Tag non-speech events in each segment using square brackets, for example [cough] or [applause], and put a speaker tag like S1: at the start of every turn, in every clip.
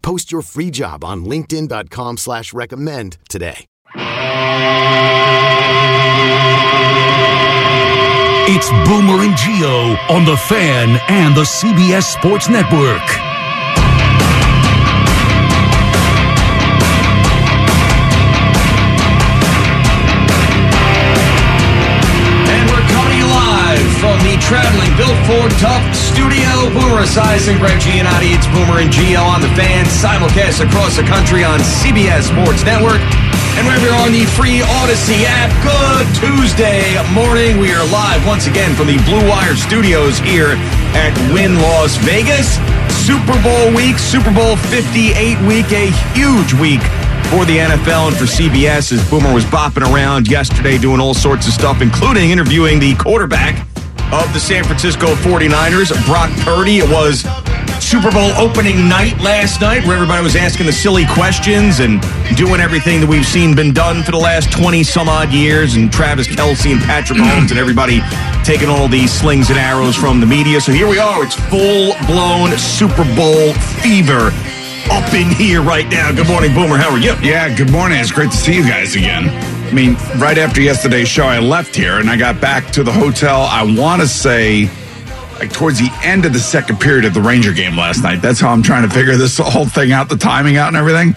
S1: Post your free job on LinkedIn.com slash recommend today.
S2: It's Boomer and Geo on the Fan and the CBS Sports Network.
S3: And we're coming live from the traveling Built Ford Tough Studio. Boomer Esiason, Greg Giannotti. It's Boomer and Gio on the fan. Simulcast across the country on CBS Sports Network. And wherever you're on the free Odyssey app, good Tuesday morning. We are live once again from the Blue Wire Studios here at Win Las Vegas. Super Bowl week, Super Bowl 58 week, a huge week for the NFL and for CBS as Boomer was bopping around yesterday doing all sorts of stuff, including interviewing the quarterback of the San Francisco 49ers, Brock Purdy. It was Super Bowl opening night last night where everybody was asking the silly questions and doing everything that we've seen been done for the last 20 some odd years, and Travis Kelsey and Patrick Mahomes and everybody taking all these slings and arrows from the media. So here we are. It's full blown Super Bowl fever up in here right now. Good morning, Boomer. How are you?
S4: Yeah, good morning. It's great to see you guys again. I mean, right after yesterday's show, I left here and I got back to the hotel. I want to say, like towards the end of the second period of the Ranger game last night. That's how I'm trying to figure this whole thing out, the timing out, and everything.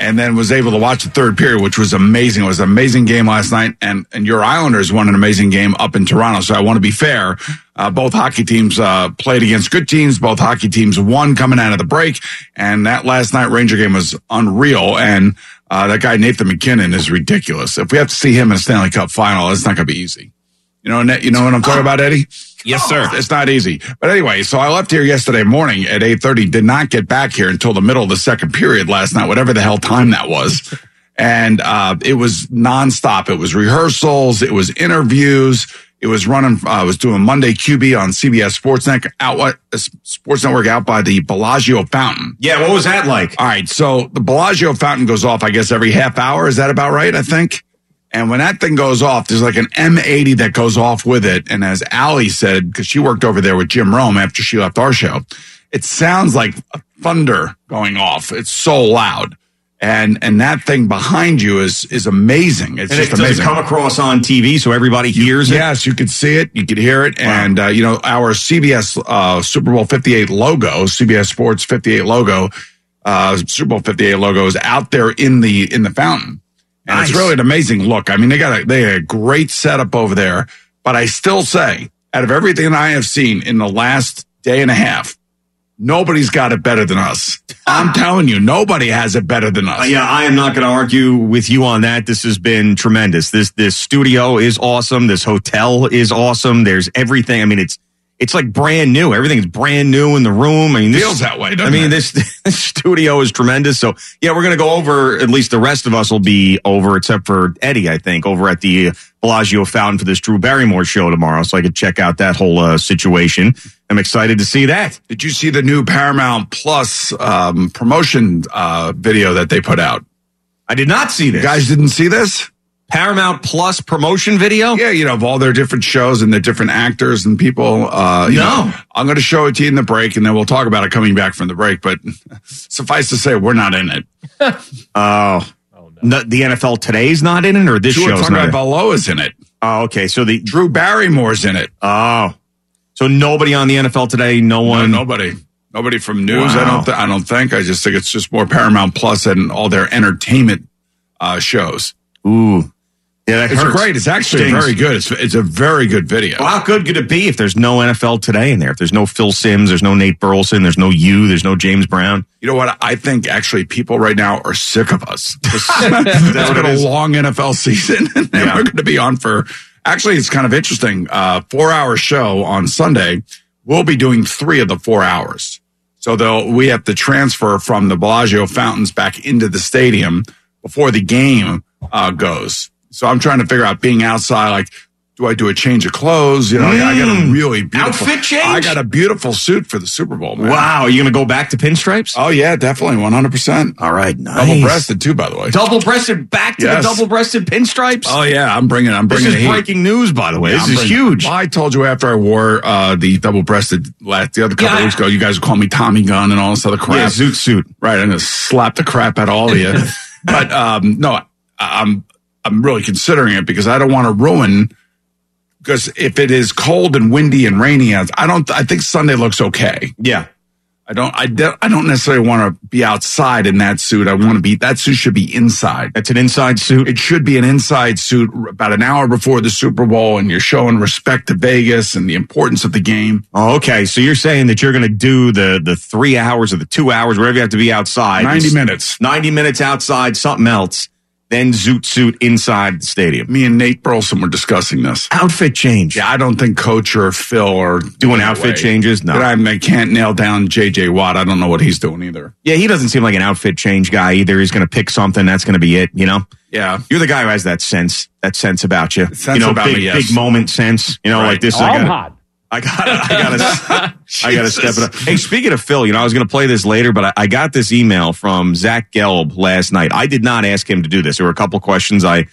S4: And then was able to watch the third period, which was amazing. It was an amazing game last night, and and your Islanders won an amazing game up in Toronto. So I want to be fair. Uh, both hockey teams uh, played against good teams. Both hockey teams won coming out of the break, and that last night Ranger game was unreal. And uh, that guy Nathan McKinnon is ridiculous. If we have to see him in a Stanley Cup final, it's not going to be easy. You know, Annette, you know what I'm talking about, Eddie? Yes, sir. It's not easy. But anyway, so I left here yesterday morning at 8:30. Did not get back here until the middle of the second period last night, whatever the hell time that was. And uh, it was nonstop. It was rehearsals. It was interviews. It was running. uh, I was doing Monday QB on CBS Sportsnet outlet, Sports Network out by the Bellagio Fountain.
S3: Yeah, what was that like?
S4: All right. So the Bellagio fountain goes off, I guess, every half hour. Is that about right? I think. And when that thing goes off, there's like an M80 that goes off with it. And as Allie said, because she worked over there with Jim Rome after she left our show, it sounds like thunder going off. It's so loud. And and that thing behind you is is amazing. It's
S3: And it
S4: just
S3: doesn't
S4: amazing.
S3: come across on TV so everybody hears it.
S4: Yes, you could see it, you could hear it, and uh, you know our CBS uh, Super Bowl Fifty Eight logo, CBS Sports Fifty Eight logo, uh, Super Bowl Fifty Eight logo is out there in the in the fountain, and it's
S3: Nice.
S4: really an amazing look. I mean, they got a, they had a great setup over there, but I still say, out of everything I have seen in the last day and a half. Nobody's got it better than us. I'm telling you, nobody has it better than us.
S3: Uh, yeah, I am not going to argue with you on that. This has been tremendous. This this studio is awesome. This hotel is awesome. There's everything. I mean, it's it's like brand new. Everything's brand new in the room. I mean, this,
S4: Feels that way,
S3: I
S4: doesn't
S3: mean,
S4: it?
S3: this, [laughs] this studio is tremendous. So yeah, we're going to go over. At least the rest of us will be over, except for Eddie, I think, over at the Bellagio Fountain for this Drew Barrymore show tomorrow. So I could check out that whole uh, situation. I'm excited to see that.
S4: Did you see the new Paramount Plus um, promotion uh, video that they put out?
S3: I did not see
S4: You
S3: this
S4: guys didn't see this?
S3: Paramount Plus promotion video.
S4: Yeah, you know, of all their different shows and their different actors and people. Uh, you
S3: No.
S4: know, I'm going to show it to you in the break, and then we'll talk about it coming back from the break. But [laughs] suffice to say, we're not
S3: [laughs]
S4: in it.
S3: Oh. No- the NFL today's not in it, or this
S4: Drew
S3: show's not.
S4: Tungar
S3: In it?
S4: Balo is in it.
S3: Oh, okay. So the
S4: Drew Barrymore's in it.
S3: oh, so nobody on the NFL today. No
S4: No,
S3: one.
S4: nobody. Nobody from news. I
S3: Wow.
S4: don't. Th- I don't think. I just think it's just more Paramount Plus and all their entertainment uh, shows.
S3: Ooh. Yeah, that
S4: It's
S3: hurts.
S4: great. It's actually
S3: Stings.
S4: very good. It's, it's a very good video.
S3: Well, how good could it be if there's no NFL today in there? If there's no Phil Sims, there's no Nate Burleson, there's no you, there's no James Brown.
S4: You know what? I think actually people right now are sick of
S3: [laughs]
S4: us. It's
S3: what
S4: been
S3: it
S4: a
S3: is?
S4: long NFL season, [laughs] and
S3: Yeah.
S4: we're going to be on for. Actually, it's kind of interesting. Uh, four hour show on Sunday. We'll be doing three of the four hours. So though we have to transfer from the Bellagio fountains back into the stadium before the game uh, goes. So I'm trying to figure out being outside. Like, do I do a change of clothes? You know, I got a really beautiful
S3: Mm. Outfit change?
S4: I got a beautiful suit for the Super Bowl. Man.
S3: Wow, are you going to go back to pinstripes?
S4: Oh yeah, definitely, one hundred percent.
S3: All right, nice.
S4: Double breasted too, by the way.
S3: Double breasted back to
S4: Yes.
S3: the double breasted pinstripes?
S4: Oh yeah, I'm bringing. I'm
S3: this is
S4: bringing. the heat.
S3: breaking news, by the way.
S4: Yeah,
S3: this
S4: I'm
S3: is
S4: bringing-
S3: huge.
S4: Well, I told you after I wore uh, the double breasted last the other couple
S3: Yeah.
S4: weeks ago, you guys would call me Tommy Gun and all this other crap.
S3: Yeah, zoot suit.
S4: Right, I'm gonna slap the crap out of all
S3: [laughs]
S4: of you. but um, no, I- I'm I'm really considering it because I don't want to ruin. Because if it is cold and windy and rainy, out, I don't. I think Sunday looks okay.
S3: Yeah.
S4: I don't. I don't. I don't necessarily want to be outside in that suit. I want to be. That suit should be inside.
S3: That's an inside suit.
S4: It should be an inside suit about an hour before the Super Bowl, and you're showing respect to Vegas and the importance of the game.
S3: Oh, okay, so you're saying that you're going to do the the three hours or the two hours, wherever you have to be outside.
S4: Ninety
S3: It's
S4: minutes.
S3: 90 minutes outside, something else, then zoot suit inside the stadium.
S4: Me and Nate Burleson were discussing this.
S3: Outfit change.
S4: Yeah, I don't think Coach or Phil are
S3: Doing outfit changes? No.
S4: But I, I can't nail down J.J. Watt. I don't know what he's doing either.
S3: Yeah, he doesn't seem like an outfit change guy either. He's going to pick something. That's going to be it. You know,
S4: Yeah.
S3: you're the guy who has that sense, that sense about you.
S4: Sense
S3: you know,
S4: about
S3: big,
S4: me, yes.
S3: big moment sense. You know,
S4: Right. Oh,
S5: Oh,
S3: like this. I got. I got. I
S4: [laughs]
S3: got. I got to step it up. Hey, speaking of Phil, you know, I was going to play this later, but I, I got this email from Zach Gelb last night. I did not ask him to do this. There were a couple questions I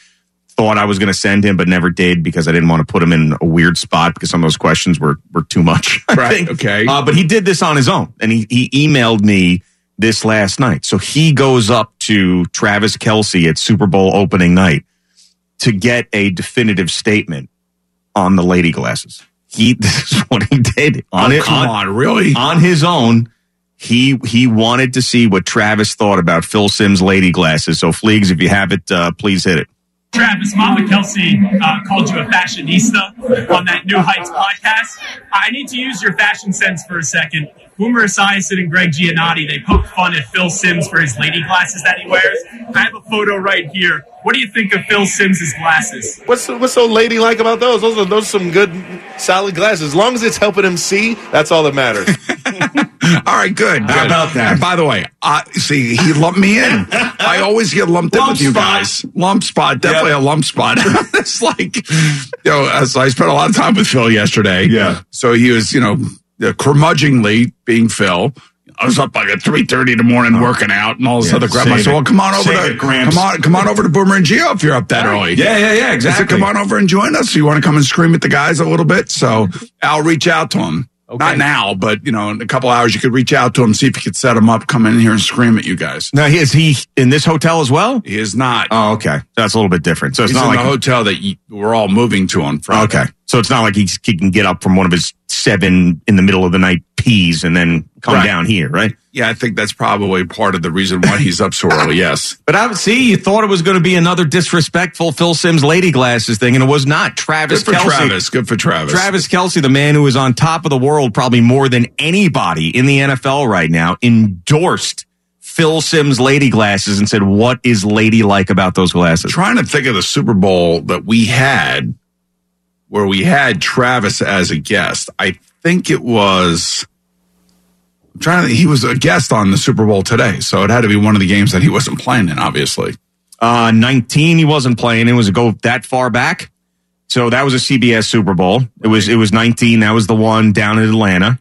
S3: thought I was going to send him, but never did because I didn't want to put him in a weird spot because some of those questions were were too much. I
S4: Right,
S3: think.
S4: okay.
S3: Uh, but he did this on his own, and he he emailed me this last night. So he goes up to Travis Kelsey at Super Bowl opening night to get a definitive statement on the lady glasses. He [laughs] this is what he did on
S4: oh,
S3: it on,
S4: come on, really?
S3: on his own. He he wanted to see what Travis thought about Phil Sims lady glasses. So Fleegs, if you have it, uh, please hit it.
S6: Travis, Mama Kelsey uh, called you a fashionista on that New Heights podcast. I need to use your fashion sense for a second. Boomer Esiason and Greg Giannotti, they poke fun at Phil Sims for his lady glasses that he wears. I have a photo right here. What do you think of Phil Sims's glasses?
S7: What's what's so ladylike about those? Those are those are some good, solid glasses. As long as it's helping him see, that's all that matters.
S4: [laughs] All right, good. How
S3: about that?
S4: And by the way, I see he lumped me
S3: [laughs]
S4: in. I always get lumped in
S3: Lump
S4: with you
S3: spot.
S4: guys. Lump spot, definitely a lump spot. [laughs] it's like, you know, as I spent a lot of time with Phil yesterday.
S3: Yeah.
S4: So he was, you know, uh, curmudgeonly being Phil. I was up like at three thirty in the morning working out and all this
S3: Oh. Yeah,
S4: other crap.
S3: save
S4: I said,
S3: it.
S4: "Well, come on over
S3: Save
S4: to
S3: it, Gramps.
S4: come on, come on over to Boomer and Geo if you're up that early."
S3: yeah, yeah,
S4: I said, "Come on over and join us. You want to come and scream at the guys a little bit?" So I'll reach out to him. Not now, but you know, in a couple hours, you could reach out to him, see if you could set him up, come in here and scream at you guys.
S3: Now he is he in this hotel as well?
S4: He is not.
S3: Oh, okay. That's a little bit different. So it's
S4: He's in
S3: not
S4: the
S3: like
S4: hotel that you, we're all moving to on Friday.
S3: okay. So it's not like he's, he can get up from one of his seven in the middle of the night peas and then come
S4: Right.
S3: down here, right?
S4: Yeah, I think that's probably part of the reason why he's up so
S3: [laughs]
S4: early. Yes.
S3: But I would see you thought it was going to be another disrespectful Phil Sims lady glasses thing, and it was not.
S4: Good
S3: Travis
S4: for
S3: Kelsey.
S4: Travis. Good for Travis.
S3: Travis Kelsey, the man who is on top of the world probably more than anybody in the NFL right now, endorsed Phil Sims lady glasses and said, What is lady like about those glasses?
S4: Trying to think of the Super Bowl that we had where we had Travis as a guest. I think it was I'm trying to think, he was a guest on the Super Bowl today. So it had to be one of the games that he wasn't playing in, obviously.
S3: Uh, 19, he wasn't playing. It was a go that far back. So that was a CBS Super Bowl. It was it was 19. That was the one down in Atlanta.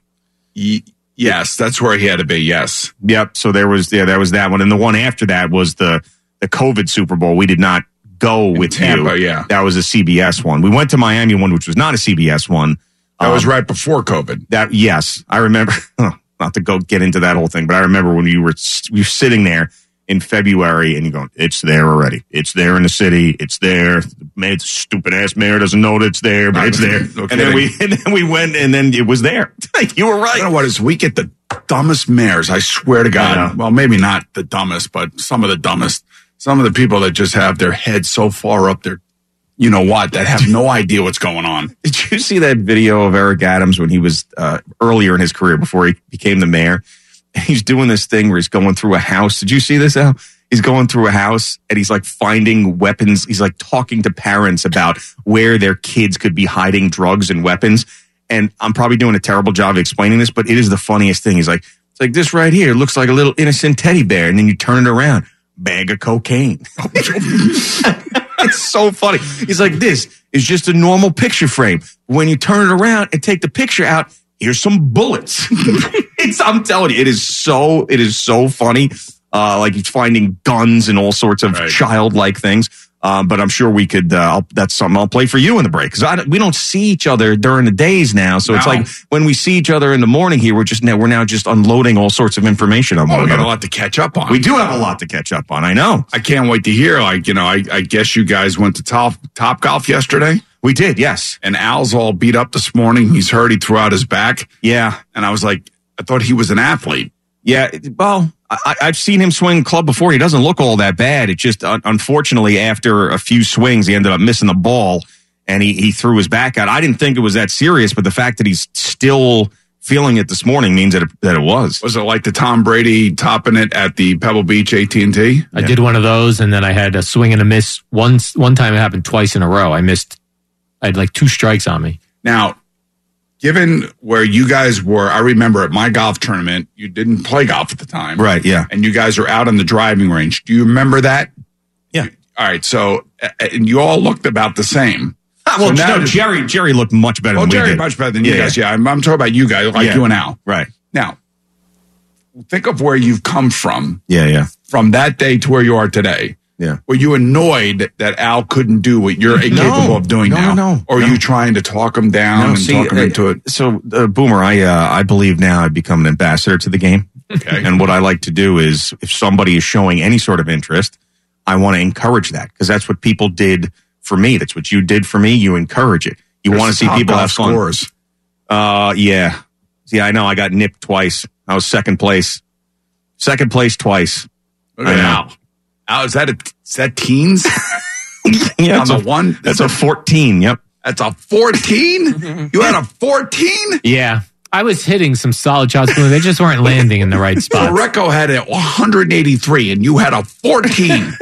S4: Ye- yes, that's where he had to be. Yes.
S3: Yep. So there was yeah, there was that one, and the one after that was the the COVID Super Bowl. We did not go with
S4: Tampa,
S3: you.
S4: yeah.
S3: that was a CBS one. We went to Miami one, which was not a CBS one.
S4: That was
S3: Um,
S4: right before COVID.
S3: that. Yes, I remember. [laughs] Not to go get into that whole thing, but I remember when you were you were sitting there in February and you're going, "It's there already. It's there in the city. It's there. Man, stupid ass mayor doesn't know that it's there, but
S4: I
S3: it's
S4: was-
S3: there."
S4: no
S3: and then
S4: kidding. [laughs]
S3: we and then we went, and then it was there. you were
S4: I
S3: right.
S4: don't know what it is. We get the dumbest mayors. I swear to
S3: I know.
S4: God. Well, maybe not the dumbest, but some of the dumbest. Some of the people that just have their heads so far up their you know what that have no idea what's going on.
S3: Did you see that video of Eric Adams when he was uh, earlier in his career before he became the mayor? He's doing this thing where he's going through a house. Did you see this, Al? He's going through a house and he's like finding weapons. He's like talking to parents about where their kids could be hiding drugs and weapons. And I'm probably doing a terrible job of explaining this, but it is the funniest thing. He's like, it's like this right here looks like a little innocent teddy bear. And then you turn it around, bag of cocaine. [laughs] it's so funny. He's like, this is just a normal picture frame. When you turn it around and take the picture out, here's some bullets. [laughs] it's, I'm telling you, it is so, it is so funny. Uh, like he's finding guns and all sorts of
S4: Right.
S3: childlike things. Um, but I'm sure we could. Uh, I'll, that's something I'll play for you in the break because we don't see each other during the days now. So it's
S4: No.
S3: like when we see each other in the morning here, we're just now we're now just unloading all sorts of information on
S4: Well,
S3: one
S4: we got a
S3: another.
S4: lot to catch up on.
S3: Oh, We do have a lot to catch up on. I know.
S4: I can't wait to hear. Like, you know, I, I guess you guys went to top, top golf yesterday
S3: We did. Yes.
S4: and Al's all beat up this morning. He's hurt. He threw out his back.
S3: Yeah.
S4: And I was like, I thought he was an athlete.
S3: Yeah, it- well, I- I, I've seen him swing club before. He doesn't look all that bad. It just un- unfortunately after a few swings, he ended up missing the ball and he he threw his back out. I didn't think it was that serious, but the fact that he's still feeling it this morning means that it, that it was.
S4: Was it like the Tom Brady topping it at the Pebble Beach AT&T?
S8: I did one of those, and then I had a swing and a miss. One one time it happened twice in a row. I missed. I had like two strikes on me.
S4: Now, given where you guys were, I remember at my golf tournament, you didn't play golf at the time.
S3: Right, yeah.
S4: And you guys are out on the driving range. Do you remember that?
S3: Yeah.
S4: All right. So, a- a- and you all looked about the same.
S3: Ah, [laughs] well,
S4: So now-
S3: no, Jerry Jerry looked much better
S4: Oh,
S3: than we
S4: Jerry,
S3: did.
S4: much better than you
S3: Yeah,
S4: guys. Yeah. I'm, I'm talking about you guys, like
S3: Yeah.
S4: you and Al.
S3: Right.
S4: Now, think of where you've come from,
S3: Yeah, yeah.
S4: from that day to where you are today.
S3: Yeah.
S4: Were you annoyed that Al couldn't do what you're capable of
S3: [laughs]
S4: doing
S3: No,
S4: now?
S3: no,
S4: Or are
S3: no.
S4: you trying to talk him down
S3: No,
S4: and
S3: see,
S4: talk him
S3: uh,
S4: into it?
S3: So, uh, Boomer, I uh, I believe now I've become an ambassador to the game.
S4: Okay.
S3: And what I like to do is, if somebody is showing any sort of interest, I want to encourage that because that's what people did for me. That's what you did for me. You encourage it. You want to see
S4: Top
S3: people
S4: golf
S3: have fun.
S4: scores.
S3: Uh, yeah, yeah. I know. I got nipped twice. I was second place. Second place twice.
S4: Look
S3: I
S4: at
S3: know.
S4: Al. Al, is that a, is that teens?
S3: [laughs] Yeah,
S4: on
S3: that's
S4: the
S3: a,
S4: one?
S3: that's a fourteen. Yep.
S4: That's a 14? you had a 14?
S8: Yeah, I was hitting some solid shots, but they just weren't landing in the
S4: [laughs]
S8: right spots.
S4: Recco had a 183 and you had a 14.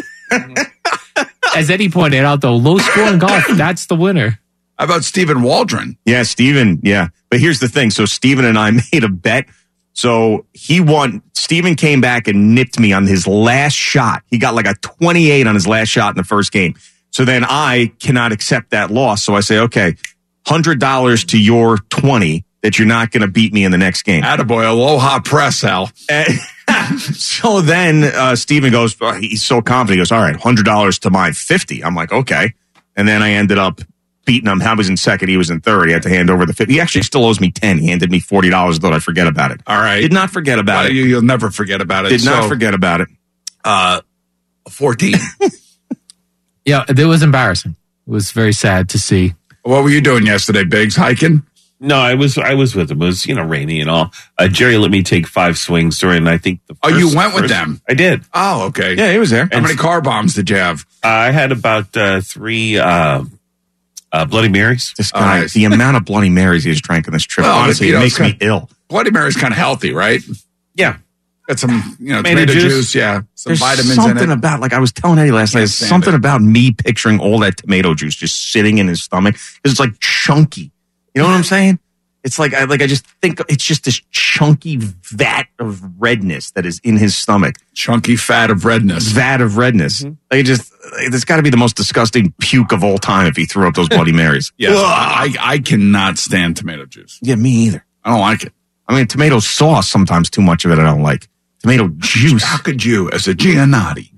S8: As Eddie pointed out, though, low score in
S4: [coughs]
S8: golf, that's the winner.
S4: How about Stephen Waldron?
S3: Yeah, Steven. Yeah. But here's the thing. So Steven and I [laughs] made a bet. So he won. Steven came back and nipped me on his last shot. He got like a 28 on his last shot in the first game. So then I cannot accept that loss. So I say, okay, $100 to your 20 that you're not going to beat me in the next game.
S4: Attaboy, Aloha Press, Al.
S3: And- so then uh, Steven goes, uh, he's so confident. He goes, all right, $100 to my 50. I'm like, okay. And then I ended up beating him. I was in second. He was in third. He had to hand over the 50. He actually still owes me 10. He handed me $40, though. I forget about it.
S4: [laughs] All right.
S3: Did not forget about
S4: Well,
S3: it.
S4: You, you'll never forget about it.
S3: Did not
S4: So,
S3: forget about it.
S4: Uh,
S3: [laughs]
S4: 14.
S8: Yeah, uh, it was embarrassing. It was very sad to see.
S4: what were you doing yesterday, Biggs? Hiking?
S5: No, I was I was with him. It was you know rainy and all. Uh, Jerry let me take five swings during. I think the
S4: Oh, you went with them?
S5: I did.
S4: Oh, okay.
S3: Yeah, he was there.
S4: How many car bombs did you have?
S5: I had about uh, three uh, uh, Bloody Marys.
S3: This guy,
S4: All right.
S3: the amount of Bloody Marys he's drank on this trip,
S4: Well,
S3: honestly,
S4: you
S3: it
S4: know,
S3: makes
S4: it's
S3: me ill.
S4: Bloody Mary's kind of healthy, right?
S5: Yeah,
S4: Got some, you know,
S5: Tomato
S4: tomato juice.
S5: juice.
S4: Yeah, some
S3: There's
S4: vitamins
S3: something
S4: in it.
S3: about, like I was telling Eddie last night,
S4: Can't
S3: there's
S4: stand
S3: something
S4: it.
S3: about me picturing all that tomato juice just sitting in his stomach. It's like chunky. You know what I'm saying? It's like I like I just think it's just this chunky vat of redness that is in his stomach.
S4: Chunky fat of redness.
S3: Vat of redness. Like it just it's got to be the most disgusting puke of all time if he threw up those Bloody Marys.
S4: Yes,
S3: Ugh.
S4: I, I cannot stand tomato juice.
S3: Yeah, me either.
S4: I don't like it.
S3: I mean, tomato sauce sometimes too much of it I don't like. Tomato juice.
S4: How could [laughs] you, as a Giannotti,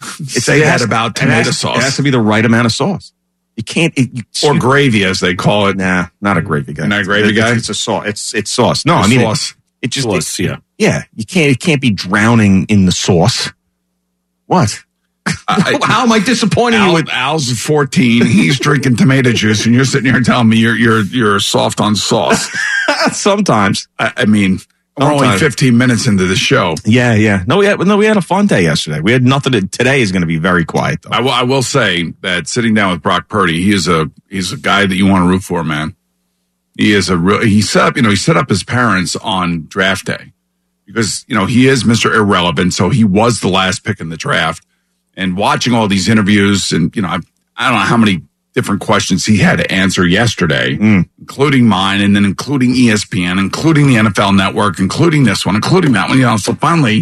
S4: say
S3: it
S4: that
S3: has-
S4: about
S3: it has-
S4: tomato
S3: It has
S4: sauce
S3: to be the right amount of sauce. You can't. It, you,
S4: or gravy, as they call it?
S3: Nah, not a gravy guy.
S4: Not a gravy
S3: It's- it's-
S4: guy?
S3: It's, a sauce. It's it's sauce. No,
S4: The
S3: I mean it-
S4: sauce.
S3: It, just
S5: Sauce,
S3: it-
S5: yeah.
S3: yeah. You can't. It can't be drowning in the sauce. What?
S4: I- I-
S3: [laughs] How am I disappointing you
S4: Al,
S3: with?
S4: Al's 14. He's drinking tomato juice, and you're sitting here telling me you're you're you're soft on sauce.
S3: [laughs] Sometimes
S4: I, I mean, We're only
S3: Sometimes.
S4: 15 minutes into the show.
S3: Yeah, yeah. No, we had no, we had a fun day yesterday. We had nothing. To, today is going to be very quiet. Though.
S4: I will, I will say that sitting down with Brock Purdy, he is a he's a guy that you want to root for, man. He is a real. He set up, you know, he set up his parents on draft day because you know he is Mister Irrelevant, so he was the last pick in the draft. And watching all these interviews, and you know, I, I don't know how many different questions he had to answer yesterday,
S3: Mm.
S4: including mine, and then including E ESPN, including the NFL Network, including this one, including that one. You know, so finally,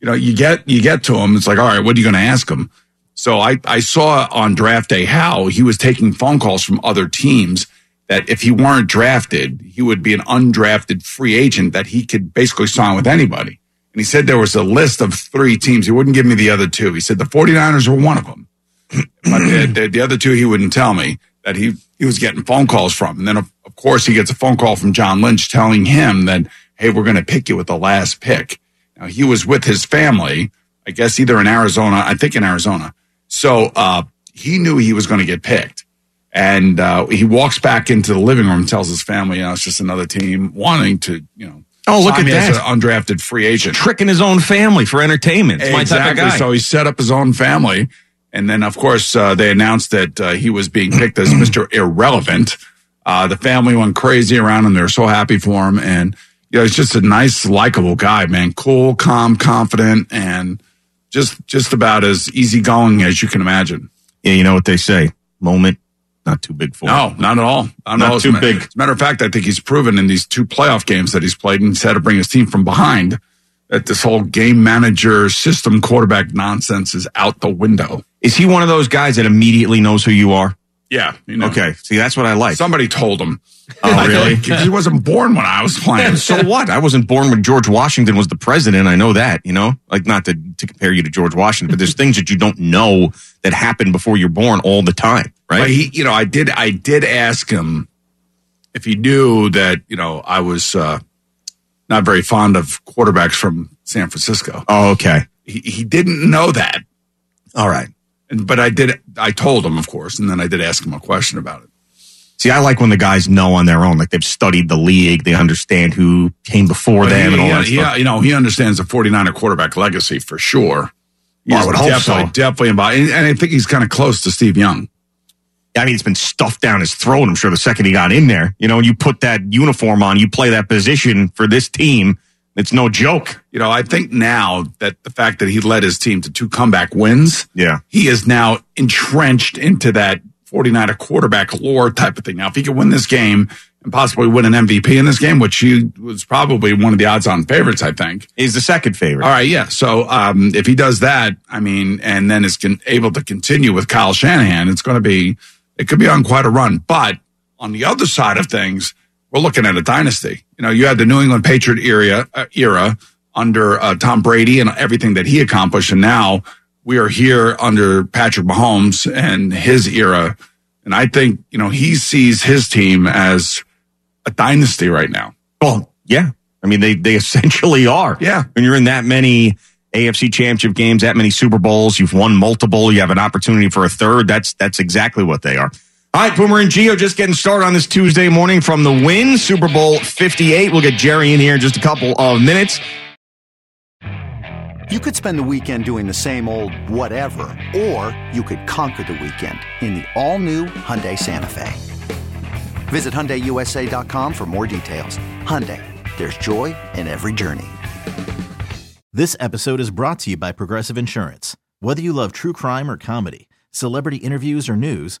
S4: you know, you get you get to him. It's like, all right, what are you going to ask him? So I, I saw on draft day how he was taking phone calls from other teams that if he weren't drafted, he would be an undrafted free agent that he could basically sign with anybody. And he said there was a list of three teams. He wouldn't give me the other two. He said the 49ers were one of them. but the, the, the other two, he wouldn't tell me that he, he was getting phone calls from. And then, of, of course, he gets a phone call from John Lynch telling him that, hey, we're going to pick you with the last pick. Now, he was with his family, I guess, either in Arizona, I think in Arizona. So uh, he knew he was going to get picked. And uh, he walks back into the living room, tells his family, you know, it's just another team wanting to, you know,
S3: Oh, look
S4: sign
S3: at
S4: me as
S3: that.
S4: an undrafted free agent.
S3: Tricking his own family for entertainment. It's my type of guy.
S4: So he set up his own family. And then, of course, uh, they announced that uh, he was being picked as Mr. Irrelevant. Uh, the family went crazy around him. They were so happy for him. And, you know, he's just a nice, likable guy, man. Cool, calm, confident, and just just about as easygoing as you can imagine.
S3: yeah, you know what they say. Moment, not too big for. it.
S4: No, not at all. Not, at
S3: Not
S4: all. As
S3: too
S4: a ma-
S3: big.
S4: As a matter of fact, I think he's proven in these two playoff games that he's played, and he's had to bring his team from behind. That this whole game manager system quarterback nonsense is out the window.
S3: Is he one of those guys that immediately knows who you are?
S4: Yeah. You know,
S3: Okay, see, that's what I like.
S4: Somebody told him.
S3: [laughs] oh, really?
S4: Because he wasn't born when I was playing.
S3: so what? I wasn't born when George Washington was the president. I know that, you know, like not to, to compare you to George Washington, but there's things that you don't know that happen before you're born all the time, right?
S4: But he, you know, I did, I did ask him if he knew that, you know, I was uh, not very fond of quarterbacks from San Francisco.
S3: oh, okay.
S4: He, he didn't know that,
S3: All right.
S4: and, but I did. I told him, of course, and then I did ask him a question about it.
S3: See, I like when the guys know on their own, like they've studied the league, they understand who came before
S4: But
S3: them
S4: he,
S3: and all
S4: he-
S3: that
S4: he-
S3: stuff.
S4: you know, he understands the 49er quarterback legacy for sure.
S3: Well, I would hope
S4: definitely,
S3: so.
S4: definitely involved, and, and I think he's kind of close to Steve Young.
S3: I mean, it's been stuffed down his throat. I'm sure the second he got in there, you know, and you put that uniform on, you play that position for this team. It's no joke.
S4: You know, I think now that the fact that he led his team to two comeback wins,
S3: Yeah.
S4: he is now entrenched into that 49er quarterback lore type of thing. Now, if he could win this game and possibly win an MVP in this game, which he was probably one of the odds on favorites, I think.
S3: He's the second favorite.
S4: All right, yeah. So um, if he does that, I mean, and then is con- able to continue with Kyle Shanahan, it's going to be, it could be on quite a run. But on the other side of things, we're looking at a dynasty. You know, you had the New England Patriot era, uh, era under uh, Tom Brady and everything that he accomplished, and now we are here under Patrick Mahomes and his era. And I think you know he sees his team as a dynasty right now.
S3: Well, yeah. I mean, they [laughs] they essentially are.
S4: Yeah.
S3: When you're in that many AFC Championship games, that many Super Bowls, you've won multiple, you have an opportunity for a third. That's that's exactly what they are. All right, Boomer and Geo just getting started on this Tuesday morning from the win, Super Bowl 58. We'll get Jerry in here in just a couple of minutes.
S9: You could spend the weekend doing the same old whatever, or you could conquer the weekend in the all-new Hyundai Santa Fe. Visit HyundaiUSA.com for more details. Hyundai, there's joy in every journey.
S10: This episode is brought to you by Progressive Insurance. Whether you love true crime or comedy, celebrity interviews or news,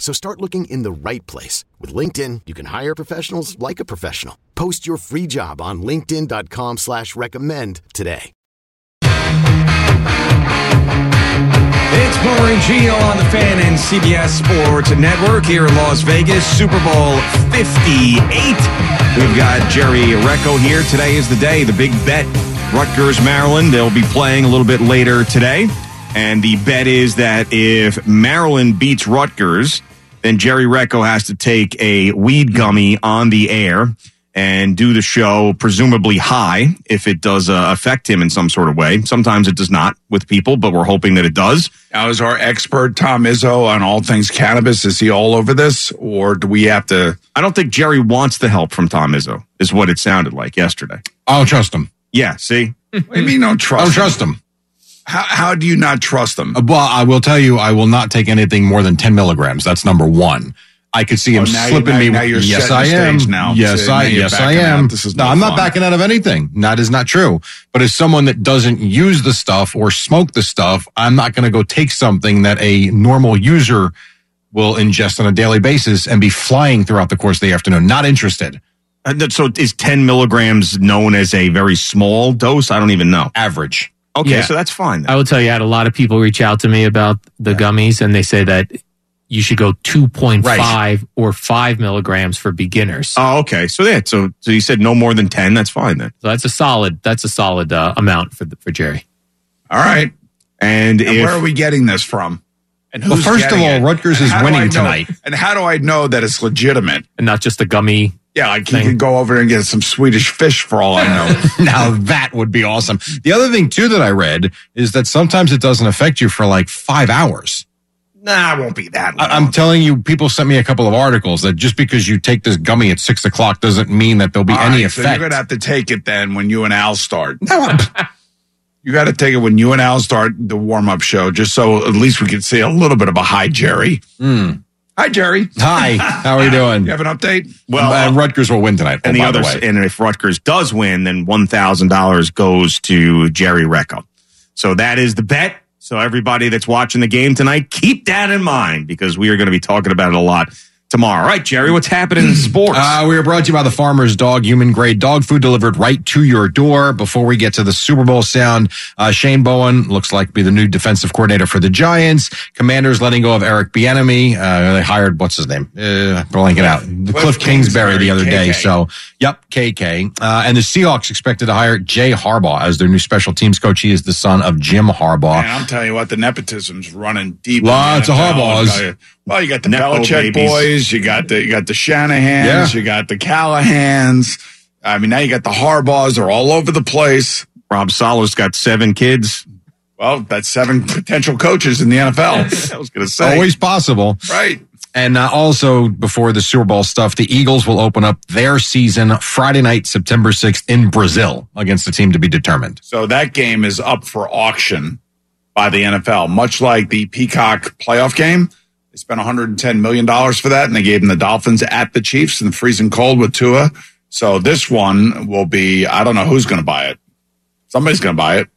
S1: So start looking in the right place. With LinkedIn, you can hire professionals like a professional. Post your free job on linkedin.com slash recommend today.
S11: It's Boomer and Geo on the Fan and CBS Sports Network here in Las Vegas, Super Bowl 58. We've got Jerry Recco here. Today is the day, the big bet. Rutgers, Maryland. They'll be playing a little bit later today. And the bet is that if Maryland beats Rutgers, then Jerry Recco has to take a weed gummy on the air and do the show presumably high if it does uh, affect him in some sort of way. Sometimes it does not with people, but we're hoping that it does.
S4: Now, is our expert Tom Izzo on all things cannabis? Is he all over this, or do we have to?
S3: I don't think Jerry wants the help from Tom Izzo. Is what it sounded like yesterday.
S4: I'll trust him.
S3: Yeah. See.
S4: What do you mean? Don't trust.
S12: Don't trust him.
S4: How, how do you not trust them?
S12: Well, I will tell you, I will not take anything more than 10 milligrams. That's number one. I could see him
S4: Oh, now you-
S12: slipping
S4: now-
S12: me.
S4: now you're
S12: yes,
S4: setting
S12: I
S4: the
S12: am.
S4: stage now.
S12: Yes,
S4: So
S12: I.
S4: now you're
S12: Yes, I
S4: backing
S12: am.
S4: out. This is
S12: no,
S4: no
S12: I'm
S4: fun.
S12: not backing out of anything. That is not true. But as someone that doesn't use the stuff or smoke the stuff, I'm not going to go take something that a normal user will ingest on a daily basis and be flying throughout the course of the afternoon. Not interested.
S11: Uh,
S3: And that- so is 10 milligrams known as a very small dose? I don't even know.
S12: Average.
S3: Okay,
S8: Yeah.
S3: so that's fine.
S8: I will tell you, I had a lot of people reach out to me about the gummies, and they say that you should go 2.5 or 5 milligrams for beginners.
S3: Oh, okay. So that so so you said no more than 10. That's fine then.
S8: So that's a solid. That's a solid uh, amount for the, for Jerry.
S4: All right.
S3: And,
S4: And
S3: if,
S4: where are we getting this from? And
S12: Well, first of
S4: getting
S12: all,
S4: it?
S12: Rutgers
S4: And
S12: is
S4: how do
S12: winning
S4: I know-
S12: tonight.
S4: And how do I know that it's legitimate?
S8: and not just the gummy.
S4: Yeah, like
S8: Thing.
S4: you could go over and get some Swedish fish for all I know. [laughs]
S12: now that would be awesome. The other thing too that I read is that sometimes it doesn't affect you for like five hours.
S4: nah, it won't be that.
S12: I- I'm telling you, people sent me a couple of articles that just because you take this gummy at six o'clock doesn't mean that there'll be
S4: All
S12: any
S4: right, So you're
S12: effect.
S4: gonna have to take it then when you and Al start.
S12: No, I'm-
S4: [laughs] You got to take it when you and Al start the warm up show, just so at least we can see a little bit of a hi, Jerry.
S12: Mm.
S4: Hi, Jerry.
S12: Hi, how are you doing?
S4: [laughs] You have an update?
S3: well,
S12: Uh, Rutgers will win tonight.
S3: and
S12: oh,
S3: the
S12: by
S3: other
S12: way.
S3: and if Rutgers does win, then $1,000 goes to Jerry Recco. So that is the bet. So everybody that's watching the game tonight, keep that in mind because we are going to be talking about it a lot tomorrow. All right, Jerry, what's happening in sports?
S12: Uh, we are brought to you by the Farmer's Dog, human grade dog food delivered right to your door. Before we get to the Super Bowl sound, uh, Shane Bowen looks like to be the new defensive coordinator for the Giants. Commanders letting go of Eric Bieniemy. Uh, they hired what's his name? Uh, blanking out. Cliff, Kingsbury, the other day.
S4: KK.
S12: So, yep, KK. Uh, and the Seahawks expected to hire Jay Harbaugh as their new special teams coach. He is the son of Jim Harbaugh.
S4: Man, I'm telling you what, the nepotism's running deep. in
S12: Lots
S4: the
S12: of
S4: NFL.
S12: Harbaughs.
S4: I'll tell you. Well, you got the
S3: Nepo
S4: Belichick
S3: babies.
S4: boys, you got the you got the Shanahans,
S12: Yeah.
S4: you got the Callahans. I mean, now you got the Harbaughs. They're all over the place.
S3: Rob Sala's got seven kids.
S4: Well, that's seven potential coaches in the NFL. [laughs]
S3: I was going to say.
S12: Always possible.
S4: right.
S12: And uh, also before the Super Bowl stuff, the Eagles will open up their season Friday night, September 6th in Brazil against a team to be determined.
S4: So that game is up for auction by the NFL, much like the Peacock playoff game. They spent $110 million for that, and they gave them the Dolphins at the Chiefs in the freezing cold with Tua. So this one will be, I don't know who's going to buy it. Somebody's going to buy it.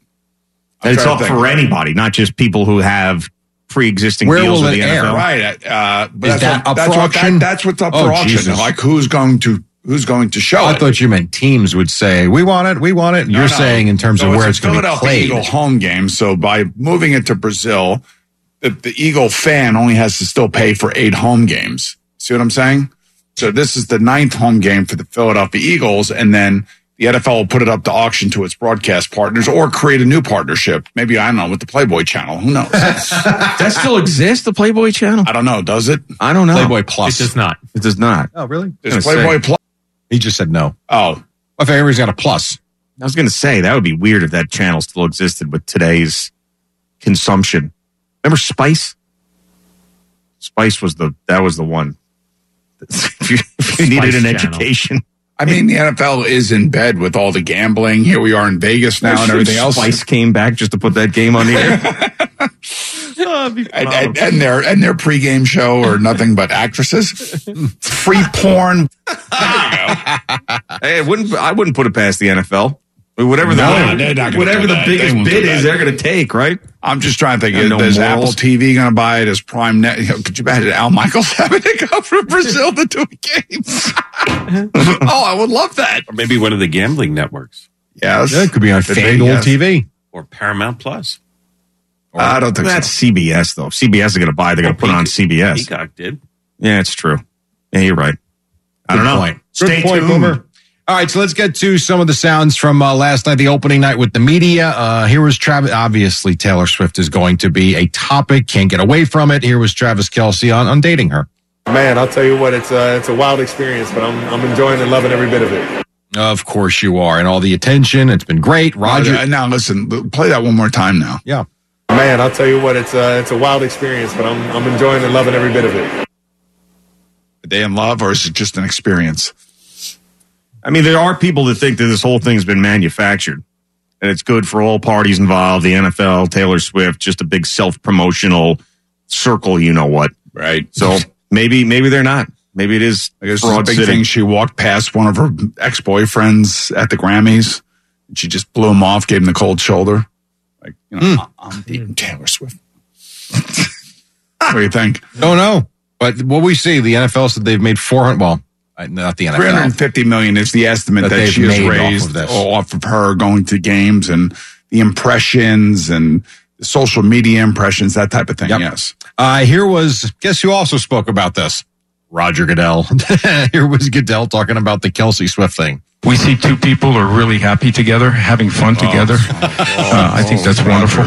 S4: I'm
S3: it's
S4: trying
S3: up
S4: to think.
S3: for anybody, not just people who have pre-existing
S12: Where
S3: deals
S12: will
S3: with
S12: it
S3: the
S12: air?
S3: NFL.
S4: Right. Uh, but
S12: Is that
S4: what-
S12: up
S4: that's
S12: for
S4: what- that-
S12: auction?
S4: that's what's up
S12: Oh,
S4: for auction.
S12: Jesus.
S4: Like who's going to who's going to show
S12: I
S4: it?
S12: thought you meant teams would say, we want it, we want it.
S4: No,
S12: You're
S4: no.
S12: saying in terms
S4: So
S12: of
S4: it's
S12: where
S4: a
S12: it's going to be
S4: Philadelphia
S12: played.
S4: Eagle home game. So by moving it to Brazil, the, the Eagle fan only has to still pay for eight home games. See what I'm saying? So this is the ninth home game for the Philadelphia Eagles, and then the NFL will put it up to auction to its broadcast partners or create a new partnership. Maybe I don't know with the Playboy Channel. Who
S12: [laughs]
S4: knows?
S3: Does that still exist, the Playboy channel?
S4: I don't know. Does it?
S3: I don't know.
S12: Playboy
S8: It
S12: Plus.
S8: does not.
S3: It does not.
S12: oh, really?
S3: I
S4: Does
S3: was gonna
S4: Playboy Plus?
S12: He just said no.
S4: Oh,
S12: I think everybody's got a plus.
S3: I was going to say that would be weird if that channel still existed with today's consumption. Remember Spice? Spice was the that was the one. if you, if you needed an
S8: Spice Channel.
S3: education,
S4: I mean the NFL is in bed with all the gambling. Here we are in Vegas now, and everything else.
S3: Spice came back just to put that game on the
S4: [laughs]
S3: air.
S4: and, and, and their and their pregame show or nothing but actresses, free porn.
S3: Hey, it wouldn't I wouldn't put it past the NFL. Whatever the
S4: No, they're not gonna
S3: whatever
S4: do
S3: the
S4: that. They
S3: biggest
S4: won't
S3: bid
S4: do
S3: is,
S4: that.
S3: they're going to take right.
S4: I'm just trying to think.
S3: Got
S4: Is,
S3: no
S4: is Apple
S3: morals.
S4: TV going to buy it? Is Prime Net? you know, Could you imagine Al Michaels [laughs] having to go from Brazil to do a game? oh, [laughs] I would love that.
S5: Or maybe one of the gambling networks.
S4: Yes.
S12: Yeah, it could be on
S5: Could be,
S12: FanDuel
S5: yes.
S12: TV.
S5: Or Paramount Plus.
S4: I don't think
S3: that's CBS though. If CBS is going to buy. They're going to put it on CBS.
S5: Peacock did.
S3: Yeah, it's true. Yeah, you're right. I
S12: Good
S3: don't know.
S12: point.
S3: Stay
S12: Good point,
S3: tuned.
S12: Boomer. All right, so let's get to some of the sounds from uh, last night, the opening night with the media. Uh, here was Travis. Obviously, Taylor Swift is going to be a topic. Can't get away from it. Here was Travis Kelsey on, on dating her.
S7: [laughs] Man, I'll tell you what, it's a, it's a wild experience, but I'm, I'm enjoying and loving every bit of it.
S12: Of course, you are, and all the attention. It's been great, Roger.
S4: now listen, play that one more time. Now,
S12: yeah,
S7: Man, I'll tell you what, it's a, it's a wild experience, but I'm, I'm enjoying and loving every bit of it.
S4: Are they in love, or is it just an experience?
S3: I mean, there are people that think that this whole thing's been manufactured and it's good for all parties involved the NFL, Taylor Swift, just a big self promotional circle, you know what.
S4: Right.
S3: So maybe, maybe they're not. Maybe it is
S4: This is a
S3: fraud
S4: big
S3: city.
S4: thing. She walked past one of her ex boyfriends at the Grammys. And she just blew him off, gave him the cold shoulder. Like, you
S12: Hmm.
S4: know,
S2: uh,
S4: I-
S2: um,
S4: I'm beating Taylor Swift. what do you think?
S12: [laughs] Don't know, but what we see, the NFL said they've made four hundred. Well, uh, not the NFL.
S4: Three hundred fifty million is the estimate
S12: That
S4: that,
S12: they've
S4: she has
S12: made off of
S4: raised
S12: this.
S4: off of, her going to games and the impressions and the social media impressions, that type of thing. Yes,
S12: Uh, here was guess who also spoke about this? Roger Goodell. [laughs] here was Goodell talking about the Kelsey Swift thing.
S13: We see two people who are really happy together, having fun
S14: Oh,
S13: together. uh, I think that's wonderful.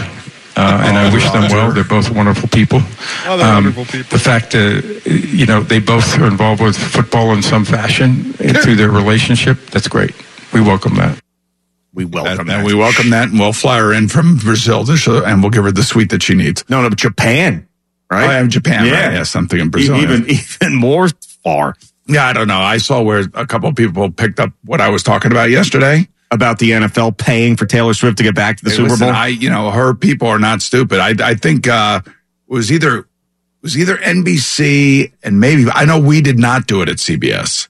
S13: Uh, and I wish them well. They're both wonderful people. Um,
S14: Oh, they're wonderful people.
S13: The fact, uh, you know, they both are involved with football in some fashion and through their relationship,
S14: [laughs]
S13: that's great. We welcome that.
S3: we welcome
S4: that. We welcome that, and we'll fly her in from Brazil, to show, and we'll give her the suite that she needs.
S3: No, no, Japan, right?
S4: I am Japan.
S3: Yeah.
S4: right? yeah, something
S12: E-
S4: in Brazil.
S3: Even- [laughs] even more far.
S4: Yeah, I don't know. I saw where a couple of people picked up what I was talking about yesterday
S3: about the NFL paying for Taylor Swift to get back to the
S4: Hey,
S3: Super
S4: listen,
S3: Bowl.
S4: I, you know, her people are not stupid. I, I think uh, it was either it was either NBC and maybe I know we did not do it at CBS.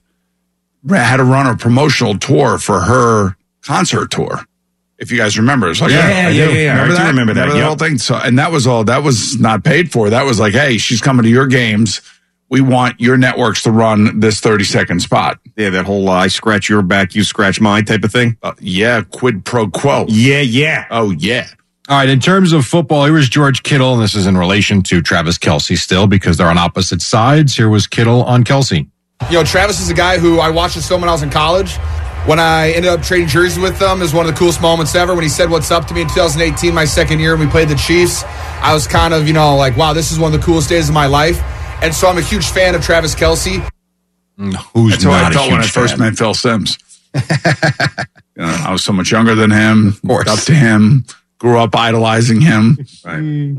S4: Ra- Had to run a promotional tour for her concert tour. If you guys remember, it's like
S3: Yeah, yeah, yeah, yeah, yeah. I
S4: Remember
S3: do
S4: that?
S3: remember that,
S4: the
S3: yep.
S4: whole thing. So, and that was all. That was not paid for. That was like, hey, she's coming to your games. We want your networks to run this thirty second spot.
S3: Yeah, that whole uh, I scratch your back, you scratch mine type of thing.
S4: Uh, yeah, quid pro quo.
S3: Yeah, yeah.
S4: Oh, yeah.
S12: All right. In terms of football, here was George Kittle, and this is in relation to Travis Kelsey still because they're on opposite sides. Here was Kittle on Kelsey.
S15: You know, Travis is a guy who I watched his film when I was in college. When I ended up trading jerseys with them, it was one of the coolest moments ever. When he said "What's up" to me in 2018, my second year, and we played the Chiefs, I was kind of, you know, like, wow, this is one of the coolest days of my life. And so I'm a huge fan of Travis Kelsey.
S3: Mm,
S12: Who's
S4: That's how I
S12: not a
S4: felt when I
S12: huge
S4: first
S12: fan?
S4: met
S15: [laughs]
S4: Phil Sims. You know, I was so much younger than him. Of
S12: course.
S4: Up to him. Grew up idolizing him.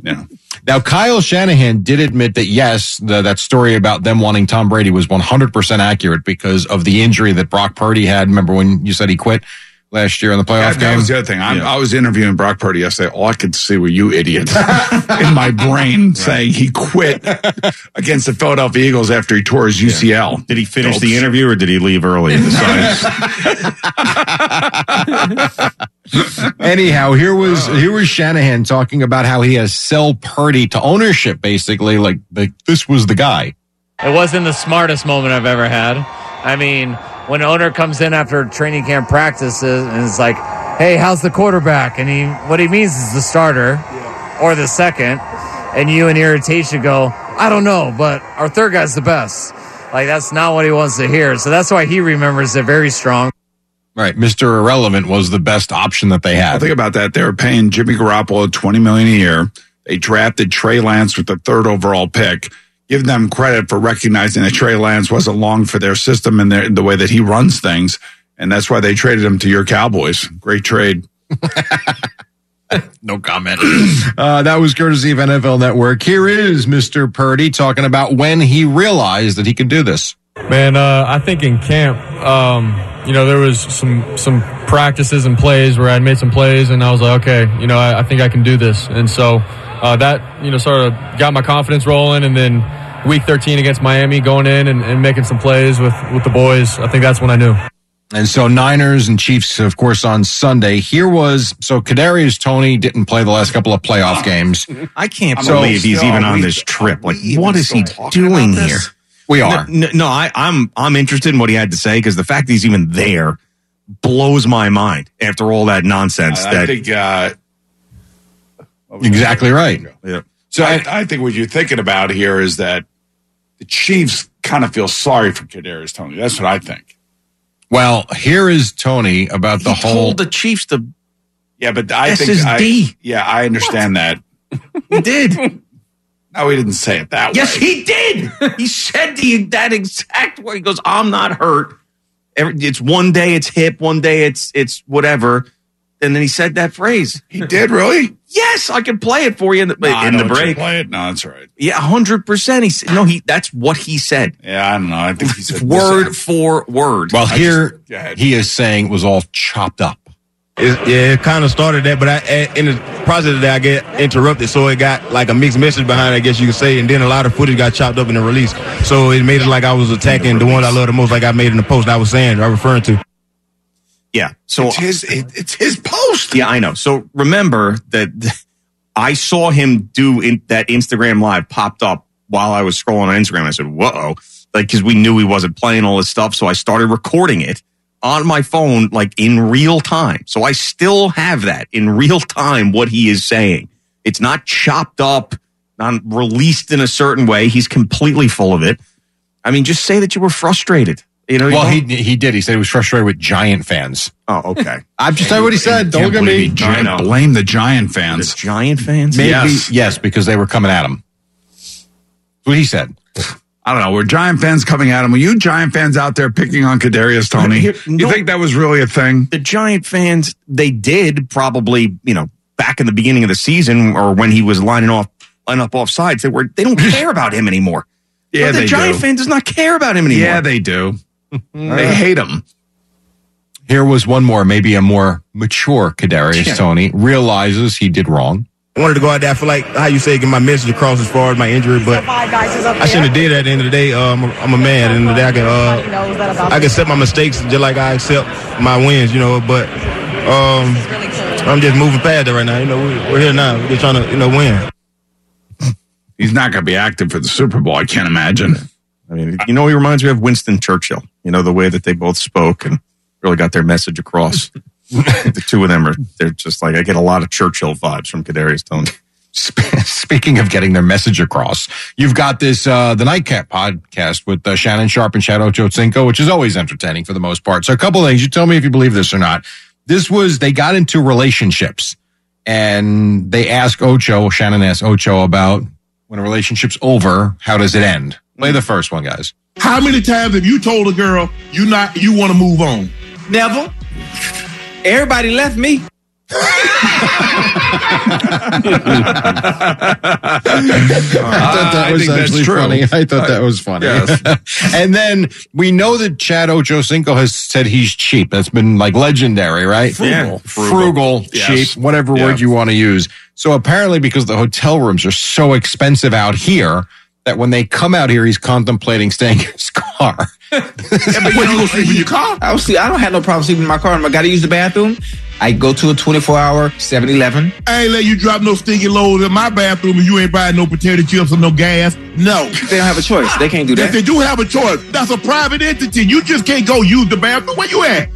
S4: Yeah.
S12: Now, Kyle Shanahan did admit that yes, the, that story about them wanting Tom Brady was 100% accurate because of the injury that Brock Purdy had. Remember when you said he quit last year in the
S4: That,
S12: playoff
S4: that
S12: game?
S4: was the other thing. I'm, I was interviewing Brock Purdy yesterday. All I could see were
S15: [laughs]
S4: you idiots in my brain saying he quit against the Philadelphia Eagles after he tore his UCL.
S3: Did he finish the interview or did he leave early?
S4: [laughs]
S12: Anyhow, here was
S16: Oh.
S12: here was Shanahan talking about how he has sell Purdy to ownership, basically, like like this was
S16: [clears throat]
S12: the guy.
S17: It wasn't the smartest moment I've ever had. I mean, when an owner comes in after training camp practices and is like, "Hey, how's the quarterback?" and he what he means is the starter or the second, and you in irritation go, "I don't know, but our third guy's the best." Like that's not what he wants to hear. So that's why he remembers it very strong.
S12: Right, Mister Irrelevant was the best option that they
S4: Well,
S12: had.
S4: think about that. They were paying Jimmy Garoppolo twenty million a year. They drafted Trey Lance with the third overall pick. Give them credit for recognizing that Trey Lance wasn't long for their system and their, the way that he runs things, and that's why they traded him to your Cowboys. Great trade.
S12: [laughs] No comment. uh, that was courtesy of NFL Network. Here is Mister Purdy talking about when he realized that he could do this.
S18: Man, uh, I think in camp, um, you know, there was some some practices and plays where I'd made some plays, and I was like, okay, you know, I, I think I can do this, and so uh, that you know sort of got my confidence rolling, and then week 13 against Miami, going in and, and making some plays with with the boys, I think that's when I knew.
S12: And so Niners and Chiefs, of course, on Sunday. Here was so Kadarius Tony didn't play the last couple of
S16: Oh.
S12: playoff games.
S3: I can't
S12: So-
S3: believe he's even on this trip. Like, what is he doing here?
S12: We are.
S3: No, no, no, I, I'm I'm interested in what he had to say because the fact he's even there blows my mind. After all that nonsense,
S4: I- I
S3: that
S4: think, uh,
S12: exactly right.
S3: Yeah.
S4: So I, I think what you're thinking about here is that the Chiefs kind of feel sorry for Kadarius Tony. That's what I think.
S12: Well, here is Tony about the whole.
S3: the Chiefs to.
S4: Yeah, but I
S12: This
S4: think
S12: is
S4: I,
S12: D.
S4: Yeah, I understand that.
S3: he did.
S4: No, he didn't say it that
S3: Yes,
S4: way.
S3: he did. He said the, that exact word. He goes, "I'm not hurt." Every, it's one day it's hip, one day it's it's whatever, and then he said that phrase.
S4: He did really.
S3: Yes, I can play it for you in the,
S4: No, I
S3: in
S4: know
S3: the
S4: what you're
S3: break.
S4: playing. No, that's all right.
S3: Yeah, hundred percent. He said no. He that's what he said.
S4: Yeah, I don't know. I think he said
S3: word for word.
S12: Well,
S3: I
S12: here
S3: just-
S12: he is saying it was all chopped up.
S19: It, yeah, it kind of started that, but I, a- in the process of that, I get interrupted, so it got like a mixed message behind, it, I guess you could say, and then a lot of footage got chopped up in the release, so it made it like I was attacking the, one I love the most, like I made in the post I was saying, I referring to.
S3: Yeah. So
S4: it's his, it- it's his post.
S3: Yeah, I know. So remember that [laughs] I saw him do in, that Instagram live popped up while I was scrolling on Instagram. I said, "Whoa!" Like because we knew he wasn't playing all this stuff, so I started recording it on my phone, like in real time. So I still have that in real time what he is saying. It's not chopped up, not released in a certain way. He's completely full of it. I mean, just say that you were frustrated. You know, you
S12: well, he
S3: don't-
S12: he did. He said he was frustrated with Giant fans.
S3: Oh, [laughs] okay.
S12: I'm just saying what he said. Don't look at me.
S16: Giant, blame the Giant fans.
S3: Giant fans?
S12: Maybe yes. because they were coming at him. What he said.
S16: I don't know. Were Giant fans coming at him? Were you Giant fans out there picking on Kadarius Tony? you think that was really a thing?
S3: The Giant fans, they did probably, you know, back in the beginning of the season or when he was lining off, lining up off sides, they were
S16: [laughs]
S3: they don't care about him anymore.
S16: Yeah,
S3: But the
S16: they
S3: Giant
S16: do.
S3: fan does not care about him anymore.
S16: Yeah, they
S3: [laughs]
S16: do. they hate him.
S12: Here was one more, maybe a more mature Kadarius
S19: Yeah.
S12: Tony realizes he did wrong. [laughs]
S19: I wanted to go out there, I feel like how you say, get my message across as far as my injury, but I shouldn't have did that at the end of the day. Um, I'm a man, at the end of the day, I can, uh, I can accept my mistakes just like I accept my wins, you know. But um, I'm just moving past it right now. You know, we- we're here now. We're just trying to, you know, win.
S16: He's not going to be active for the Super Bowl. I can't imagine.
S3: I mean, you know, he reminds me of Winston Churchill, you know, the way that they both spoke and really got their
S16: [laughs]
S3: message across. the two of them are, they're just like, I get a lot of Churchill vibes from Kadarius Tony.
S12: Speaking of getting their message across, you've got this uh, the Nightcap podcast with uh, Shannon Sharp and Shadow Jotzinko, which is always entertaining for the most part. So, a couple of things. You tell me if you believe this or not. This was they got into relationships, and they ask Ocho. Shannon asked Ocho about when a relationship's over, how does it end? Play the first one, guys.
S20: How many times have you told a girl you not you want to move on?
S21: Never. Everybody left me.
S12: [laughs] I
S2: Uh,
S12: thought that
S16: I
S12: was
S16: think that's
S12: actually
S16: true.
S12: funny. I thought that was funny. [laughs] and then we know that Chad Ochocinco has said he's cheap. That's been like legendary, right?
S16: Frugal.
S12: Frugal,
S16: Frugal.
S12: cheap,
S16: Yes.
S12: whatever word
S16: Yeah.
S12: you want to use. So apparently, because the hotel rooms are so expensive out here, that when they come out here, he's contemplating staying in his car. [laughs]
S20: [laughs]
S21: but you don't sleep in your car? I was sleep. I don't have no problem sleeping in my car. I got to use the bathroom. I go to a 24 hour 7 Eleven.
S20: I ain't let you drop no stinking load in my bathroom and you ain't buying no potato chips or no gas. No.
S21: They don't have a choice. They can't do that.
S20: Yes, they do have a choice. That's a private entity. You just can't go use the bathroom. Where you at?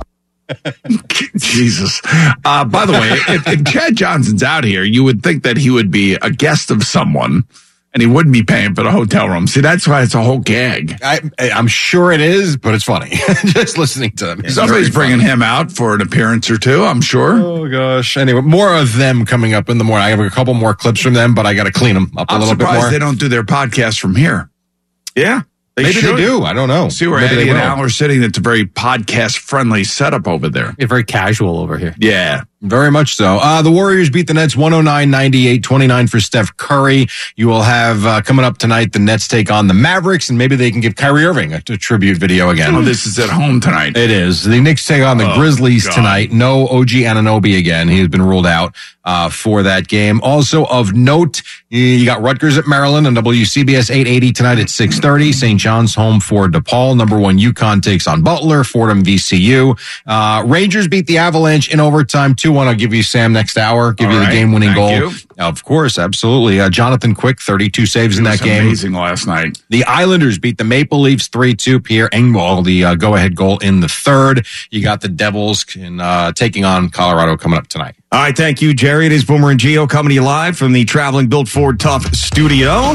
S16: [laughs] Jesus. Uh, by the way, if, if Chad Johnson's out here, you would think that he would be a guest of someone and he wouldn't be paying for the hotel room. See, that's why it's a whole gag.
S12: I, I'm sure it is, but it's funny. Just listening to them.
S16: Somebody's bringing him out for an appearance or two, I'm sure.
S12: Oh gosh. Anyway, more of them coming up in the morning. I have a couple more clips from them, but I got to clean them up a
S16: I'm
S12: little bit
S16: surprised
S12: more.
S16: they don't do their podcast from here. Yeah. They
S12: Maybe they
S16: should.
S12: do. I don't know.
S16: See where
S12: Maybe they
S16: Eddie and
S12: will.
S16: Al are sitting. That's a very podcast friendly setup over there.
S8: Yeah, very casual over here.
S16: Yeah.
S12: Very much so. Uh, the Warriors beat the Nets 109 98 29 for Steph Curry. You will have uh, coming up tonight the Nets take on the Mavericks, and maybe they can give Kyrie Irving a, a tribute video again.
S16: Oh, this is at home tonight.
S12: It is. The Knicks take on the
S16: Oh,
S12: Grizzlies
S16: God.
S12: tonight. No OG Ananobi again. He has been ruled out uh, for that game. Also of note, You- You got Rutgers at Maryland on WCBS 880 tonight at 630. St. John's home for DePaul. Number one, UConn takes on Butler. Fordham, VCU. Uh, Rangers beat the Avalanche in overtime 2-1. I'll give you Sam next hour. Give
S16: All
S12: you the
S16: right.
S12: game-winning
S16: Thank
S12: goal.
S16: you.
S12: Of course. Absolutely. Uh, Jonathan Quick, 32 saves in
S16: It
S12: that
S16: was
S12: game.
S16: amazing last night.
S12: The Islanders beat the Maple Leafs 3-2. Pierre Engvall, the uh, go-ahead goal in the third. You got the Devils in, uh, taking on Colorado coming up tonight.
S3: All right, thank you, Jerry. It is Boomer and Geo coming to you live from the Traveling Built Ford Tough studio.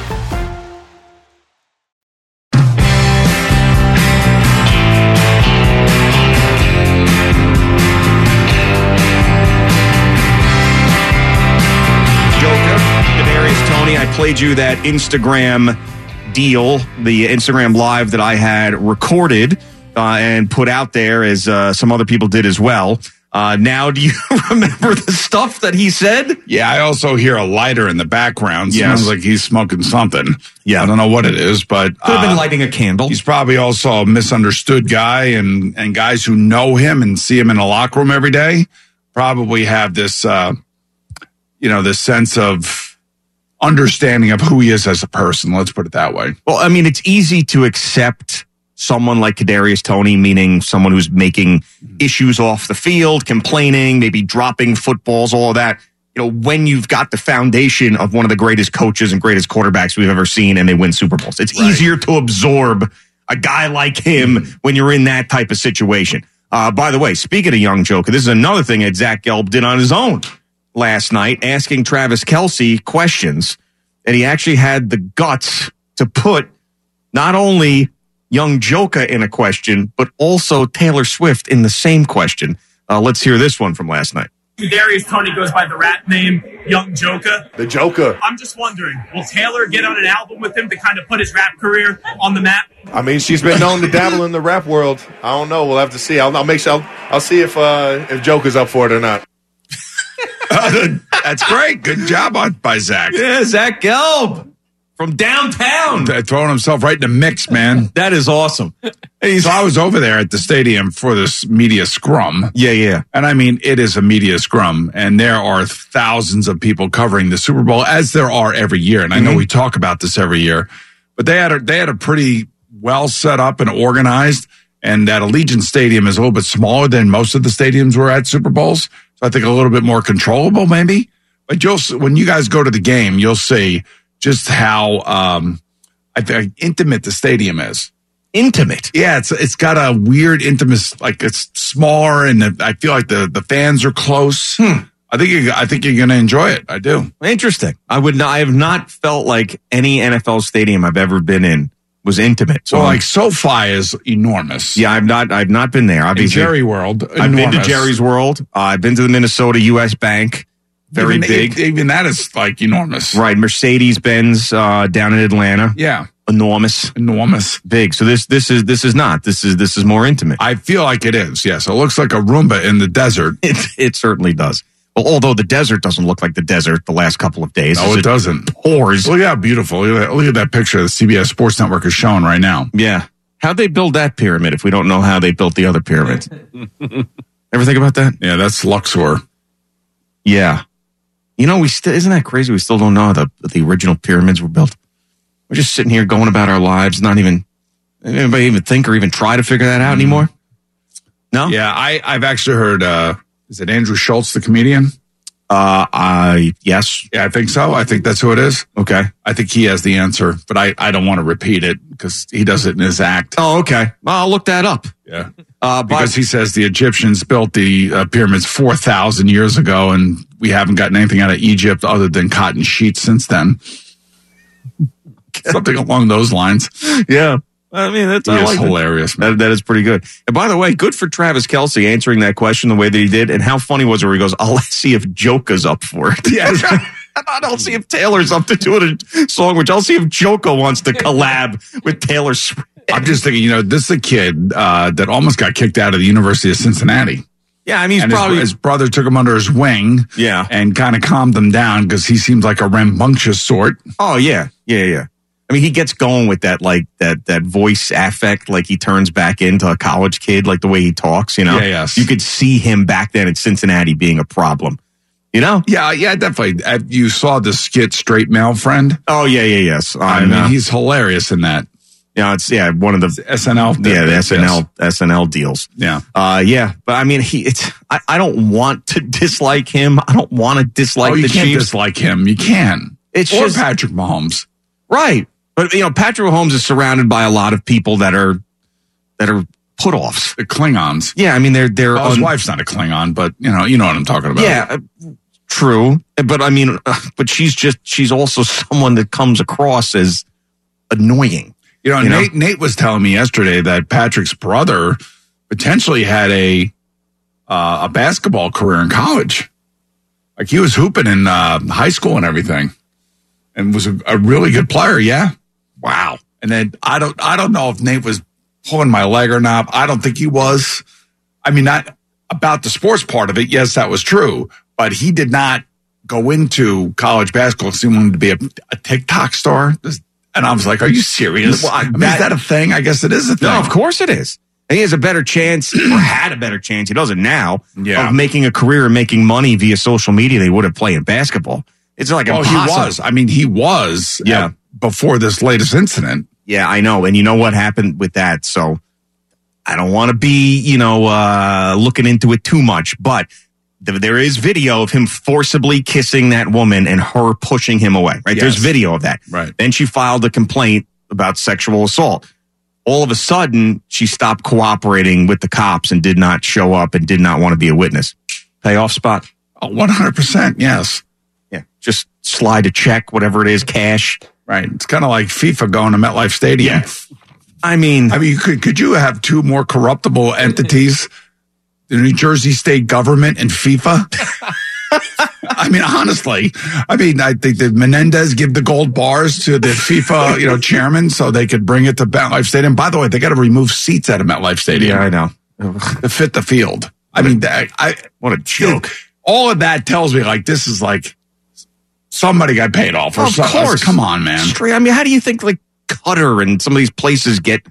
S3: Jacob, Demarius Tony, I played you that Instagram deal, the Instagram live that I had recorded uh, and put out there, as uh, some other people did as well. Uh, now, do you [laughs] remember the stuff that he said?
S4: Yeah, I also hear a lighter in the background.
S3: Yes.
S4: Sounds like he's smoking something. Yeah, I don't know what it is, but uh,
S3: Could have been lighting a candle.
S4: He's probably also a misunderstood guy, and and guys who know him and see him in the locker room every day probably have this, uh, you know, this sense of understanding of who he is as a person. Let's put it that way.
S3: Well, I mean, it's easy to accept someone like Kadarius Tony, meaning someone who's making issues off the field, complaining, maybe dropping footballs, all of that. You know, when you've got the foundation of one of the greatest coaches and greatest quarterbacks we've ever seen, and they win Super Bowls, it's easier to absorb a guy like him when you're in that type of situation. Uh, by the way, speaking of young Joker, this is another thing that Zach Gelb did on his own last night, asking Travis Kelsey questions, and he actually had the guts to put not only young Joka in a question, but also Taylor Swift in the same question. Uh, let's hear this one from last night.
S6: Darius Tony goes by the rap name Young Joker.
S22: The Joker.
S6: I'm just wondering, will Taylor get on an album with him to kind of put his rap career on the map?
S22: I mean, she's been known to dabble in the rap world. I don't know. We'll have to see. I'll, I'll make sure. I'll, I'll see if uh, if Joker's up for it or not.
S4: [laughs] That's great. Good job on, by Zach.
S3: Yeah, Zach Gelb from downtown.
S4: Throwing himself right in the mix, man.
S3: [laughs] that is awesome.
S4: so I was over there at the stadium for this media scrum.
S3: Yeah, yeah.
S4: And I mean, it is a media scrum, and there are thousands of people covering the Super Bowl, as there are every year. And I
S3: Mm-hmm.
S4: know we talk about this every year, but they had a, they had a pretty well set up and organized. And that Allegiant Stadium is a little bit smaller than most of the stadiums were at Super Bowls, so I think a little bit more controllable, maybe. But you'll s- when you guys go to the game, you'll see just how um, I think intimate the stadium is.
S3: Intimate.
S4: Yeah, it's it's got a weird intimate like it's smaller and the, I feel like the the fans are close. I think you I think you're going to enjoy it. I do.
S3: Hmm. Interesting. I would not, I have not felt like any NFL stadium I've ever been in was intimate. So
S4: Well, like SoFi is enormous.
S3: Yeah, I've not I've not been there. Obviously,
S4: Jerry World,
S3: I've been to
S4: enormous.
S3: Jerry's World. Uh, I've been to the Minnesota U.S. Bank. Very
S4: Even- e,
S3: big.
S4: Even that is like enormous.
S3: Right. Mercedes Benz uh, down in Atlanta.
S4: Yeah.
S3: Enormous.
S4: Enormous.
S3: Big. So this this is this is not. This is this is more intimate.
S4: I feel like it is. Yes, it looks like a Roomba in the desert.
S3: [laughs] It it certainly does. Well, although the desert doesn't look like the desert the last couple of days.
S4: No,
S3: It's
S4: it
S3: a-
S4: doesn't.
S3: Pours.
S4: Look at how beautiful. Look at that, look at that picture the CBS Sports Network is showing right now.
S3: Yeah. How'd they build that pyramid if we don't know how they built the other pyramid? Ever think about that?
S4: [laughs] Yeah, that's Luxor.
S3: Yeah. You know, we still isn't that crazy? We still don't know how the the original pyramids were built. We're just sitting here going about our lives, not even anybody even think or even try to figure that out anymore. No.
S4: Mm-hmm. Yeah, I I've actually heard. uh Is it Andrew Schultz, the comedian?
S3: Uh, I yes.
S4: Yeah, I think so. I think that's who it is.
S3: Okay,
S4: I think he has the answer, but I I don't want to repeat it because he does it in his act.
S3: Oh, okay. Well, I'll look that up.
S4: Yeah.
S3: Uh,
S4: because he says the Egyptians built the uh, pyramids 4,000 years ago, and we haven't gotten anything out of Egypt other than cotton sheets
S3: [laughs]
S4: since then. Something along those lines.
S3: Yeah. I mean, that's
S4: He
S3: I
S4: is
S3: like that.
S4: hilarious.
S3: That, that is pretty good. And by the way, good for Travis Kelsey [laughs] answering that question the way that he did. And how funny was it where he goes, I'll see if Joke is up for it.
S4: [laughs] Yeah.
S3: God, I'll see if Taylor's up to doing a song, which I'll see if Joko wants to collab with Taylor Swift.
S4: I'm just thinking, you know, this is a kid uh, that almost got kicked out of the University of Cincinnati.
S3: Yeah, I mean, he's
S4: and his-
S3: probably
S4: his, brother took him under his wing.
S3: Yeah.
S4: and kind of calmed them down because he seems like a rambunctious sort.
S3: Oh yeah, yeah, yeah. I mean, he gets going with that like that that voice affect, like he turns back into a college kid, like the way he talks. You know,
S4: Yeah, yes.
S3: you could see him back then in Cincinnati being a problem. You know,
S4: yeah, yeah, definitely. Uh, You saw the skit "Straight Male Friend."
S3: Oh yeah, yeah, yes. uh,
S4: I mean, he's hilarious in that.
S3: Yeah, it's yeah one of the
S4: SNL.
S3: yeah, the
S4: yes.
S3: SNL SNL deals.
S4: Yeah,
S3: uh, yeah, but I mean, he it's I, I don't want to [laughs] dislike him. I don't want to dislike
S4: oh, you
S3: the
S4: can't
S3: Chiefs.
S4: dislike him. You can.
S3: It's
S4: or
S3: just-
S4: Patrick Mahomes.
S3: Right. But you know, Patrick Mahomes is surrounded by a lot of people that are that are put offs.
S4: The Klingons. Oh,
S3: Yeah, I mean they're they're
S4: Well, his
S3: un-
S4: wife's not a Klingon, but you know, you know what I'm talking about.
S3: Yeah, uh, true. But I mean uh, but she's just she's also [laughs] someone that comes across as annoying.
S4: You know,
S3: You know?
S4: Nate Nate was telling me yesterday that Patrick's brother potentially had a uh, a basketball career in college. Like he was hooping in uh, high school and everything, and was a, a really good player. Yeah, wow. And then I don't I don't know if Nate was pulling my leg or not. I don't think he was. I mean, not about the sports part of it. Yes, that was true, but he did not go into college basketball because he wanted to be a, a TikTok star. This- And I was like, "Are you serious?
S3: Well, I-
S4: I mean,
S3: that-
S4: is that a thing? I guess it is a thing.
S3: No, of course it is. And he has a better chance, or had a better chance. He doesn't now
S4: Yeah.
S3: of making a career and making money via social media. They would have playing basketball. It's like
S4: oh,
S3: impossible.
S4: he was. I mean, he was.
S3: Yeah.
S4: uh, before this latest incident.
S3: Yeah, I know. And you know what happened with that. So I don't want to be, you know, uh, looking into it too much, but th- there is video of him forcibly kissing that woman and her pushing him away, right? There's
S4: Yes.
S3: video of that.
S4: Right.
S3: Then she filed a complaint about sexual assault. All of a sudden, she stopped cooperating with the cops and did not show up and did not want to be a witness. Payoff spot.
S4: Oh, One hundred percent. Yes.
S3: Yeah. Just slide a check, whatever it is, cash.
S4: Right. It's kind of like FIFA going to MetLife Stadium.
S3: I mean,
S4: I mean, could could you have two more corruptible entities? The New Jersey state government and FIFA. [laughs] I mean, honestly, I mean, I think that Menendez give the gold bars to the FIFA, you know, chairman, so they could bring it to MetLife Stadium. By the way, they got to remove seats out of MetLife Stadium.
S3: Yeah, I know.
S4: to fit the field. I mean, that, I
S3: what a joke.
S4: all of that tells me like this is like somebody got paid off. Or
S3: Of
S4: some-
S3: course.
S4: come on, man.
S3: Straight- I mean, how do you think like Qatar and some of these places get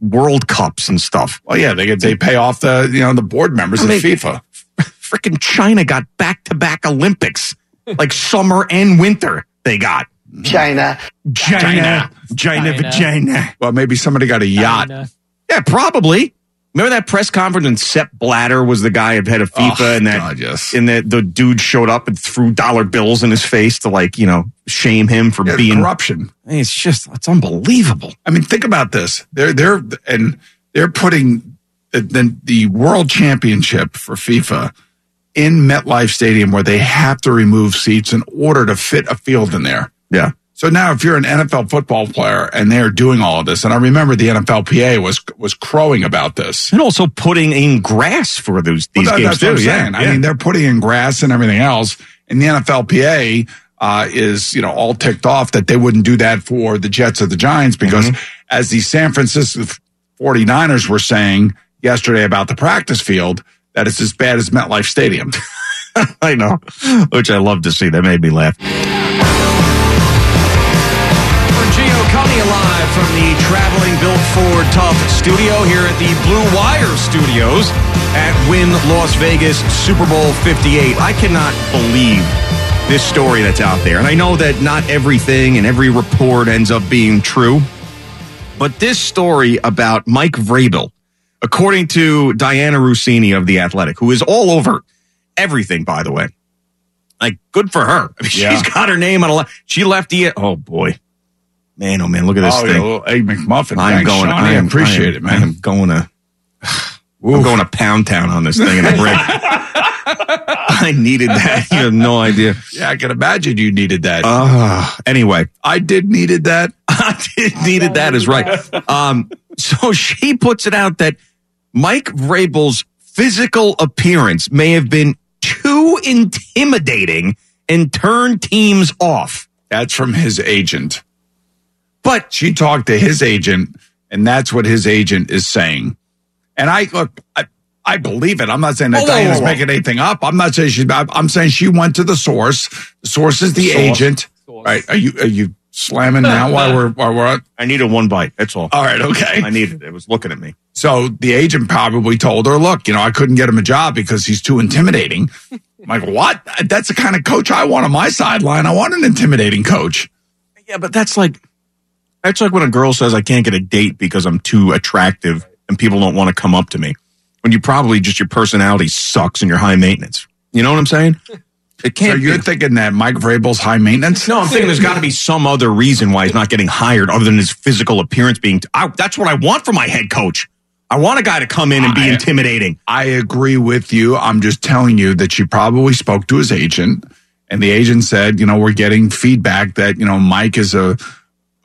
S3: World Cups and stuff?
S4: Well, yeah, they get they pay off the you know the board members
S3: I
S4: of
S3: mean-
S4: FIFA.
S3: Freaking China got back to back Olympics, like summer and winter. They got China, China, China,
S4: China.
S3: vagina.
S4: Well, maybe somebody got a yacht.
S3: Yeah, probably. Remember that press conference and Sepp Blatter was the guy head of FIFA,
S4: Oh,
S3: and that
S4: God, yes.
S3: and that the dude showed up and threw dollar bills in his face to like you know shame him for
S4: Yeah,
S3: being
S4: corruption.
S3: It's just it's unbelievable.
S4: I mean, think about this. They're they're and they're putting the, the, the world championship for FIFA in MetLife Stadium, where they have to remove seats in order to fit a field in there.
S3: Yeah.
S4: So now, if you're an NFL football player and they're doing all of this, and I remember the NFLPA was was crowing about this.
S3: and also putting in grass for those these
S4: Well, that-
S3: games
S4: that's what I'm
S3: too. Yeah,
S4: saying.
S3: yeah.
S4: I mean, they're putting in grass and everything else, and the NFLPA uh, is you know all ticked off that they wouldn't do that for the Jets or the Giants because
S3: Mm-hmm.
S4: as the San Francisco 49ers were saying yesterday about the practice field that it's as bad as MetLife Stadium.
S3: [laughs] I know, which I love to see. That made me laugh.
S23: Gio coming live from the traveling built for tough studio here at the Blue Wire Studios
S3: At Win Las Vegas Super Bowl 58, I cannot believe this story that's out there. And I know that not everything and every report ends up being true, but this story about Mike Vrabel, according to Diana Rossini of The Athletic, who is all over everything, by the way. Like, good for her. [laughs] I mean,
S4: Yeah.
S3: She's got her name on a lot. She left the. Oh, boy. Man, oh, man, look at this
S4: oh,
S3: thing.
S4: yeah, little egg McMuffin.
S3: I'm
S4: Thanks,
S3: going.
S4: Shawnee.
S3: I,
S4: I,
S3: am,
S4: appreciate
S3: I
S4: it,
S3: am-
S4: man.
S3: I am going to. I'm going to pound town on this
S4: [laughs]
S3: thing in a break. I needed that. You have no idea.
S4: yeah, I can imagine you needed that.
S12: Ah.
S3: Uh, anyway,
S4: I did needed that.
S3: [laughs] I did needed that is right. Um, so she puts it out that Mike Vrabel's physical appearance may have been too intimidating and turn teams off.
S4: That's from his agent. But she talked to his agent, and that's what his agent is saying. And I look, I, I believe it. I'm not saying that
S16: Whoa, whoa,
S4: Diana's
S16: whoa, whoa.
S4: making anything up. I'm not saying she's. I'm I'm saying she went to the source. The source is the
S16: Source.
S4: agent. Right? Are you are you
S16: [laughs]
S4: slamming now while we're while we're?
S3: I need a one bite. That's all.
S4: All right. Okay.
S3: I needed it. It was looking at me.
S4: So the agent probably told her, look, you know, I couldn't get him a job because he's too intimidating. I'm like, what? That's the kind of coach I want on my sideline. I want an intimidating coach.
S3: Yeah, but that's like that's like when a girl says I can't get a date because I'm too attractive and people don't want to come up to me. When you probably just your personality sucks and you're high maintenance. You know what I'm saying? It
S4: So
S3: can't
S4: you're thinking that Mike Vrabel's high maintenance?
S3: No, I'm thinking there's got to be some other reason why he's not getting hired other than his physical appearance being. I, that's what I want from my head coach. I want a guy to come in and be intimidating.
S4: I agree with you. I'm just telling you that she probably spoke to his agent, and the agent said, you know, we're getting feedback that you know Mike is a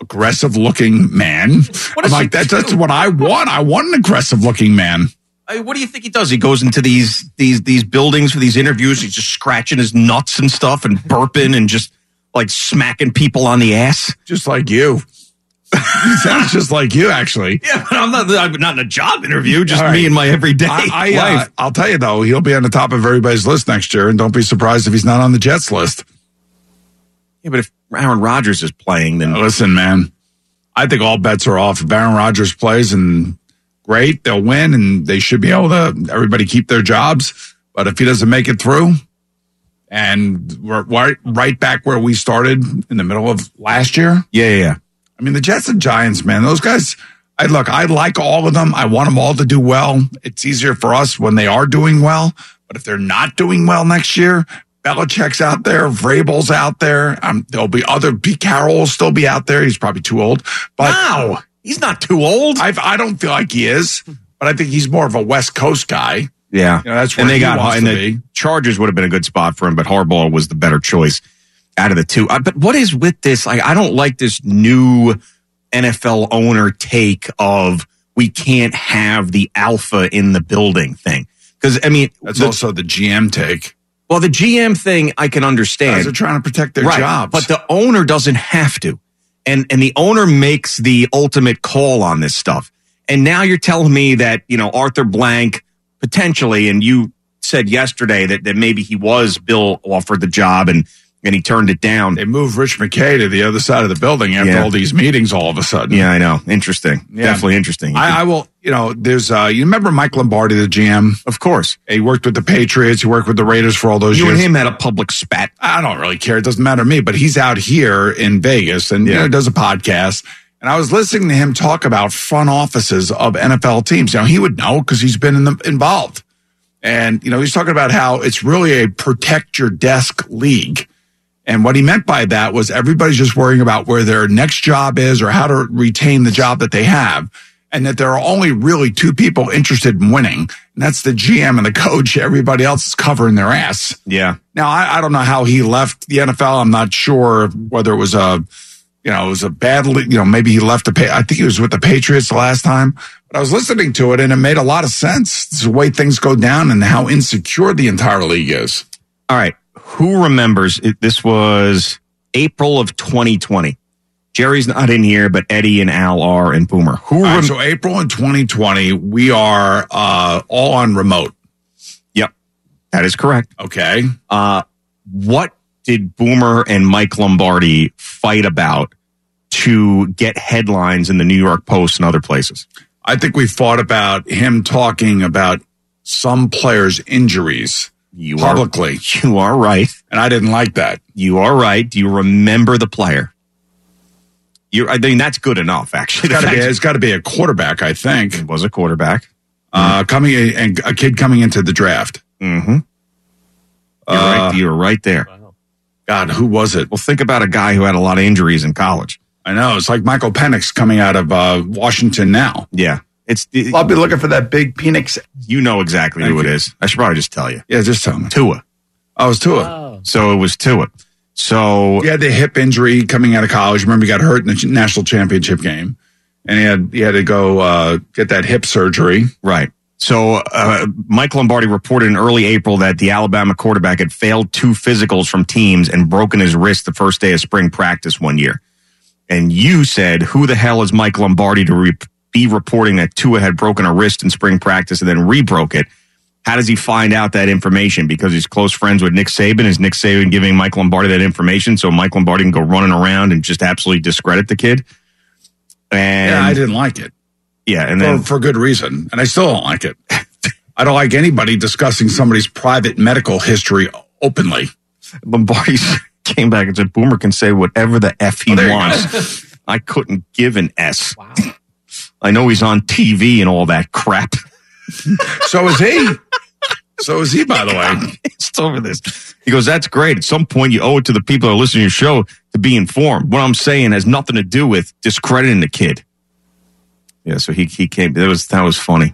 S4: aggressive looking man. I'm like, that's that's what I want. I want an aggressive looking man.
S3: I, what do you think he does? He goes into these these these buildings for these interviews. He's just scratching his nuts and stuff and burping and just like smacking people on the ass,
S4: just like you. [laughs] He sounds just like you, actually.
S3: Yeah, but I'm not I'm not in a job interview. Just me and my everyday
S4: I, I,
S3: [laughs]
S4: uh,
S3: life.
S4: I'll tell you though, he'll be on the top of everybody's list next year, and don't be surprised if he's not on the Jets list.
S3: Yeah, but if Aaron Rodgers is playing, then
S4: listen, man, I think all bets are off. If Aaron Rodgers plays, and great, they'll win, and they should be able to. Everybody keep their jobs, but if he doesn't make it through, and we're right, right back where we started in the middle of last year.
S3: Yeah, yeah, yeah.
S4: I mean, the Jets and Giants, man, those guys. I look, I like all of them. I want them all to do well. It's easier for us when they are doing well, but if they're not doing well next year, Belichick's out there, Vrabel's out there. Um, there'll be other. Pete Carroll will still be out there. He's probably too old, but
S3: wow, he's not too old.
S4: I've, I don't feel like he is, but I think he's more of a West Coast guy.
S3: Yeah,
S4: You know, that's where
S3: and they
S4: he
S3: got
S4: wants
S3: and
S4: to
S3: the
S4: be.
S3: Chargers would have been a good spot for him, but Harbaugh was the better choice out of the two. I, but what is with this? Like, I don't like this new NFL owner take of we can't have the alpha in the building thing. Because I mean,
S4: That's also the GM take.
S3: Well, the GM thing I can understand.
S4: Guys are trying to protect their
S3: Right,
S4: jobs.
S3: but the owner doesn't have to, and and the owner makes the ultimate call on this stuff. And now you're telling me that you know Arthur Blank potentially, and you said yesterday that that maybe he was Bill offered the job and and he turned it down.
S4: They moved Rich McKay to the other side of the building after all these meetings. All of a sudden,
S3: yeah, I know. Interesting,
S4: Yeah.
S3: definitely interesting.
S4: I, I will. You know, there's. uh You remember Mike Lombardi, the GM?
S3: Of course.
S4: He worked with the Patriots. He worked with the Raiders for all those
S3: You and
S4: years.
S3: him had a public spat.
S4: I don't really care. It doesn't matter to me. But he's out here in Vegas and you know, does a podcast. And I was listening to him talk about front offices of NFL teams. Now he would know because he's been in the, involved. And you know, he's talking about how it's really a protect your desk league. And what he meant by that was everybody's just worrying about where their next job is or how to retain the job that they have. And that there are only really two people interested in winning. And that's the GM and the coach. Everybody else is covering their ass.
S3: yeah.
S4: Now, I, I don't know how he left the NFL. I'm not sure whether it was a, you know, it was a bad, le- you know, maybe he left the, Pa- I think he was with the Patriots the last time, but I was listening to it and it made a lot of sense. It's the way things go down and how insecure the entire league is.
S3: All right. Who remembers? It, this was April of 2020. Jerry's not in here, but Eddie and Al are and Boomer. Who
S4: All right, so April in 2020, we are uh, all on remote.
S3: Yep, that is correct.
S4: Okay.
S3: Uh, what did Boomer and Mike Lombardi fight about to get headlines in the New York Post and other places?
S4: I think we fought about him talking about some players' injuries
S3: you
S4: are- publicly.
S3: [laughs] you are right,
S4: and I didn't like that.
S3: You are right. Do you remember the player? You, I mean, that's good enough. Actually,
S4: It's gotta
S3: [laughs] The
S4: be-
S3: fact-
S4: it's got to be a quarterback, I think. It
S3: was a quarterback.
S4: Uh, coming in- and a kid coming into the draft.
S3: Mm-hmm. You're right. You were right there.
S4: God, who was it?
S3: Well, think about a guy who had a lot of injuries in college.
S4: I know it's like Michael Penix coming out of uh, Washington now.
S3: Yeah, it's.
S4: I'll be looking for that big Penix.
S3: You know exactly who it is. I should probably just tell you.
S4: Yeah, just tell me.
S3: Tua.
S4: Oh, it was Tua.
S3: So it was Tua. So
S4: He had the hip injury coming out of college. Remember, he got hurt in the ch- national championship game, and he had he had to go uh, get that hip surgery.
S3: Right. So uh, Mike Lombardi reported in early April that the Alabama quarterback had failed two physicals from teams and broken his wrist the first day of spring practice one year. And you said, "Who the hell is Mike Lombardi to re- be reporting that Tua had broken a wrist in spring practice and then rebroke it?" How does he find out that information? Because he's close friends with Nick Saban. Is Nick Saban giving Mike Lombardi that information so Mike Lombardi can go running around and just absolutely discredit the kid? And
S4: yeah, I didn't like it.
S3: Yeah, and then
S4: for, for good reason, and I still don't like it. I don't like anybody discussing somebody's private medical history openly.
S3: Lombardi came back and said, "Boomer can say whatever the f he
S4: Oh, there you
S3: wants." [laughs] I couldn't give an s. Wow. I know he's on TV and all that crap.
S4: so is he. So is he, by the way.
S3: [laughs] It's over this. He goes, That's great. At some point, you owe it to the people that are listening to your show to be informed. What I'm saying has nothing to do with discrediting the kid. Yeah, so he, he came. That was that was funny.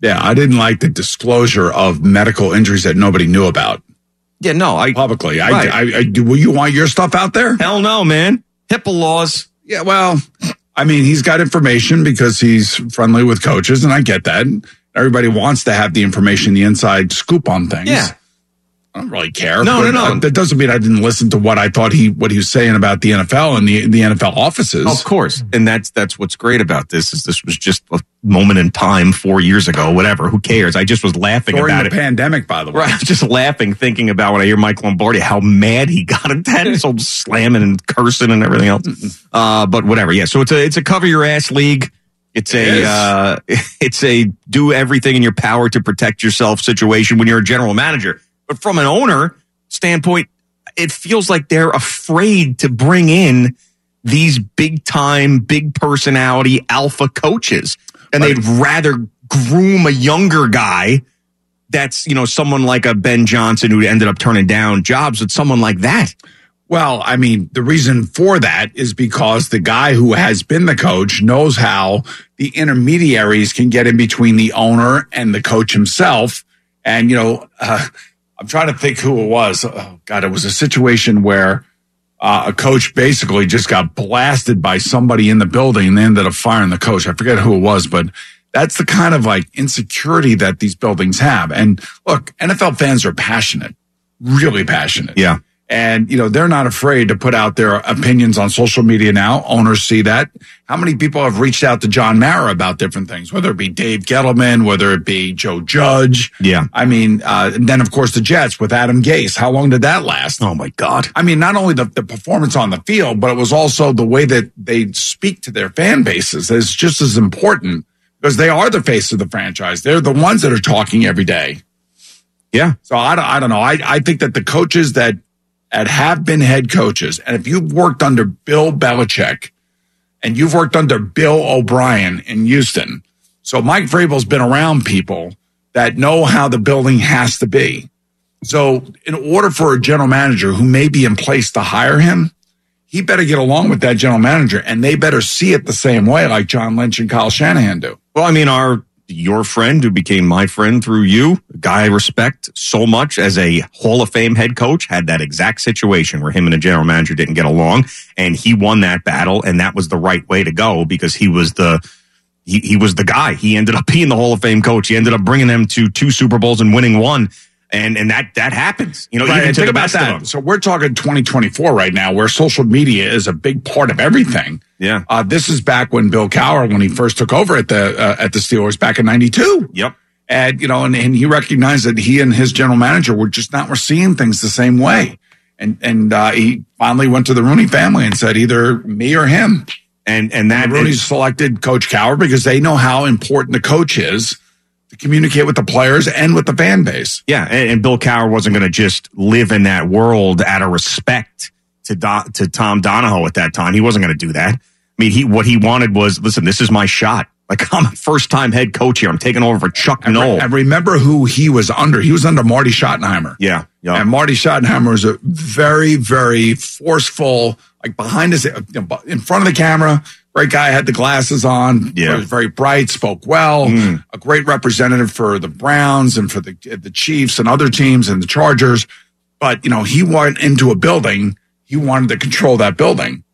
S4: Yeah, I didn't like the disclosure of medical injuries that nobody knew about.
S3: Yeah, no, I
S4: publicly. I,
S3: Right.
S4: I, I, do. Will you want your stuff out there?
S3: Hell no, man. HIPAA laws.
S4: Yeah, well, I mean, he's got information because he's friendly with coaches, and I get that. Everybody wants to have the information, the inside scoop on things.
S3: Yeah.
S4: I don't really care.
S3: No, no,
S4: but,
S3: no.
S4: uh, that doesn't mean I didn't listen to what I thought he what he was saying about the NFL and the the NFL offices.
S3: Of course, and that's that's what's great about this is this was just a moment in time four years ago, whatever. Who cares? I just was laughing
S4: During
S3: about
S4: the
S3: it.
S4: pandemic, by the way.
S3: Right, I was just laughing, thinking about when I hear Mike Lombardi, how mad he got at that,
S4: [laughs]
S3: so slamming and cursing and everything else. Uh, but whatever, yeah. So it's a it's a cover your ass league. It's a
S4: is.
S3: uh, [laughs] it's a do everything in your power to protect yourself situation when you're a general manager. But from an owner
S12: [laughs]
S3: standpoint, it feels like they're afraid to bring in these big time, big personality alpha coaches, and they'd rather groom a younger guy that's you know someone like a Ben Johnson who ended up turning down jobs with someone like that.
S4: Well, I mean, the reason for that is because the guy who has been the coach knows how the intermediaries can get in between the owner and the coach himself. And, you know, uh, I'm trying to think who it was. Oh, God, it was a situation where uh, a coach basically just got blasted by somebody in the building and they ended up firing the coach. I forget who it was, but that's the kind of like insecurity that these buildings have. And look, NFL fans are passionate, really passionate.
S3: Yeah.
S4: And, you know, they're not afraid to put out their opinions on social media now. Owners see that. How many people have reached out to John Mara about different things, whether it be Dave Gettleman, whether it be Joe Judge?
S3: Yeah.
S4: I mean, uh, and then of course the Jets with Adam Gase. How long did that last?
S3: Oh my God.
S4: I mean, not only the, the performance on the field, but it was also the way that they speak to their fan bases is just as important because they are the face of the franchise. They're the ones that are talking every day.
S3: Yeah.
S4: So I don't, I don't know. I, I think that the coaches that, that have been head coaches, and if you've worked under Bill Belichick and you've worked under Bill O'Brien in Houston, so Mike Vrabel's been around people that know how the building has to be. So in order for a general manager who may be in place to hire him, he better get along with that general manager and they better see it the same way like John Lynch and Kyle Shanahan do.
S3: Well, I mean, our your friend who became my friend through you, a guy I respect so much as a Hall of Fame head coach, had that exact situation where him and the general manager didn't get along, and he won that battle, and that was the right way to go because he was the he, he was the guy. He ended up [laughs] being the Hall of Fame coach. He ended up bringing them to two Super Bowls and winning one, and and that that happens. You know,
S4: Right,
S3: even
S4: and
S3: to
S4: think
S3: the
S4: about
S3: best of
S4: that.
S3: them.
S4: So we're talking 2024 right now, where social media is a big part of everything.
S3: Yeah.
S4: Uh, this is back when Bill Cower, when he first took over at the uh, at the Steelers back in '92.
S3: Yep.
S4: And you know, and, and he recognized that he and his general manager were just not were seeing things the same way. And and uh, he finally went to the Rooney family and said, either me or him.
S3: And and that
S4: the Rooney's selected Coach Cower because they know how important the coach is to communicate with the players and with the fan base.
S3: Yeah, and, and Bill Cower wasn't going to just live in that world out of respect to Do- to Tom Donahoe at that time. He wasn't going to do that. I mean, he what he wanted was listen. This is my shot. Like [laughs] I'm a first time head coach here. I'm taking over for Chuck Knoll.
S4: I remember who he was under. He was under Marty Schottenheimer.
S3: yeah, yeah.
S4: And Marty Schottenheimer was a very, very forceful, like behind his, you know, in front of the camera. Great guy, had the glasses on.
S3: Yeah.
S4: was very bright, spoke well.
S3: Mm.
S4: A great representative for the Browns and for the the Chiefs and other teams and the Chargers. But you know, he went into a building. He wanted to control that building.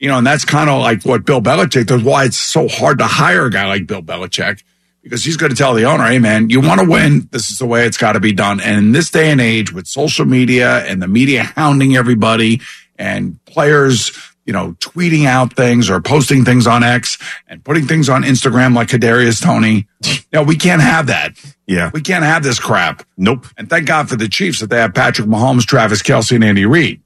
S4: You know, and that's kind of like what Bill Belichick does. Why it's so hard to hire a guy like Bill Belichick because he's going to tell the owner, hey, man, you want to win. This is the way it's got to be done. And in this day and age with social media and the media hounding everybody and players, you know, tweeting out things or posting things on X and putting things on Instagram like Kadarius Tony.
S3: [laughs]
S4: No, we can't have that.
S3: Yeah.
S4: We can't have this crap. Nope. And thank God for the Chiefs that they have Patrick Mahomes, Travis Kelsey, and Andy Reid.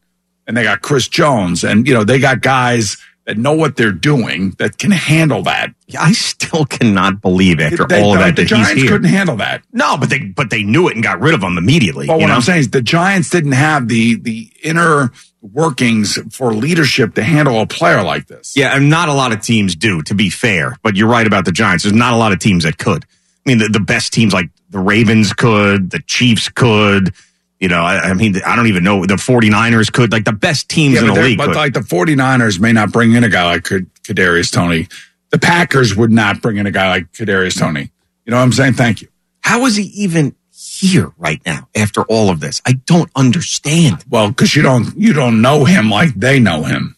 S4: And they got Chris Jones. And, you know, they got guys that know what they're doing that can handle that.
S3: I still cannot believe after
S4: They
S3: all of
S4: thought
S3: that
S4: the
S3: that
S4: Giants
S3: he's here.
S4: couldn't handle that.
S3: No, but they but they knew it and got rid of him immediately.
S4: But
S3: you
S4: what
S3: know?
S4: I'm saying is the Giants didn't have the the inner workings for leadership to handle a player like this.
S3: Yeah, and not a lot of teams do, to be fair. But you're right about the Giants. There's not a lot of teams that could. I mean, the, the best teams like the Ravens could, the Chiefs could. You know, I, I mean, I don't even know. The 49ers could. Like the best teams in
S4: but
S3: the
S4: they're-
S3: league
S4: But
S3: could.
S4: like the 49ers may not bring in a guy like Kad- Kadarius Tony. The Packers would not bring in a guy like Kadarius Tony. You know what I'm saying? Thank you.
S3: How is he even here right now after all of this? I don't understand.
S4: Well, because you don't you don't know him like they know him.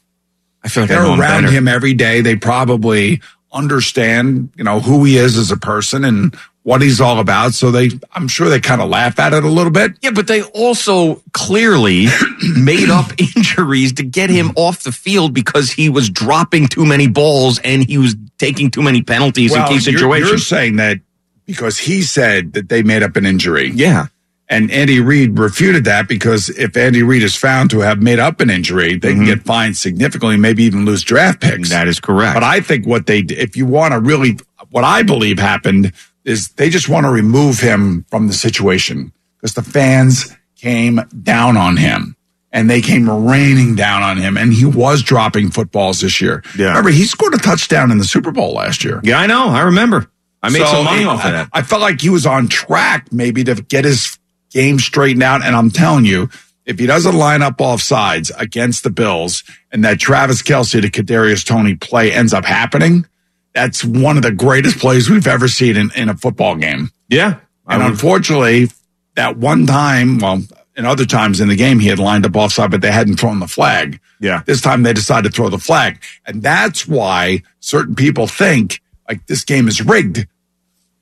S3: I feel like I
S4: they're
S3: know him
S4: around
S3: better.
S4: him every day. They probably understand, you know, who he is as a person and what he's all about. So they, I'm sure they kind of laugh at it a little bit.
S3: Yeah, but they also clearly [coughs] made up injuries to get him off the field because he was dropping too many balls and he was taking too many penalties
S4: Well,
S3: in key
S4: you're-
S3: situations.
S4: You're saying that because he said that they made up an injury.
S3: Yeah.
S4: And Andy Reid refuted that because if Andy Reid is found to have made up an injury, they can get fined significantly, maybe even lose draft picks.
S3: Mm-hmm. That is correct.
S4: But I think what they, d- if you want to really, what I believe happened is they just want to remove him from the situation because the fans came down on him and they came raining down on him and he was dropping footballs this year.
S3: Yeah.
S4: Remember, he scored a touchdown in the Super Bowl last year.
S3: Yeah, I know. I remember. I made some money off of that.
S4: I felt like he was on track maybe to get his game straightened out. And I'm telling you, if he doesn't line up off sides against the Bills and that Travis Kelsey to Kadarius Tony play ends up happening, that's one of the greatest plays we've ever seen in, in a football game.
S3: Yeah.
S4: And unfortunately, that one time, well, and other times in the game, he had lined up offside, but they hadn't thrown the flag.
S3: Yeah.
S4: This time they decided to throw the flag. And that's why certain people think like this game is rigged.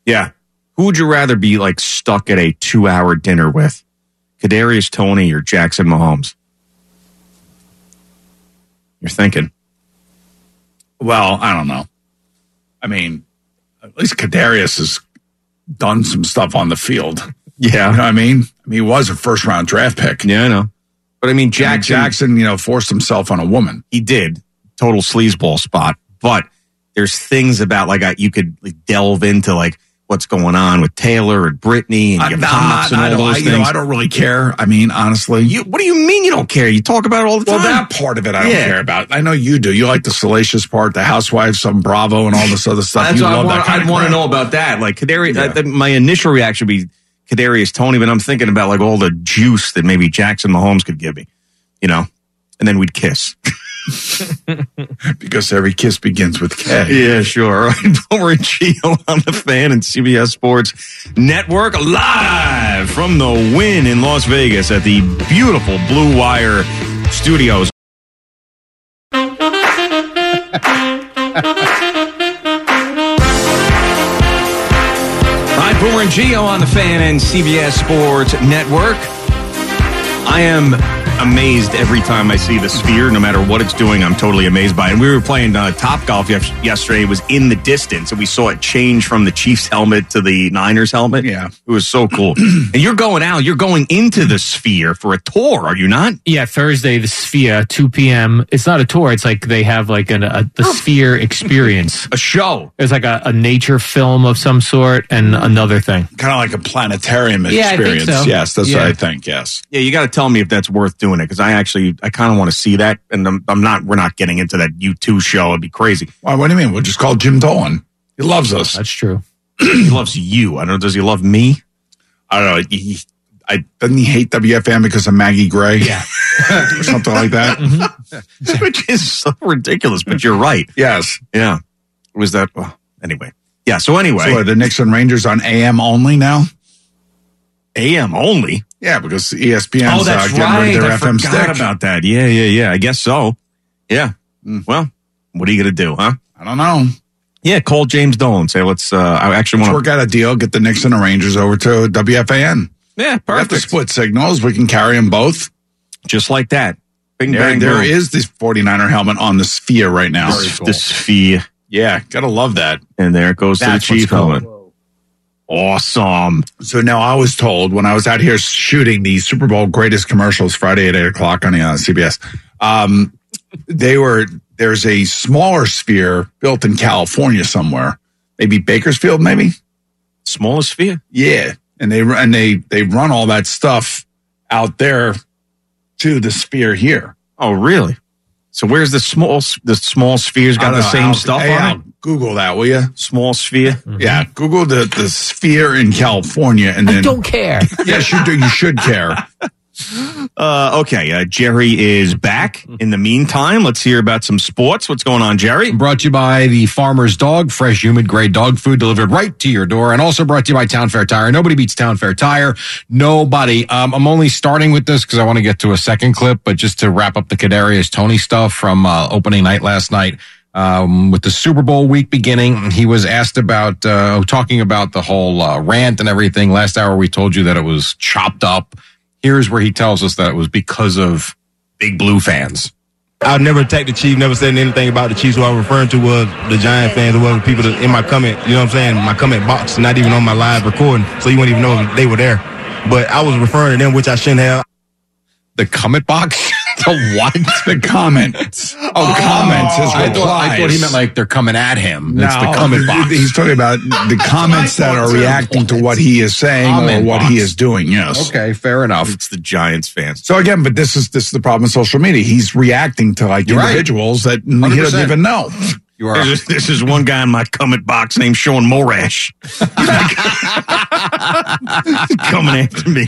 S3: Yeah. Who would you rather be like stuck at a two hour dinner with? Kadarius Tony or Jackson Mahomes? You're thinking.
S4: Well, I don't know. I mean, at least Kadarius has done some stuff on the field.
S3: Yeah.
S4: You know what I mean? I mean, he was a first round draft pick.
S3: Yeah, I know. But I mean, Jackson-
S4: Jackson, you know, forced himself on a woman.
S3: He did. Total sleazeball spot. But there's things about like I, you could like, delve into like what's going on with Taylor and Brittany and
S4: I'm
S3: your
S4: not-
S3: pops and
S4: I
S3: all
S4: don't-
S3: those
S4: Uh, I- you
S3: things.
S4: know, I don't really care. I mean, honestly,
S3: you, what do you mean you don't care? You talk about it all the
S4: Well,
S3: time.
S4: that part of it I
S3: Yeah.
S4: don't care about. I know you do. You like the salacious part, the housewives, some Bravo, and all this other stuff.
S3: That's
S4: you
S3: what I
S4: love
S3: want,
S4: that kind
S3: I'd
S4: of
S3: want to
S4: crap.
S3: know about that. Like Kadarius,
S4: Yeah.
S3: I- that- my initial reaction would be Kadarius Tony, but I'm thinking about like all the juice that maybe Jackson Mahomes could give me, you know, and then we'd kiss. [laughs]
S4: because every kiss begins with K.
S3: Yeah, sure. [laughs] All right, Boomer and [laughs] Gio on the fan and CBS Sports Network live from the win in Las Vegas at the beautiful Blue Wire Studios. Hi, Boomer and Geo on the Fan and CBS Sports Network. I am amazed every time I see the sphere, no matter what it's doing. I'm totally amazed by it. And we were playing uh, Top Golf yesterday. It was in the distance, and we saw it change from the Chiefs helmet to the Niners helmet. Yeah, it was so cool. [clears throat] and you're going out. You're going into the sphere for a tour, are you not?
S8: Yeah, Thursday the Sphere, two p.m. It's not a tour. It's like they have like an, a the Sphere experience,
S3: Oh. [laughs] a show.
S8: It's like a, a nature film of some sort and another thing.
S4: Kind of like a planetarium
S8: Yeah, I think
S4: experience.
S8: so.
S4: Yes, that's what
S8: Yeah.
S4: I think. Yes.
S3: Yeah, you got to tell me if that's worth doing it because I actually I kind of want to see that, and I'm, I'm not. We're not getting into that U2 show. It'd be crazy.
S4: Why, what do you mean? We'll just call Jim Dolan. He loves us. That's
S8: true.
S3: he loves you. [laughs] I don't. know. Does he love me?
S4: I don't know. He, he- I doesn't he hate WFM because of Maggie Gray? Yeah, [laughs] or something like that.
S3: Mm-hmm. Which is so ridiculous, but you're right.
S4: Yes.
S3: Yeah. It was that. Well, anyway. Yeah. So anyway,
S4: So are the Knicks and Rangers on AM only now.
S3: AM only.
S4: Yeah, because E ESPN's
S3: oh, that's
S4: uh, getting
S3: right.
S4: rid of their
S3: I
S4: FM
S3: forgot
S4: stick.
S3: about that. Yeah,
S4: Mm.
S3: yeah, yeah. I guess so. Yeah. Well, what are you gonna do, huh?
S4: I don't know.
S3: Yeah, call James Dolan. Say, let's. Uh, I actually
S4: Let's
S3: want
S4: work out a deal. Get the Knicks and the Rangers over to WFAN.
S3: Yeah,
S4: perfect. We have the split signals. We can carry them both.
S3: Just like that.
S4: Bing,
S3: bang,
S4: There
S3: boom.
S4: is this 49er helmet on the sphere right now.
S3: The, s- the sphere.
S4: Yeah, gotta love that.
S3: And there it goes
S4: That's
S3: to the
S4: what's
S3: chief
S4: cool.
S3: helmet.
S4: Awesome. So now I was told when I was out here shooting the Super Bowl greatest commercials Friday at eight o'clock on the, uh, CBS, um, they were there's a smaller sphere built in California somewhere, maybe Bakersfield, maybe
S3: smaller sphere.
S4: Yeah, and they and they they run all that stuff out there to the sphere here.
S3: Oh, really? So where's the small s- the small sphere's got
S4: I don't
S3: the
S4: know,
S3: same
S4: I'll-
S3: stuff
S4: hey,
S3: on
S4: I'll
S3: it?
S4: Google that, will you?
S3: Small sphere.
S4: Yeah, Google the the sphere in California, and
S3: Mm-hmm. I
S4: then
S3: don't
S8: care.
S4: yes, you do. You should care.
S3: Uh, okay, uh, Jerry is back. In the meantime, let's hear about some sports. What's going on, Jerry?
S12: Brought to you by the Farmer's Dog, fresh, humid, grade dog food delivered right to your door, and also brought to you by Town Fair Tire. Nobody beats Town Fair Tire. Nobody. Um, I'm only starting with this because I want to get to a second clip, but just to wrap up the Kadarius Tony stuff from uh, opening night last night. Um, with the Super Bowl week beginning, he was asked about uh, talking about the whole uh, rant and everything. Last hour, we told you that it was chopped up. Here's where he tells us that it was because of Big Blue fans.
S19: I've never attacked the Chiefs, never said anything about the Chiefs. Who I was referring to was the Giant fans or whatever people that, in my comment, you know what I'm saying? My comment box, not even on my live recording, so you wouldn't even know if they were there. But I was referring to them, which I shouldn't have.
S12: The comment box? [laughs] the what?
S4: the comments. Oh, comments. His
S12: I thought, I
S4: replies.
S12: thought he meant like they're coming at him. It's the
S4: No, [laughs]
S12: comment box.
S4: He's talking about the comments that are reacting to what he is saying
S12: Comment
S4: or what
S12: box.
S4: he is doing. Yes.
S12: Okay, fair enough.
S3: It's the Giants fans.
S4: So again, but this is this is the problem with social media. He's reacting to like
S3: You're right.
S4: individuals that he doesn't
S3: 100%.
S4: even know.
S12: You
S3: are. This is, this is one guy in my comment box named Sean [laughs] Morash. coming after me.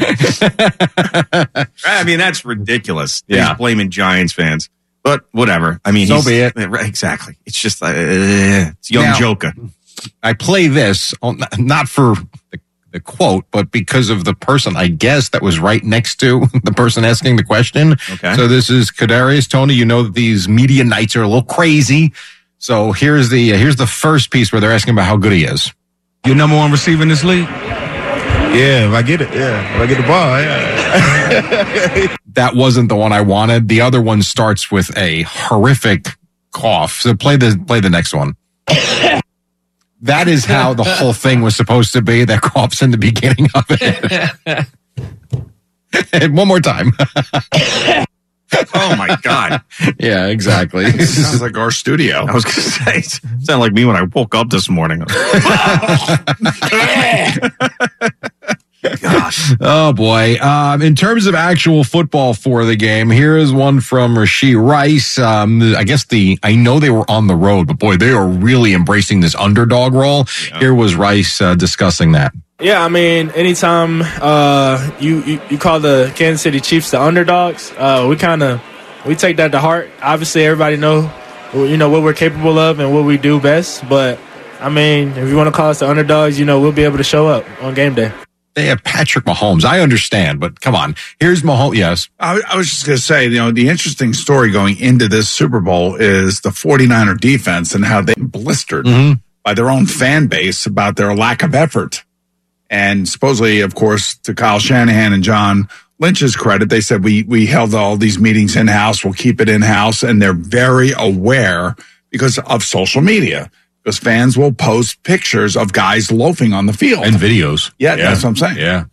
S3: I mean, that's ridiculous.
S12: Yeah.
S3: He's blaming Giants fans, but whatever. I mean,
S12: So
S3: he's-
S12: be it.
S3: Yeah,
S2: [laughs]
S3: right, Exactly. It's just uh, it's young
S12: Now-
S3: Joker.
S12: I play this on, not for the, the quote, but because of the person, I guess, that was right next to [laughs] the person asking the question.
S3: Okay.
S12: So this is Kadarius Tony. You know that these media nights are a little crazy. So here's the here's the first piece where they're asking about how good he is.
S19: Your number one receiver in this league? Yeah, if I get it, yeah. [laughs] If I get the ball, yeah.
S12: That wasn't the one I wanted. The other one starts with a horrific cough. So play the play the next
S3: [laughs]
S12: one. That is how the whole thing was supposed to be. That coughs in the beginning of
S3: [laughs]
S12: it. [laughs] and one more time. [laughs]
S3: Oh my [laughs] god!
S12: yeah,
S3: [laughs]
S12: exactly.
S4: sounds like our studio.
S3: I was gonna say, it sounded like me when I woke up this morning. [laughs]
S12: Oh boy. Um, in terms of actual football for the game, here is one from Rasheed Rice. Um, I guess the, I know they were on the road, but boy, they are really embracing this underdog role. Here was Rice uh, discussing that.
S24: Yeah, I mean, anytime uh, you, you you call the Kansas City Chiefs the underdogs, uh, we kind of we take that to heart. Obviously, everybody know you know what we're capable of and what we do best. But I mean, if you want to call us the underdogs, you know we'll be able to show up on game day.
S12: They have Patrick Mahomes. I understand, but come on. Here's Mahomes. Yes.
S4: I, I was just going to say, you know, the interesting story going into this Super Bowl is the 49er defense and how they blistered
S12: Mm-hmm.
S4: by their own fan base about their lack of effort. And supposedly, of course, to Kyle Shanahan and John Lynch's credit, they said, we, we held all these meetings in house. We'll keep it in house. And they're very aware because of social media because fans will post pictures of guys loafing on the field and
S12: videos.
S4: Yeah. That's what I'm saying.
S12: Yeah.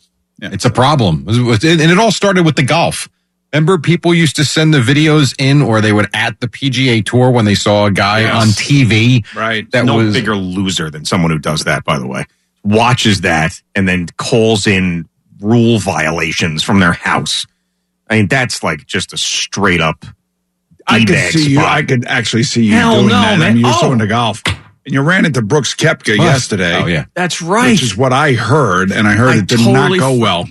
S12: It's a problem. It was- And it all started with the golf. Remember, people used to send the videos in, or they would at the PGA Tour when they saw a guy
S3: Yes.
S12: on TV.
S4: Right.
S12: That
S3: no
S12: was-
S3: bigger loser than someone who does that, by the way. Watches that and then calls in rule violations from their house. I mean, that's like just a straight up.
S4: I could
S3: D-bag
S4: see you.
S3: spot.
S4: I could actually see you
S3: Hell
S4: doing
S3: no,
S4: that. I
S3: man.
S4: mean, you're so
S3: Oh.
S4: into golf, and you ran into Brooks Kepka
S3: Oh.
S4: yesterday.
S3: Oh, yeah. That's right.
S4: Which is what I heard, and I heard
S3: I
S4: it did
S3: totally
S4: not go
S3: f-
S4: well.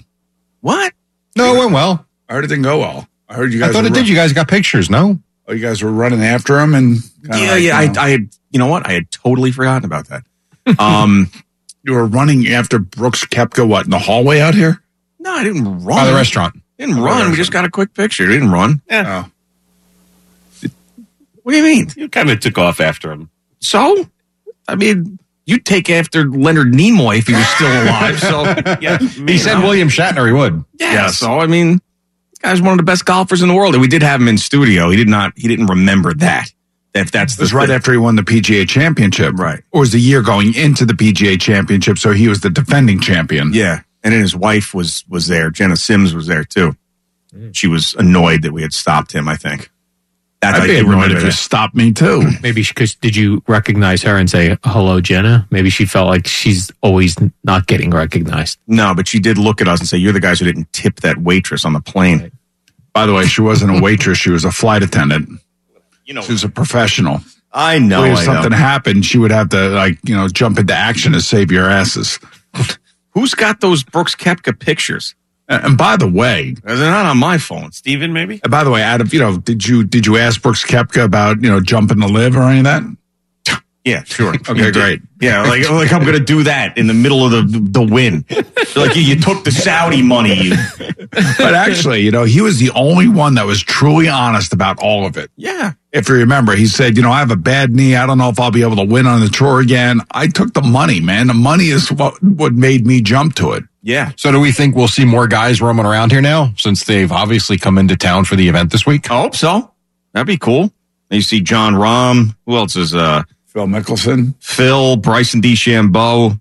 S3: What?
S12: No, it went well.
S4: I heard it didn't go well. I heard you guys.
S12: I thought
S4: were
S12: it did.
S4: ru-
S12: You guys got pictures, no?
S4: Oh, you guys were running after him, and kinda
S3: yeah,
S4: like,
S3: yeah.
S4: you know,
S3: I, I, had- you know what? I had totally forgotten about
S4: [laughs]
S3: that. Um,
S4: you were running after Brooks Kepka. What in the hallway out here?
S3: No, I didn't run.
S4: By the restaurant.
S3: Didn't run. We just got a quick picture. We didn't run.
S4: Yeah.
S12: Oh.
S3: What do you mean?
S5: You kind of took off after him.
S3: So I mean, you'd take after Leonard Nimoy if he was still alive. So
S4: [laughs]
S3: yeah,
S12: he said William Shatner he would.
S3: Yeah, So I mean, this guy's one of the best golfers in the world, and we did have him in studio. He did not. He didn't remember that. If that's
S4: It
S3: the
S4: was right
S3: thing.
S4: after he won the PGA Championship, right? Or was the year going into the PGA Championship, so he was the defending champion.
S3: Yeah, and then his wife was was there. Jenna Sims was there too. She was annoyed that we had stopped him. I think.
S4: I'd be
S3: do
S4: annoyed
S3: remember
S4: if you
S3: that.
S4: stopped me too.
S8: [clears throat] Maybe because did you recognize her and say hello, Jenna? Maybe she felt like she's always not getting recognized.
S3: No, but she did look at us and say, "You're the guys who didn't tip that waitress on the plane."
S4: By the way, she wasn't a waitress; she was a flight attendant.
S3: You know,
S4: she was a professional.
S3: I know.
S4: if
S3: I know.
S4: something happened, she would have to like you know jump into action to save your asses.
S3: Who's got those Brooks Kepka pictures?
S4: And and by the way,
S3: they're not on my phone.
S5: Steven, maybe.
S4: And by the way, Adam, you know, did you did you ask Brooks Kepka about you know jumping the live or any
S3: [laughs]
S4: of that?
S3: Yeah, sure.
S4: Okay, great.
S3: Yeah, like like I'm gonna do that in the middle of the the win. Like you, you took the Saudi money. You.
S4: but actually, you know, he was the only one that was truly honest about all of it.
S3: Yeah.
S4: If you remember, he said, you know, I have a bad knee. I don't know if I'll be able to win on the tour again. I took the money, man. The money is what, what made me jump to it.
S3: Yeah.
S12: So do we think we'll see more guys roaming around here
S4: [laughs]
S12: now since they've obviously come into town for the event this week?
S3: I hope so. That'd be cool. And you see John Rahm. Who else is uh
S4: Phil Mickelson,
S3: Phil Bryson DeChambeau,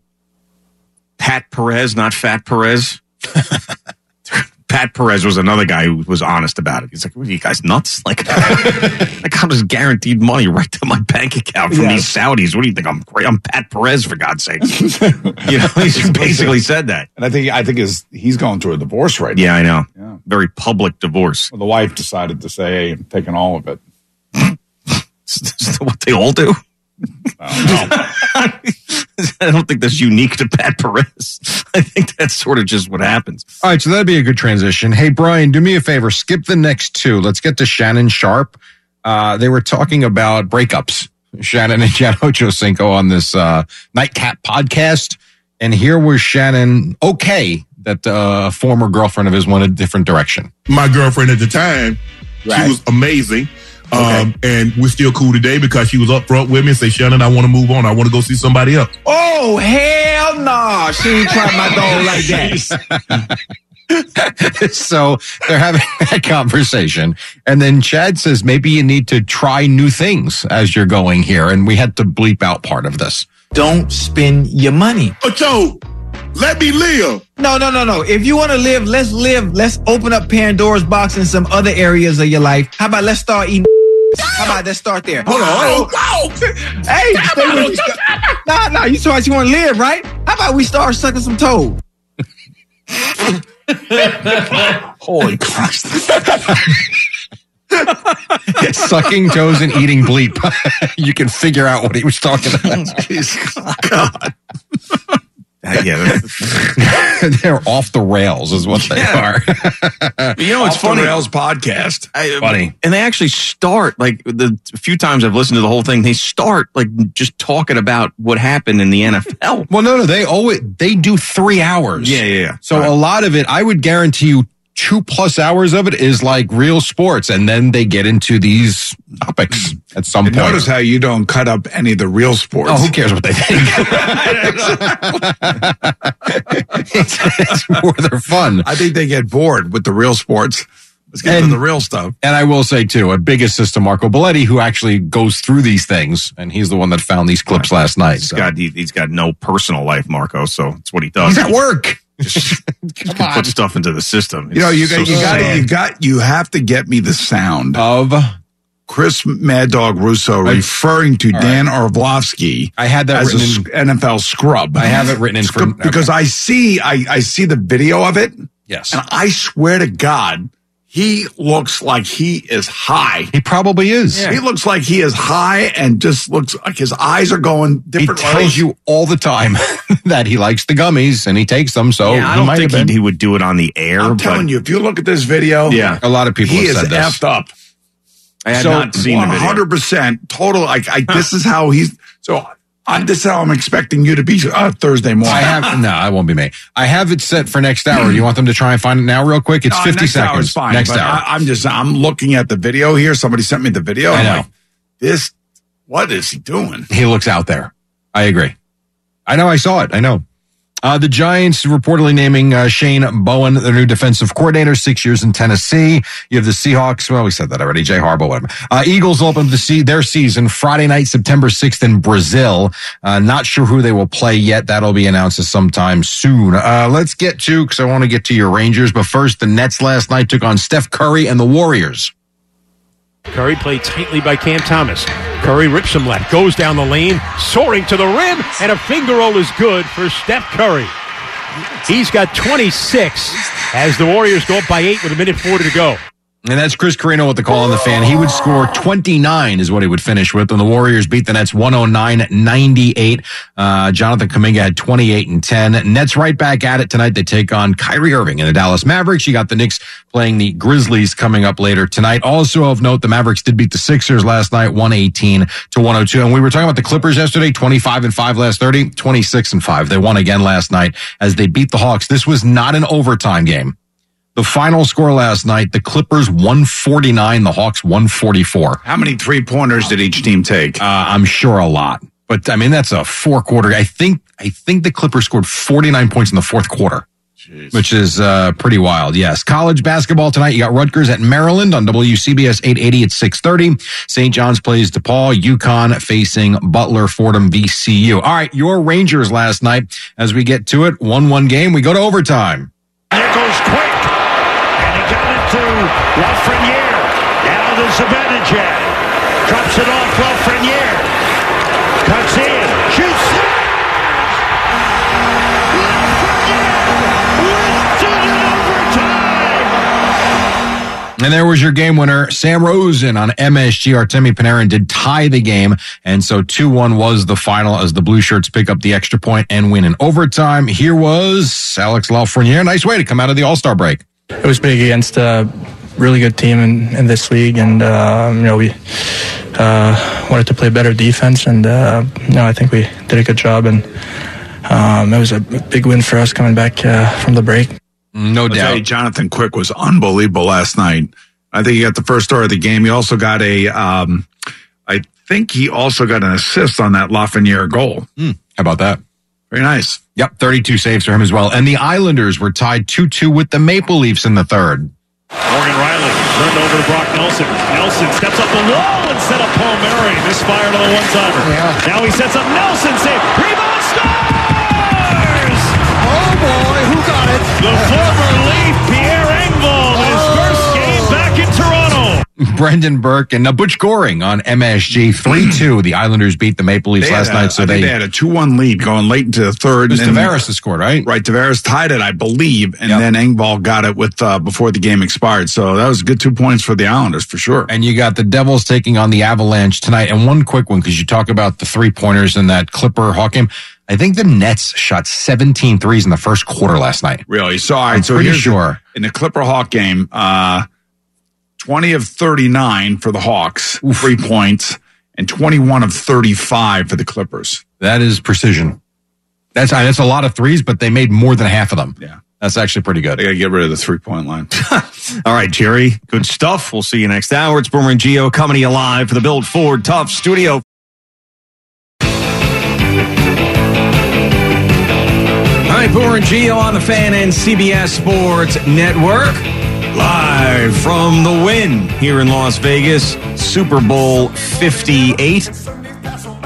S3: Pat Perez, not Fat Perez. [laughs] Pat Perez was another guy who was honest about it. He's like, "What are you guys nuts? [laughs] Like, I got his guaranteed money right to my bank account from these Saudis. What do you think? I'm great. I'm Pat Perez for God's sake. [laughs] you
S12: [laughs]
S3: know, he just basically said that.
S4: And I think I think his he's going through a divorce right
S3: Yeah, I know. Very public divorce.
S4: Well, the wife decided to say, "Hey, I'm taking all of [laughs] it."
S3: what they all
S4: [laughs]
S3: do. I don't think that's unique to Pat Perez. [laughs] I think that's sort of just what happens.
S12: All right, so that'd be a good transition. Hey, Brian, do me a favor. Skip the next two. Let's get to Shannon Sharp. Uh, they were talking about breakups. Shannon and [laughs] Jan Ochocinco on this uh, Nightcap podcast, and here was Shannon okay that uh, a former girlfriend of his went a different direction. [laughs]
S20: my girlfriend at the time. She was amazing. Um, and we're still cool today because she was upfront with me and say, Shannon, I want to move on. I want to go see somebody else.
S21: Oh hell no! She ain't trying my dog
S20: [laughs]
S21: like that.
S12: so they're having [laughs] that conversation. And then Chad says, maybe you need to try new things as you're going here. And we had to bleep out part of this.
S21: Don't spend your money.
S20: Joe, Oh, let me live.
S21: No, no, no, no. If you want to live, let's live. Let's open up Pandora's box in some other areas of your life. How about let's start eating? How about let's start there?
S20: Hold on, hold
S21: on. Hey, stay with me. Nah, nah. You saw you want to live, right? How about we start sucking some
S20: [laughs]
S21: toad?
S2: [laughs]
S20: Holy
S12: [laughs]
S20: Christ.
S12: Sucking toes and eating bleep. [laughs] you can figure out what he was talking
S3: [laughs]
S12: about.
S3: God. yeah.
S12: [laughs] They're off the rails, is what they are.
S3: [laughs] you know, it's
S4: Off the
S3: funny.
S4: Rails podcast.
S3: I- uh,
S12: Funny.
S3: And they actually start like the few times I've listened to the whole thing, they start like just talking about what happened in
S12: [laughs]
S3: the NFL.
S12: Well, no, no, they always they do three hours.
S3: Yeah, yeah, yeah.
S12: So a lot of it, I would guarantee you, two plus hours of it is like real sports, and then they get into these topics at some
S4: And
S12: point.
S4: notice how you don't cut up any of the real sports.
S12: Oh, who cares what they
S4: [laughs]
S12: think? [laughs] it's, it's more their fun.
S4: I think they get bored with the real sports. Let's get to the real stuff.
S12: And I will say too, a big assist to Marco Belletti, who actually goes through these things, and he's the one that found these clips last night.
S3: He's
S12: So.
S3: got, he, has got no personal life, Marco. So it's what he does.
S12: He's at work.
S3: He can put stuff into the system.
S4: You know, you
S3: It's
S4: got,
S3: so
S4: you got,
S3: sad.
S4: you got, you have to get me the sound
S12: of
S4: Chris Mad Dog Russo referring to Dan Orlovsky.
S12: I had that
S4: as
S12: written
S4: a sc- NFL scrub. I
S12: have it written in for-
S4: because I see, I, I see the video of it.
S12: Yes.
S4: and I swear to God, he looks like he is high.
S12: He probably is.
S4: He looks like he is high and just looks like his eyes are going
S12: He
S4: different
S12: tells
S4: ways.
S12: you all the time [laughs] that he likes the gummies and he takes them. So
S3: Yeah, I
S12: it
S3: don't
S12: might
S3: think
S12: have
S3: he,
S12: been.
S3: he would do it on the air.
S4: I'm
S3: but
S4: telling you, if you look at this video,
S3: Yeah.
S12: a lot of people
S4: he
S12: have
S4: is
S12: said this.
S4: effed up.
S3: I had not seen the video.
S4: 100 percent total. Like I, this is how he's. So I, this is how I'm expecting you to be uh, Thursday morning.
S12: I have no, I won't be me. I have it set for next hour. Do you want them to try and find it now, real quick? It's
S4: Uh,
S12: fifty
S4: next
S12: seconds.
S4: Hour is fine,
S12: next
S4: but
S12: hour.
S4: I, am just I'm looking at the video here. Somebody sent me the video.
S12: I
S4: I'm
S12: know.
S4: like, this. What is he doing?
S12: he looks out there. I agree. I know. I saw it. I know. Uh, the Giants reportedly naming uh, Shane Bowen their new defensive coordinator, six years in Tennessee. You have the Seahawks. Well, we said that already. Jay Harbaugh, whatever. Uh, Eagles open the sea, their season Friday night, September 6th in Brazil. Uh, not sure who they will play yet. That'll be announced sometime soon. Uh, let's get to, because I want to get to your Rangers. But first, the Nets last night took on Steph Curry and the Warriors.
S9: Curry played tightly by Cam Thomas. Curry rips him left, goes down the lane, soaring to the rim, and a finger roll is good for Steph Curry. He's got 26 as the Warriors go up by eight with a minute 40 to go.
S12: And that's Chris Carino with the call on the fan. He would score 29 is what he would finish with. And the Warriors beat the Nets 109-98. Uh, Jonathan Kaminga had 28 and 10. Nets right back at it tonight. They take on Kyrie Irving and the Dallas Mavericks. You got the Knicks playing the Grizzlies coming up later tonight. Also of note, the Mavericks did beat the Sixers last night 118 to 102. And we were talking about the Clippers yesterday, 25 and 5 last 30, 26 and 5. They won again last night as they beat the Hawks. This was not an overtime game. The final score last night, the Clippers 149, the Hawks 144.
S16: How many three pointers did each team take?
S12: Uh, I'm sure a lot. But I mean, that's a four quarter. I think, I think the Clippers scored 49 points in the fourth quarter. Which is uh, pretty wild, yes. College basketball tonight. You got Rutgers at Maryland on WCBS 880 at 6:30. St. John's plays DePaul. UConn facing Butler. Fordham VCU. All right, your Rangers last night. As we get to it, one-one game. We go to overtime.
S2: Here goes Quick. And he got it to Lafreniere. Now to Zibanejad. Drops it off Lafreniere. Cuts in. Shoots.
S12: And there was your game winner, Sam Rosen on MSG. Artemi Panarin did tie the game. And so 2-1 was the final as the Blue Shirts pick up the extra point and win in overtime. Here was Alex Lafreniere. Nice way to come out of the All-Star break.
S25: It was big against a really good team in, in this league, and uh, you know we uh, wanted to play better defense, and uh, you know I think we did a good job, and um, it was a big win for us coming back uh, from the break.
S12: No
S16: doubt. Jonathan Quick was unbelievable last night. I think he got the first star of the game. He also got a, um, I think he also got an assist on that Lafreniere goal.
S12: Hmm. How about that?
S16: Very nice.
S12: Yep, 32 saves for him as well. And the Islanders were tied 2-2 with the Maple Leafs in the third. [laughs]
S2: Morgan Riley turned over to Brock Nelson. Nelson steps up the wall and set up Paul Murray. Misfired on the one timer. Now he sets up Nelson. Save. Rebound scores! Oh boy, who got it? Oh. The former Leaf, Pierre Engvall, in his first game back in Toronto.
S12: Brendan Burke and uh, Butch Goring on MSG 3-2. the Islanders beat the Maple Leafs
S16: They had
S12: last
S16: a-
S12: night, so
S16: I
S12: they,
S16: think they had a two-one lead going late into the third.
S12: It was
S16: and then-
S12: Tavares that scored, right?
S16: Right, Tavares tied it, I believe, and then Engvall got it with uh, before the game expired. So that was a good two points for the Islanders for sure.
S12: And you got the Devils taking on the Avalanche tonight. And one quick one, because you talk about the three pointers in that Clipper Hawk game. I think the Nets shot 17 threes in the first quarter last night.
S16: Really? So, all right,
S12: I'm
S16: so
S12: pretty
S16: here's the-
S12: sure.
S16: in the Clipper Hawk game, uh, 20 of 39 for the Hawks, three points, and 21 of 35 for the Clippers.
S12: That is precision. That's that's a lot of threes, but they made more than half of them.
S16: Yeah.
S12: That's actually pretty good.
S16: They got to get rid of the three point line.
S3: [laughs] All right, Jerry. Good stuff. We'll see you next hour. It's Boomer and Geo coming to you live for the Build Ford Tough Studio.
S23: All right, Boomer and Geo on the fan and CBS Sports Network.
S3: Live from the win here in Las Vegas, Super Bowl 58.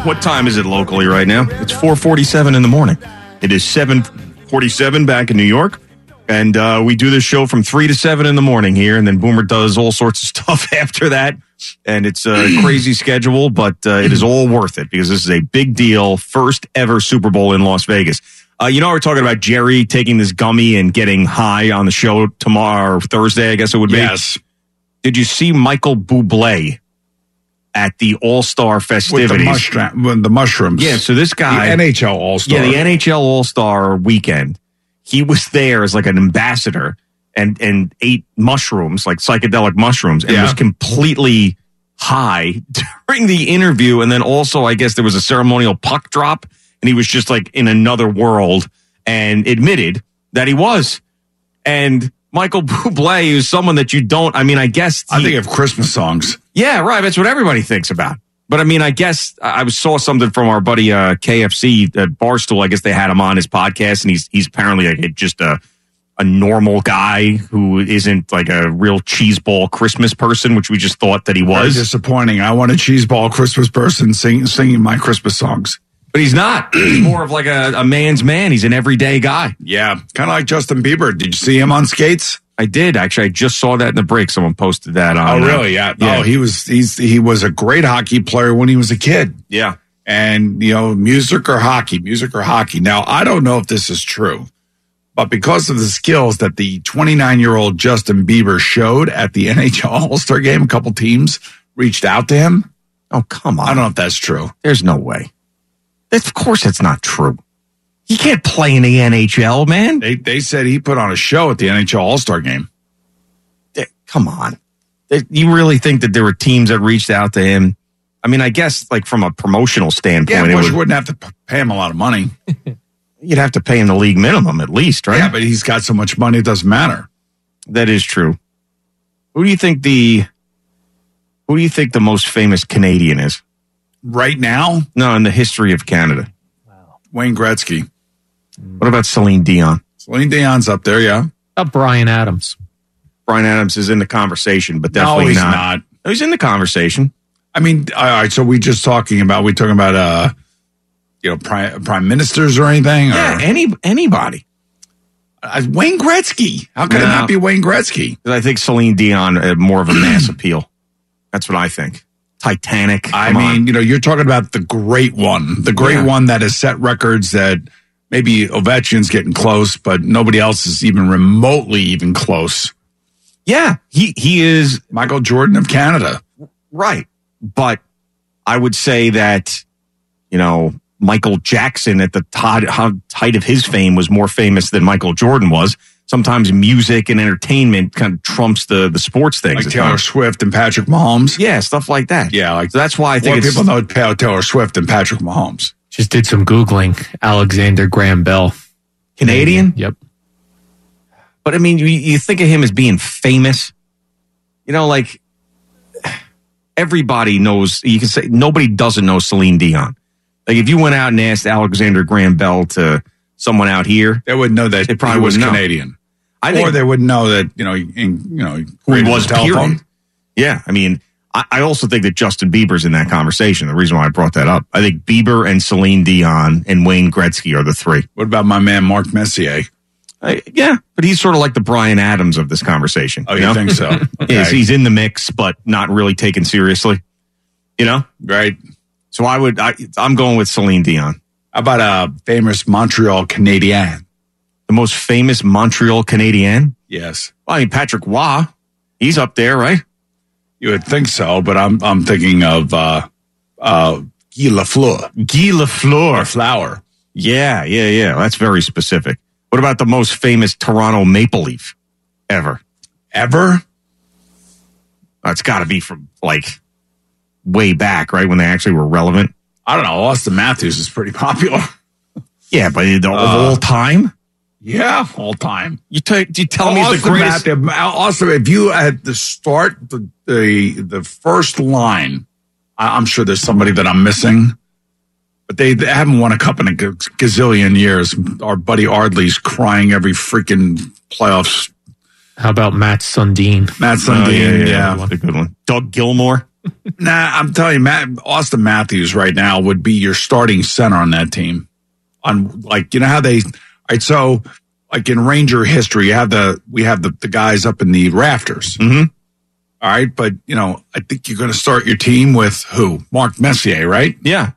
S3: What time is it locally right now? It's 4:47 in the morning. It is 7:47 back in New York. And uh, we do this show from 3 to 7 in the morning here and then Boomer does all sorts of [laughs] stuff after that. And it's a crazy schedule, but uh, it is all worth it because this is a big deal, first ever Super Bowl in Las Vegas. Uh, you know, we're talking about Jerry taking this gummy and getting high on the show tomorrow, or Thursday, I guess it would be. Yes. Did you see Michael Bublé at the All Star
S16: With
S3: festivities?
S16: the, mushroom, with the mushrooms.
S3: Yeah, so this guy,
S16: The NHL All Star.
S3: Yeah, the NHL All Star weekend. He was there as like an ambassador and and ate mushrooms, like psychedelic mushrooms, and
S16: Yeah.
S3: was completely high [laughs] during the interview. And then also, I guess there was a ceremonial puck drop, and he was just like in another world and admitted that he was. And Michael [laughs] Bublé is someone that you don't. I mean, I guess I think
S16: of Christmas songs.
S3: Yeah, right. That's what everybody thinks about. But I mean, I guess I I saw something from our buddy uh, KFC at Barstool. I guess they had him on his podcast, and he's he's apparently a, just a a normal guy who isn't like a real cheeseball Christmas person, which we just thought that he
S4: Very
S3: was.
S4: disappointing. I want a cheeseball Christmas person sing, singing my Christmas songs.
S3: But he's
S4: [clears throat]
S3: not. He's more of like a, a man's man. He's an everyday guy.
S4: Yeah, kind of like Justin Bieber. Did you see him on skates?
S3: I did actually. I just saw that in the break. Someone posted that
S4: Oh,
S3: on. uh,
S4: really? Yeah. Oh, he was he's he was a great hockey player when he was a kid.
S3: Yeah.
S4: And you know, music or hockey, music or hockey. Now, I don't know if this is true, but because of the skills that the 29-year-old Justin Bieber showed at the [laughs] NHL All-Star game, a couple teams reached out to him.
S3: Oh, come on.
S4: I don't know if that's true.
S3: There's no way. That's, of course, that's not true. He can't play in the NHL, man.
S4: They they said he put on a show at the NHL All-Star game.
S3: Eh, Come on. Eh, You really think that there were teams that reached out to him? I mean, I guess like from a promotional
S4: Yeah,
S3: standpoint, it
S4: Bush
S3: would-
S4: wouldn't have to p- pay him a lot of money.
S3: [laughs] you'd have to pay him the league minimum at least, right?
S4: Yeah, but he's got so much money it doesn't matter.
S3: That is true. Who do you think the who do you think the most famous Canadian is?
S4: Right now?
S3: No, in the history of Canada.
S4: Wayne Gretzky.
S3: What about Celine Dion?
S4: Celine Dion's up there, yeah.
S26: About Brian Adams.
S3: Brian Adams is in the conversation, but
S4: No,
S3: definitely
S4: he's
S3: not. He's in the conversation.
S4: I mean, all right. So we just talking about we talking about uh, you know, prime prime ministers or anything?
S3: Yeah,
S4: or?
S3: any anybody.
S4: Uh, Wayne Gretzky. How could it
S3: No.
S4: not be Wayne Gretzky?
S3: 'Cause I think Celine Dion had more of a mass [clears throat] appeal. That's what I think. Titanic.
S4: I
S3: come
S4: mean, you know, you're talking about the great one, the great
S3: Yeah.
S4: one that has set records that maybe Ovechkin's getting close, but nobody else is even remotely even close.
S3: Yeah, he he is
S4: Michael Jordan of Canada.
S3: Right. But I would say that, you know, Michael Jackson at the tod- ho- height of his fame was more famous than Michael Jordan was. Sometimes music and entertainment kind of trumps the, the sports things.
S4: Like Taylor Swift and Patrick Mahomes.
S3: Yeah, stuff like that.
S4: Yeah, like
S3: that's why I think
S4: more
S3: it's-
S4: people know Ta- Taylor Swift and Patrick Mahomes.
S26: Just did some Googling. Alexander Graham Bell.
S3: Canadian?
S26: Yep.
S3: But I mean, you, you think of him as being famous. You know, like everybody knows, you can say nobody doesn't know Celine Dion. Like if you went out and asked Alexander Graham Bell to someone out here,
S4: they wouldn't know that
S3: they probably
S4: he was
S3: wouldn't know.
S4: Canadian.
S3: I
S4: or
S3: think-
S4: they wouldn't know that, you know, in, you know,
S3: who he
S4: created
S3: was.
S4: the telephone.
S3: Period. Yeah, I mean, I, I also think that Justin Bieber's in that conversation. The reason why I brought that up, I think Bieber and Celine Dion and Wayne Gretzky are the three.
S4: What about my man Mark Messier?
S3: I, yeah, but he's sort of like the Brian Adams of this conversation.
S4: Oh, you think
S3: [laughs]
S4: so?
S3: Yes,
S4: Okay.
S3: he's in the mix, but not really taken seriously. You know,
S4: right?
S3: So I would. I, I'm going with Celine Dion.
S4: How about a famous Montreal Canadian?
S3: The most famous Montreal Canadian.
S4: Yes.
S3: Well, I mean, Patrick Waugh. He's up there, right?
S4: You would think so, but I'm I'm thinking of uh uh Guy Lafleur.
S3: Guy Lafleur.
S4: flower.
S3: Yeah, yeah, yeah. That's very specific. What about the most famous Toronto Maple Leaf ever?
S4: Ever?
S3: That's got to be from like way back, right? When they actually were relevant.
S4: I don't know. Austin Matthews is pretty popular. Uh,
S3: Yeah, but [laughs] the, of all time?
S4: Yeah, all time.
S3: You take you tell me he's the
S4: Austin
S3: greatest-
S4: Matthews- also, if you had to start the the, the first line, I, I'm sure there's somebody that I'm missing. But they, they haven't won a cup in a g- gazillion years. Our buddy Ardley's crying every freaking playoffs.
S26: How about Matt Sundin?
S4: Matt Sundin,
S3: Oh,
S4: yeah,
S3: That's a good one. Doug Gilmore.
S4: [laughs] Nah, I'm telling you, Matt Austin Matthews right now would be your starting center on that team. On like you know how they all right, so like in Ranger history, you have the we have the, the guys up in the rafters.
S3: Mm-hmm.
S4: All right, but you know, I think you're gonna start your team with who? Mark Messier, right?
S3: Yeah.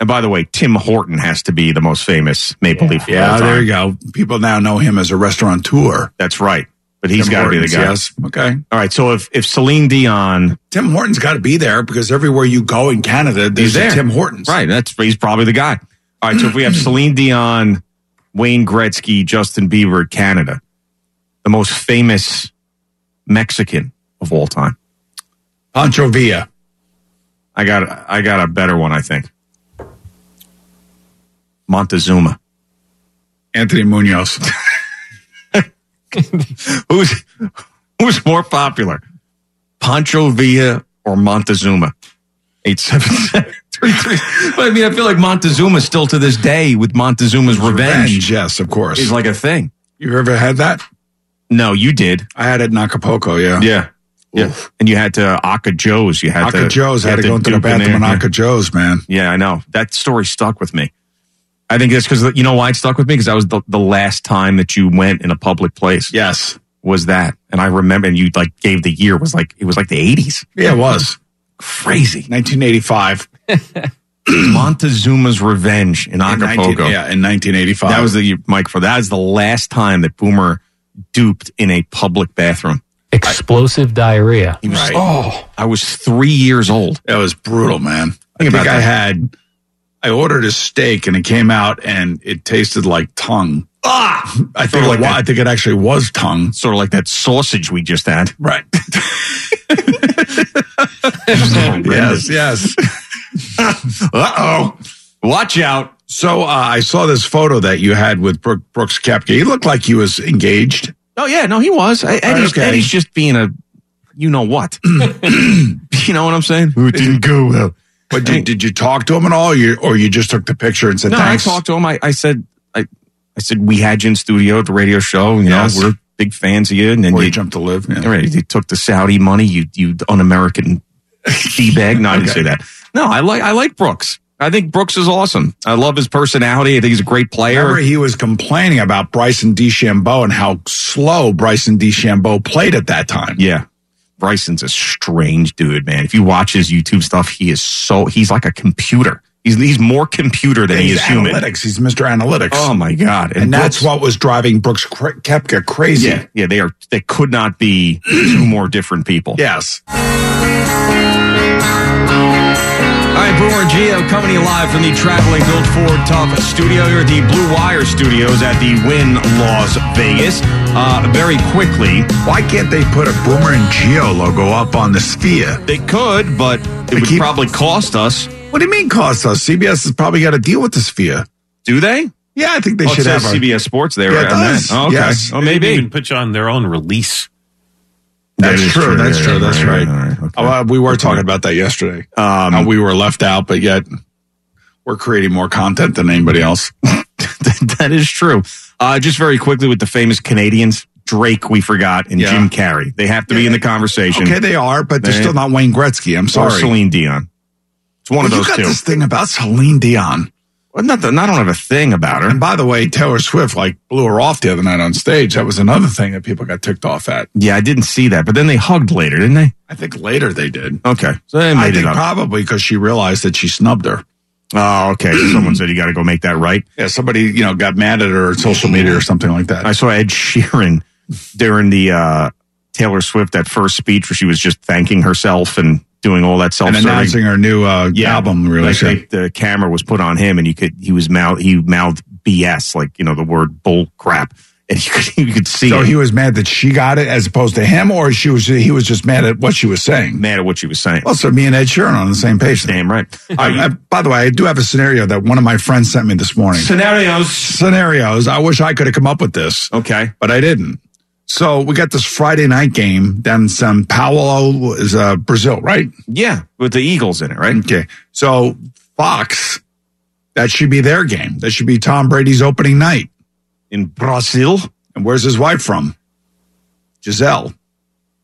S3: And by the way, Tim Horton has to be the most famous Maple Leaf. of all
S4: Yeah,
S3: time.
S4: there you go. People now know him as a restaurateur.
S3: That's right. But he's
S4: Tim
S3: got to be the
S4: Hortons,
S3: guy.
S4: Yes. Okay.
S3: All right. So if if Celine Dion,
S4: Tim Horton's got to be there because everywhere you go in Canada,
S3: he's
S4: there's
S3: there.
S4: a Tim Hortons.
S3: Right. That's he's probably the guy. All right. So if we
S4: [clears throat]
S3: have Celine Dion, Wayne Gretzky, Justin Bieber, Canada, the most famous Mexican of all time.
S4: Pancho Villa.
S3: I got I got a better one. I think Montezuma.
S4: Anthony Munoz.
S3: [laughs] who's who's more popular, Pancho Villa or Montezuma? [laughs] 877 But I mean, I feel like Montezuma still to this day with Montezuma's revenge.
S4: Revenge, yes, of course.
S3: Is like a thing.
S4: You ever had that?
S3: No, you did.
S4: I had it in Acapulco, yeah.
S3: Yeah. Yeah. And you had to Aka Joe's. You had
S4: Aka
S3: to,
S4: Joe's
S3: you
S4: had to go into the
S3: duke in
S4: bathroom
S3: there.
S4: and
S3: Yeah.
S4: Aka Joe's, man.
S3: Yeah, I know. That story stuck with me. I think that's because you know why it stuck with me because that was the, the last time that you went in a public place.
S4: Yes,
S3: was that, and I remember. And you like gave the year was like it was like the eighties.
S4: Yeah, it was
S3: crazy.
S4: Nineteen eighty five.
S3: [clears throat] Montezuma's Revenge in Acapulco.
S4: 19 yeah, in nineteen eighty five.
S3: That was the Mike for that is the last time that Boomer duped in a public bathroom.
S8: Explosive diarrhea.
S3: He was oh, I was three years old.
S4: That was brutal, man. I think I had I ordered a steak and it came out and it tasted like tongue. Ah, I think
S3: Sorta
S4: like I think it actually was tongue,
S3: sort of like that sausage we just had.
S4: [laughs] Right. yes, [laughs] yes. uh oh.
S3: Watch out.
S4: So uh, I saw this photo that you had with Brooke, Brooks Koepka. He looked like he was engaged.
S3: Oh yeah, no, he was. I, Eddie's,
S4: Okay.
S3: Eddie's just being a, [coughs] you know what? you know what I'm saying? It didn't go well.
S4: But did, did you talk to him at all, you, or you just took the picture and said
S3: no,
S4: thanks?
S3: I talked to him. I, I said, I, I said we had you in studio at the radio show. You
S4: Yes.
S3: know, we're big fans of you. And then
S4: Where
S3: you,
S4: you jumped to live. Yeah.
S3: Right, you took the Saudi money. You you
S4: [laughs]
S3: un-American d bag. No, I didn't
S4: Okay.
S3: say that. No, I like I like Brooks. I think Brooks is awesome. I love his personality. I think he's a great player.
S4: Remember, he was complaining about Bryson DeChambeau and how slow Bryson DeChambeau played at that time.
S3: Yeah. Bryson's a strange dude, man. If you watch his YouTube stuff, he is so he's like a computer. He's he's more computer than he
S4: He's
S3: is human.
S4: analytics. He's Mr. Analytics.
S3: Oh my god!
S4: And, that's what was driving Brooks Kre- Koepka crazy.
S3: yeah, yeah. They are they could not be two more different people.
S4: Yes.
S23: All
S3: right, Boomer and Geo coming to you live from the traveling built Ford Tough studio here at the Blue Wire Studios at the Win Las Vegas. Uh, very quickly,
S4: why can't they put a Boomer and Geo logo up on the Sphere?
S3: They could, but it would probably cost us.
S4: What do you mean cost us? CBS has probably got to deal with the Sphere.
S3: Do they?
S4: Yeah, I think they
S3: Oh, it
S4: should
S3: says
S4: have a-
S3: CBS Sports there.
S4: Yeah, it
S3: right on that.
S4: does.
S3: Oh, okay.
S4: Yes.
S3: Oh, maybe.
S5: They even put you on their own release.
S4: That's
S5: That is
S4: true,
S5: true.
S4: That's
S5: Yeah,
S4: true.
S5: yeah,
S4: That's
S5: right,
S4: right.
S5: right,
S4: Uh, we were talking about that yesterday. Um, How we were left out, but yet we're creating more content than anybody else.
S3: [laughs] that is true. Uh, just very quickly with the famous Canadians, Drake, we forgot, and
S4: Yeah.
S3: Jim Carrey. They have to be in the conversation.
S4: Okay, they are, but they're
S3: They-
S4: still not Wayne Gretzky. I'm sorry.
S3: Or Celine Dion. It's one of
S4: Well,
S3: those
S4: you got
S3: two.
S4: this thing about Celine Dion.
S3: Well, not that I don't have a thing about her.
S4: And by the way, Taylor Swift like blew her off the other night on stage. That was another thing that people got ticked off at.
S3: Yeah, I didn't see that, but then they hugged later, didn't they?
S4: I think later they did.
S3: Okay, so they made
S4: I
S3: it
S4: think
S3: up.
S4: probably because she realized that she snubbed her.
S3: Oh, okay. So Someone said you got to go make that right.
S4: Yeah, somebody you know got mad at her on social media or something like that.
S3: I saw Ed Sheeran during the uh, Taylor Swift that first speech where she was just thanking herself and doing all that self
S4: and announcing her new uh, album release.
S3: Like they, the camera was put on him, and you could he was mouth he mouthed BS, like you know the word bull crap, and you could [laughs] you could see
S4: so
S3: it.
S4: he was mad that she got it as opposed to him, or she was he was just mad at what she was saying.
S3: mad at what she was saying.
S4: Well, so me and Ed Sheeran are on the same page. then.
S3: Damn right.
S4: [laughs] I, I, by the way, I do have a scenario that one of my friends sent me this morning.
S3: Scenarios.
S4: Scenarios. I wish I could have come up with this,
S3: Okay.
S4: but I didn't. So we got this Friday night game down in Sao Paulo, is uh, Brazil, right?
S3: Yeah, with the e- Eagles in it, right?
S4: Okay. So Fox, that should be their game. That should be Tom Brady's opening night.
S3: In Brazil.
S4: And where's his wife from? Giselle.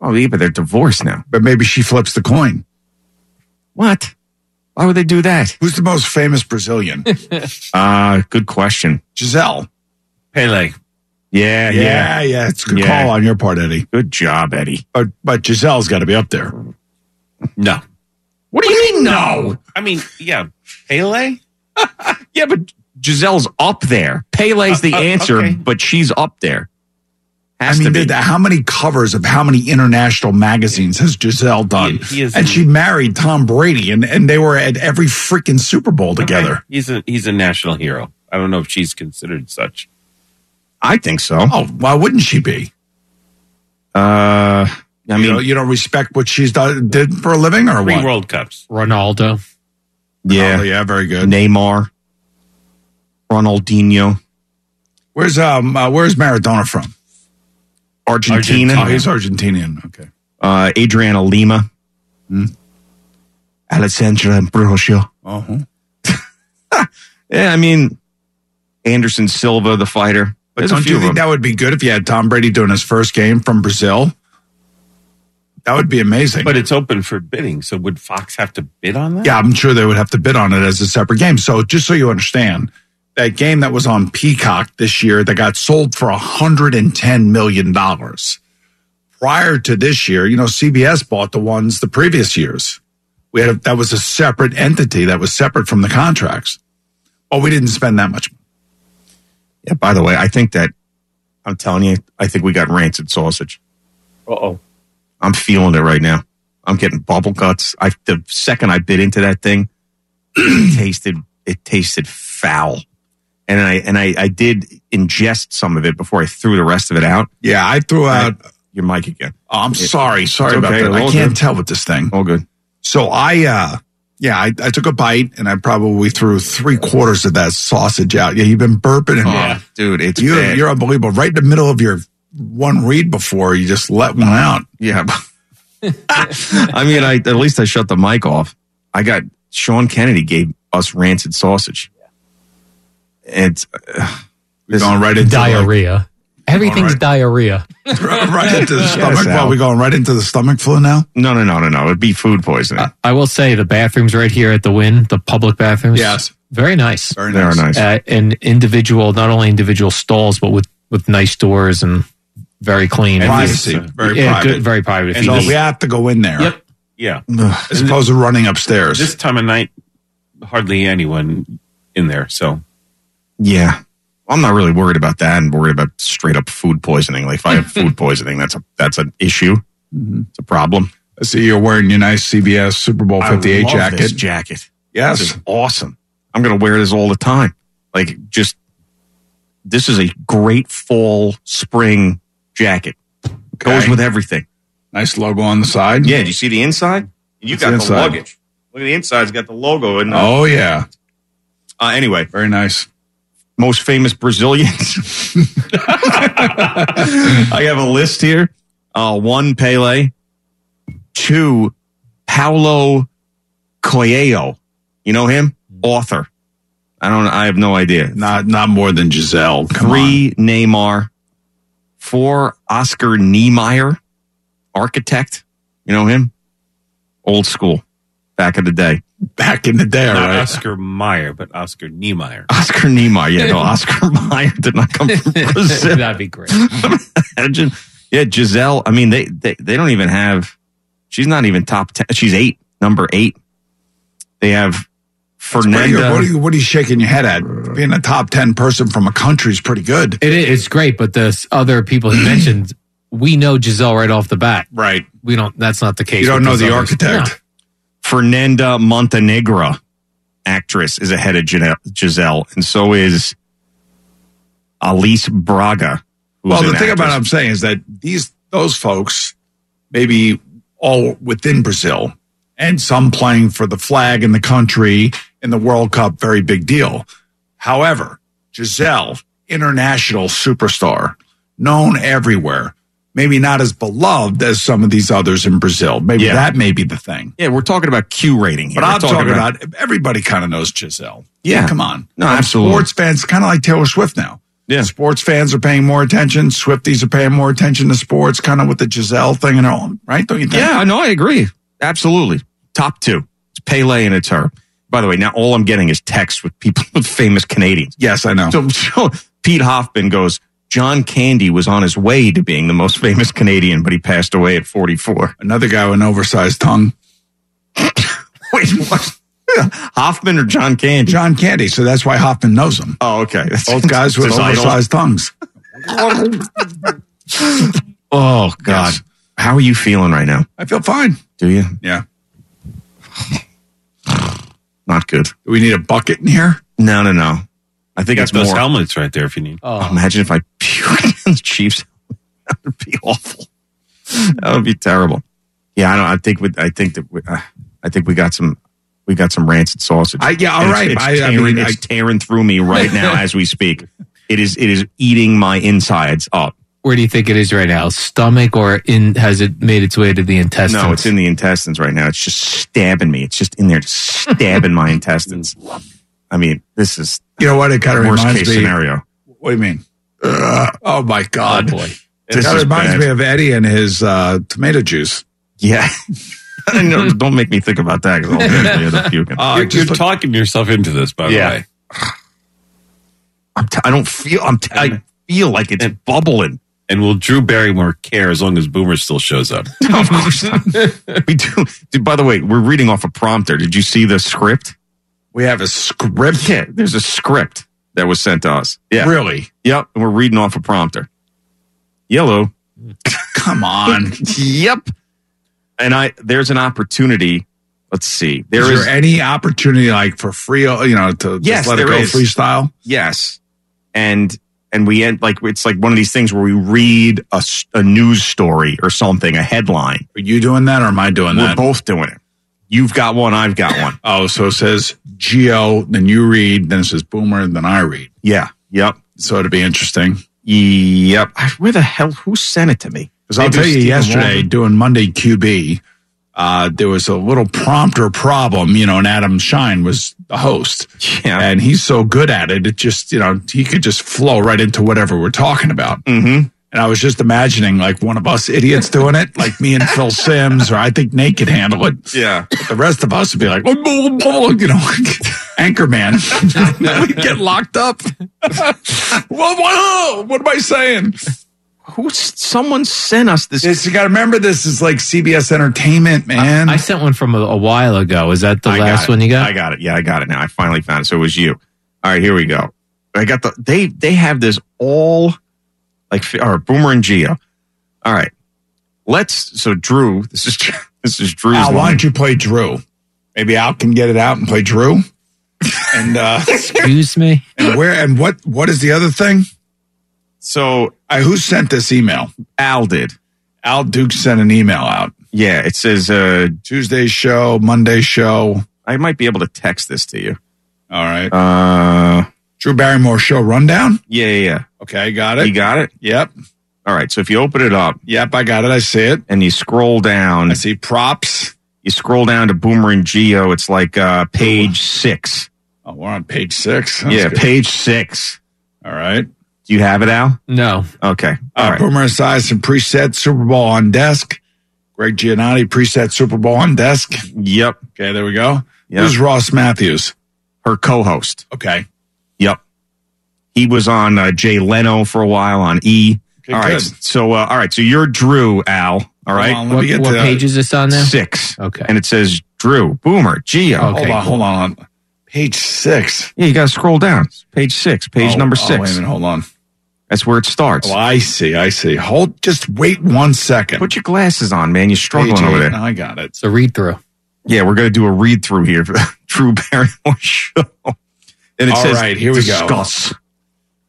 S3: Oh, yeah, but they're divorced now.
S4: But maybe she flips the coin.
S3: What? Why would they do that?
S4: Who's the most
S3: [laughs]
S4: famous Brazilian?
S3: Uh good question.
S4: Giselle.
S5: Pele.
S3: Yeah, yeah.
S4: Yeah, yeah. It's a good
S3: Yeah.
S4: call on your part, Eddie.
S3: Good job, Eddie.
S4: But but Giselle's got to be up there.
S5: No.
S3: What do you mean? No.
S5: I mean, yeah,
S4: [laughs]
S5: Pele.
S3: Yeah, but Giselle's up there. Pele's the
S5: Uh, uh,
S3: answer,
S5: okay.
S3: but she's up there. Has
S4: I
S3: to
S4: mean,
S3: be.
S4: did that- how many covers of how many international magazines has Giselle done?
S5: He- he is-
S4: and she married Tom Brady, and, and they were at every freaking Super Bowl together.
S5: He's a he's a national hero. I don't know if she's considered such.
S3: I think so.
S4: Oh, why wouldn't she be?
S3: Uh, I
S4: you,
S3: mean,
S4: know, you don't respect what she's done, did for a living, or
S5: Three
S4: what?
S5: World Cups.
S8: Ronaldo.
S3: yeah,
S4: Oh, yeah, very good.
S3: Neymar, Ronaldinho,
S4: Where's um, uh, where's Maradona from?
S3: Argentina,
S4: Oh, he's Argentinian. Okay.
S3: Hmm. uh, Adriana Lima. Alessandra and Brujio.
S1: Uh-huh.
S3: [laughs] Yeah, I mean, Anderson Silva, the fighter.
S4: But
S3: There's a
S4: don't
S3: few
S4: you
S3: of
S4: think
S3: them.
S4: that would be good if you had Tom Brady doing his first game from Brazil? That would be amazing.
S5: But it's open for bidding. So would Fox have to bid on that?
S4: Yeah, I'm sure they would have to bid on it as a separate game. So just so you understand, that game that was on Peacock this year that got sold for 110 million dollars. Prior to this year, you know, CBS bought the ones the previous years. We had a, that was a separate entity that was separate from the contracts. Well, we didn't spend that much.
S3: Yeah, by the way, I think that I'm telling you, I think we got rancid sausage.
S5: Uh oh.
S3: I'm feeling it right now. I'm getting bubble guts. I the second I bit into that thing, [clears throat] it tasted it tasted foul. And I and I, I did ingest some of it before I threw the rest of it out.
S4: Yeah, I threw out
S3: your mic again.
S4: Oh, I'm
S3: It-
S4: sorry.
S3: it's
S4: Sorry
S3: okay.
S4: about that. I
S3: All
S4: can't
S3: good.
S4: tell with this thing.
S3: All good.
S4: So I, uh, yeah, I, I took a bite and I probably threw three quarters of that sausage out. Yeah, you've been burping and
S3: Oh, dude, it's
S4: you're,
S3: bad.
S4: you're unbelievable. Right in the middle of your one read before you just let
S8: Uh-huh.
S4: one out.
S3: Yeah. I mean, I at least I shut the mic off. I got Sean Kennedy gave us rancid sausage. It's uh,
S4: going right into
S8: diarrhea. Everything's diarrhea.
S4: [laughs] right into the stomach.
S8: Al.
S4: Well, we going right into the stomach flu now.
S3: No, no, no, no, no. It'd be food poisoning.
S8: I will say the bathrooms right here at the Win, the public bathrooms.
S3: Yes.
S8: very nice. Very
S3: They are nice. nice.
S8: Uh, and individual, not only individual stalls, but with with nice doors and very clean.
S4: Privacy. Very
S8: yeah,
S4: private.
S8: Good, very private. If you
S4: so we
S8: leave.
S4: have to go in there.
S5: Yep. Yeah.
S4: As opposed to running upstairs.
S5: This time of night, hardly anyone in there. So
S3: Yeah. I'm not really worried about that. I'm worried about straight up food poisoning. Like if I have food poisoning, that's a that's an issue. It's a problem.
S4: I see you're wearing your nice CBS Super Bowl
S3: I
S4: 58
S3: love
S4: jacket.
S3: this jacket.
S4: Yes.
S3: This is awesome. I'm going to wear this all the time. Like, just this is a great fall spring jacket. Goes with everything.
S4: Nice logo on the side.
S3: Yeah. Do you see the inside? You
S4: It's
S3: got the
S4: inside.
S3: luggage. Look at the inside's got the logo. And
S4: Oh, yeah.
S3: Uh, anyway,
S4: very nice.
S3: Most famous Brazilians. [laughs] I have a list here. Uh, one Pele, two Paulo Coelho. You know him, author. I don't. I have no idea.
S4: Mm-hmm. Not not more than Giselle.
S3: Three Neymar, four Oscar Niemeyer, architect. You know him, old school, back in the day.
S4: Back in the day,
S5: not
S3: all right.
S5: Oscar Meyer, but Oscar
S3: [laughs]
S5: Niemeyer.
S3: Oscar Niemeyer. Yeah,
S4: [laughs]
S3: no, Oscar Meyer did not come from Brazil.
S8: That'd be great.
S3: Imagine. Yeah, Giselle. I mean, they, they they don't even have. She's not even top ten. She's eight, number eight. They have
S4: What are, you,
S8: uh,
S4: what, are
S3: Fernanda.
S4: you, what are you shaking your head at? Being a top 10 person from a country is pretty good.
S8: It is, it's great, but the other people
S4: [clears throat]
S8: he mentioned, we know Giselle right off the bat.
S4: Right.
S8: We don't. That's not the case.
S3: You don't
S8: with
S3: know
S8: these
S3: the
S8: others.
S3: architect. Fernanda Montenegro, actress, is ahead of Gine- Giselle, and so is Alice Braga. who's
S4: Well,
S3: an
S4: the thing about
S3: actress.
S4: what I'm saying is that these those folks, maybe all within Brazil, and some playing for the flag in the country in the World Cup, very big deal. However, Giselle, international superstar, known everywhere, maybe not as beloved as some of these others in Brazil. Maybe
S3: Yeah.
S4: that may be the thing.
S3: Yeah, we're talking about Q rating here.
S4: But
S3: We're
S4: I'm talking, about, everybody kind of knows Giselle.
S3: Yeah.
S4: come on.
S3: No,
S4: And
S3: absolutely.
S4: Sports fans, kind of like Taylor Swift now.
S3: Yeah.
S4: Sports fans are paying more attention. Swifties are paying more attention to sports, kind of with the Giselle thing and all, right? Don't you think?
S3: Yeah, I know. I agree. Absolutely. Top two. It's Pele and it's her. By the way, now all I'm getting is texts with people [laughs] with famous Canadians.
S4: Yes, I know.
S3: So, so Pete Hoffman goes, John Candy was on his way to being the most famous Canadian, but he passed away at 44.
S4: Another guy with an oversized tongue.
S3: [laughs] Wait, what? Hoffman or John Candy?
S4: John Candy. So that's why Hoffman knows him.
S3: Oh, okay. That's-
S4: Both guys
S3: [laughs]
S4: with
S3: His idol.
S4: oversized tongues.
S3: Oh, God. How are you feeling right now?
S4: I feel fine.
S3: Do you?
S4: Yeah.
S3: Not good. Do
S4: we need a bucket in here?
S3: No, no, no. I
S5: You
S3: think
S5: got
S3: it's
S5: those
S3: more. Oh,
S5: helmets right there if you need.
S3: Imagine if I puked [laughs] in the Chiefs. That would be awful. That would be terrible. Yeah, I don't. I think. We, I think that. We, uh, I think we got some. We got some rancid sausage.
S4: I- yeah, all
S3: And it's-
S4: right.
S3: It's,
S4: I- I
S3: tearing,
S4: mean,
S3: it's
S4: I- [laughs]
S3: tearing through me right now as we speak. It is. It is eating my insides up.
S8: where do you think it is right now? Stomach or in? Has it made its way to the intestines?
S3: No, it's in the intestines right now. It's just stabbing me. It's just in there, just stabbing my intestines. I mean, this is
S4: You know what? It kind of
S3: worst
S4: reminds
S3: case
S4: me.
S3: scenario. Uh,
S4: What do you mean? Ugh. oh my god!
S3: boy.
S4: It
S3: This
S4: kind
S3: is
S4: of reminds
S3: bad.
S4: me of Eddie and his uh, tomato juice.
S3: Yeah. [laughs] no, don't make me think about that. 'cause I'll definitely end up puking.
S5: Uh, you're talking yourself into this, by
S3: Yeah.
S5: the way.
S3: I'm t- I don't feel. I'm t- I feel like it's bubbling.
S5: And will Drew Barrymore care as long as Boomer still shows up?
S4: [laughs]
S2: [laughs]
S3: of course not. [laughs] we do. Dude, by the way, we're reading off a prompter. Did you see the script?
S4: We have a script.
S3: Yeah, there's a script that was sent to us. [laughs] Yeah,
S4: Really?
S3: Yep, and we're reading off a prompter. Yellow. [laughs]
S4: Come on.
S3: yep. And I there's an opportunity. Let's see.
S4: There is
S3: There is,
S4: there any opportunity like for free? You know, to
S3: Yes,
S4: just let
S3: there
S4: it go
S3: is.
S4: freestyle.
S3: yes, and and we end like it's like one of these things where we read a, s- a news story or something, a headline.
S4: Are you doing that or am I doing
S3: We're
S4: that?
S3: both doing it. You've got one. I've got one.
S4: [laughs] Oh, so it says Geo, then you read, then it says Boomer, then I read.
S3: Yeah. Yep.
S4: So it'd be interesting.
S3: Yep. Where the hell? Who sent it to me?
S4: Because I'll
S3: Maybe
S4: tell you,
S3: Stephen
S4: yesterday
S3: Walker.
S4: doing Monday QB, uh, there was a little prompter problem, you know, and Adam Shine was the host.
S3: Yeah.
S4: And he's so good at it, it just, you know, he could just flow right into whatever we're talking about.
S3: Mm-hmm.
S4: And I was just imagining like one of us idiots doing it, like me and Phil Sims, or I think Nate could handle it.
S3: Yeah.
S4: But the rest of us would be like, "Oh, oh, oh," you know, [laughs]
S3: [laughs]
S4: Anchorman. [laughs] We'd get locked up. what, what, what am I saying?
S3: Who's someone sent us this? Uh,
S4: you got to remember this is like CBS Entertainment, man.
S8: I sent one from a, a while ago. Is that the
S3: I
S8: last
S3: got it.
S8: one you got?
S3: I got it. Yeah, I got it now. I finally found it. So it was you. All right, here we go. I got the they they have this all like all right, Boomer and Geo. All right. Let's so Drew, this is [laughs] this is Drew's
S4: Al, why
S3: line.
S4: don't you play Drew? Maybe Al can get it out and play
S3: [laughs]
S4: Drew. And uh
S8: excuse me.
S4: And where and what what is the other thing?
S3: So
S4: I who sent this email?
S3: Al did.
S4: Al Duke sent an email out.
S3: Yeah, it says uh
S4: Tuesday show, Monday show.
S3: I might be able to text this to you.
S4: All right.
S3: Uh
S4: Drew Barrymore show rundown.
S3: yeah, yeah, yeah.
S4: Okay, got it.
S3: You got it?
S4: Yep.
S3: All right. So if you open it up.
S4: Yep, I got it. I see it.
S3: And you scroll down. I
S4: see props.
S3: You scroll down to Boomer and Geo. It's like uh page six.
S4: Oh, we're on page six. That's
S3: yeah,
S4: good.
S3: page six.
S4: All right.
S3: Do you have it, Al?
S8: No.
S3: Okay.
S4: Uh,
S3: All right.
S4: Boomer Esiason and preset Super Bowl on desk. Greg Giannotti preset Super Bowl on desk.
S3: Yep.
S4: Okay, there we go.
S3: Yep.
S4: Who's Ross Matthews?
S3: Her co-host.
S4: Okay.
S3: Yep. He was on uh, Jay Leno for a while on E.
S4: Okay,
S3: all right.
S4: good.
S3: So uh, all right. So you're Drew Al. All right.
S4: on, let
S8: What,
S4: me get
S8: what
S4: to that.
S8: page is this on now?
S3: Six.
S8: Okay.
S3: And it says Drew Boomer Geo.
S8: Okay.
S4: Hold on, hold on. Page six.
S3: Yeah, you got to scroll down. Page six. Page
S4: Oh,
S3: number
S4: oh, wait a
S3: six.
S4: minute, hold on.
S3: That's where it starts.
S4: Oh, I see. I see. Hold. Just wait one second.
S3: Put your glasses on, man. You're struggling
S4: Page
S3: over
S4: eight.
S3: there.
S4: No, I got it.
S8: It's a read through.
S3: Yeah, we're gonna do a read through here. for [laughs] Drew Barrymore show. And it
S4: All
S3: says,
S4: right, here we go.
S3: discuss.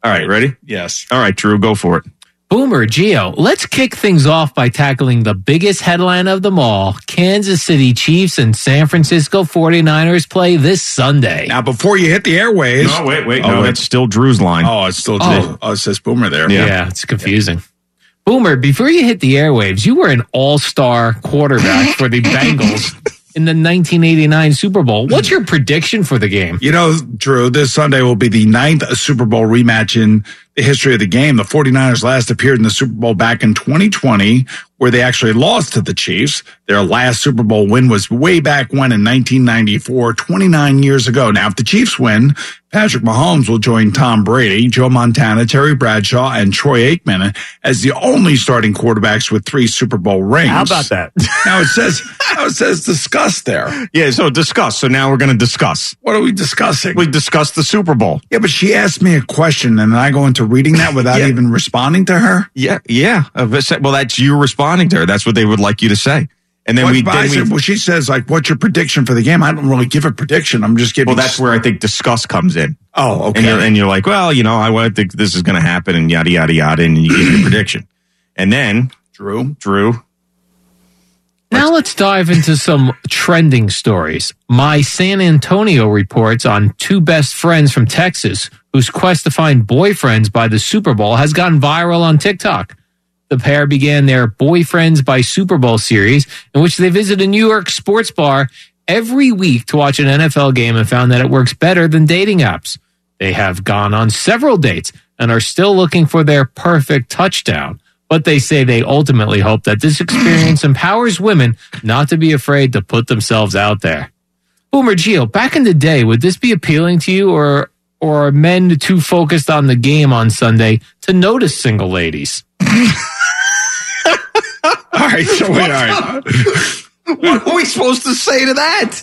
S3: All right, ready?
S4: Yes.
S3: All right, Drew, go for it.
S8: Boomer Geo, let's kick things off by tackling the biggest headline of them all. Kansas City Chiefs and San Francisco 49ers play this Sunday.
S4: Now, before you hit the airways.
S3: No, wait, wait.
S4: Oh,
S3: no,
S4: wait.
S3: that's still Drew's line.
S4: Oh, it's still.
S8: Oh.
S4: Oh. it says Boomer there.
S8: Yeah, it's confusing. Boomer, before you hit the airwaves, you were an all star quarterback
S4: [laughs]
S8: for the Bengals in the 1989 Super Bowl. What's your prediction for the game?
S4: You know, Drew, this Sunday will be the ninth Super Bowl rematch in the history of the game. The 49ers last appeared in the Super Bowl back in 2020, where they actually lost to the Chiefs. Their last Super Bowl win was way back when in 1994, 29 years ago. Now, if the Chiefs win, Patrick Mahomes will join Tom Brady, Joe Montana, Terry Bradshaw, and Troy Aikman as the only starting quarterbacks with three Super Bowl rings.
S9: How about that?
S4: [laughs] Now it says, now it says discuss there.
S3: Yeah, so discuss. So now we're going to discuss.
S4: What are we discussing?
S3: We discussed the Super Bowl.
S4: Yeah, but she asked me a question and I go into reading that
S9: [laughs]
S4: without
S3: Yeah.
S4: even responding to her.
S3: Yeah, yeah. Uh, but sa- Well, that's you responding to her. That's what they would like you to say. And then
S4: What-
S3: we,
S4: but I
S3: then
S4: said,
S3: we
S4: well, she says, like, what's your prediction for the game? I don't really give a prediction. I'm just giving.
S3: well, that's where I think discuss comes in.
S4: oh, okay.
S3: And you're, and you're like, well, you know, I, I think this is going to happen and yada, yada, yada. And you give your [coughs] prediction. And then,
S4: Drew,
S3: Drew, [laughs]
S8: Now let's dive into some trending stories. My San Antonio reports on two best friends from Texas whose quest to find boyfriends by the Super Bowl has gone viral on TikTok. the pair began their Boyfriends by Super Bowl series, in which they visit a New York sports bar every week to watch an NFL game and found that it works better than dating apps. They have gone on several dates and are still looking for their perfect touchdown. But they say they ultimately hope that this experience empowers women not to be afraid to put themselves out there. Boomer Geo, back in the day, would this be appealing to you or or are men too focused on the game on Sunday to notice single ladies?
S4: All right, so wait, all right.
S27: [laughs] what are we supposed to say to that?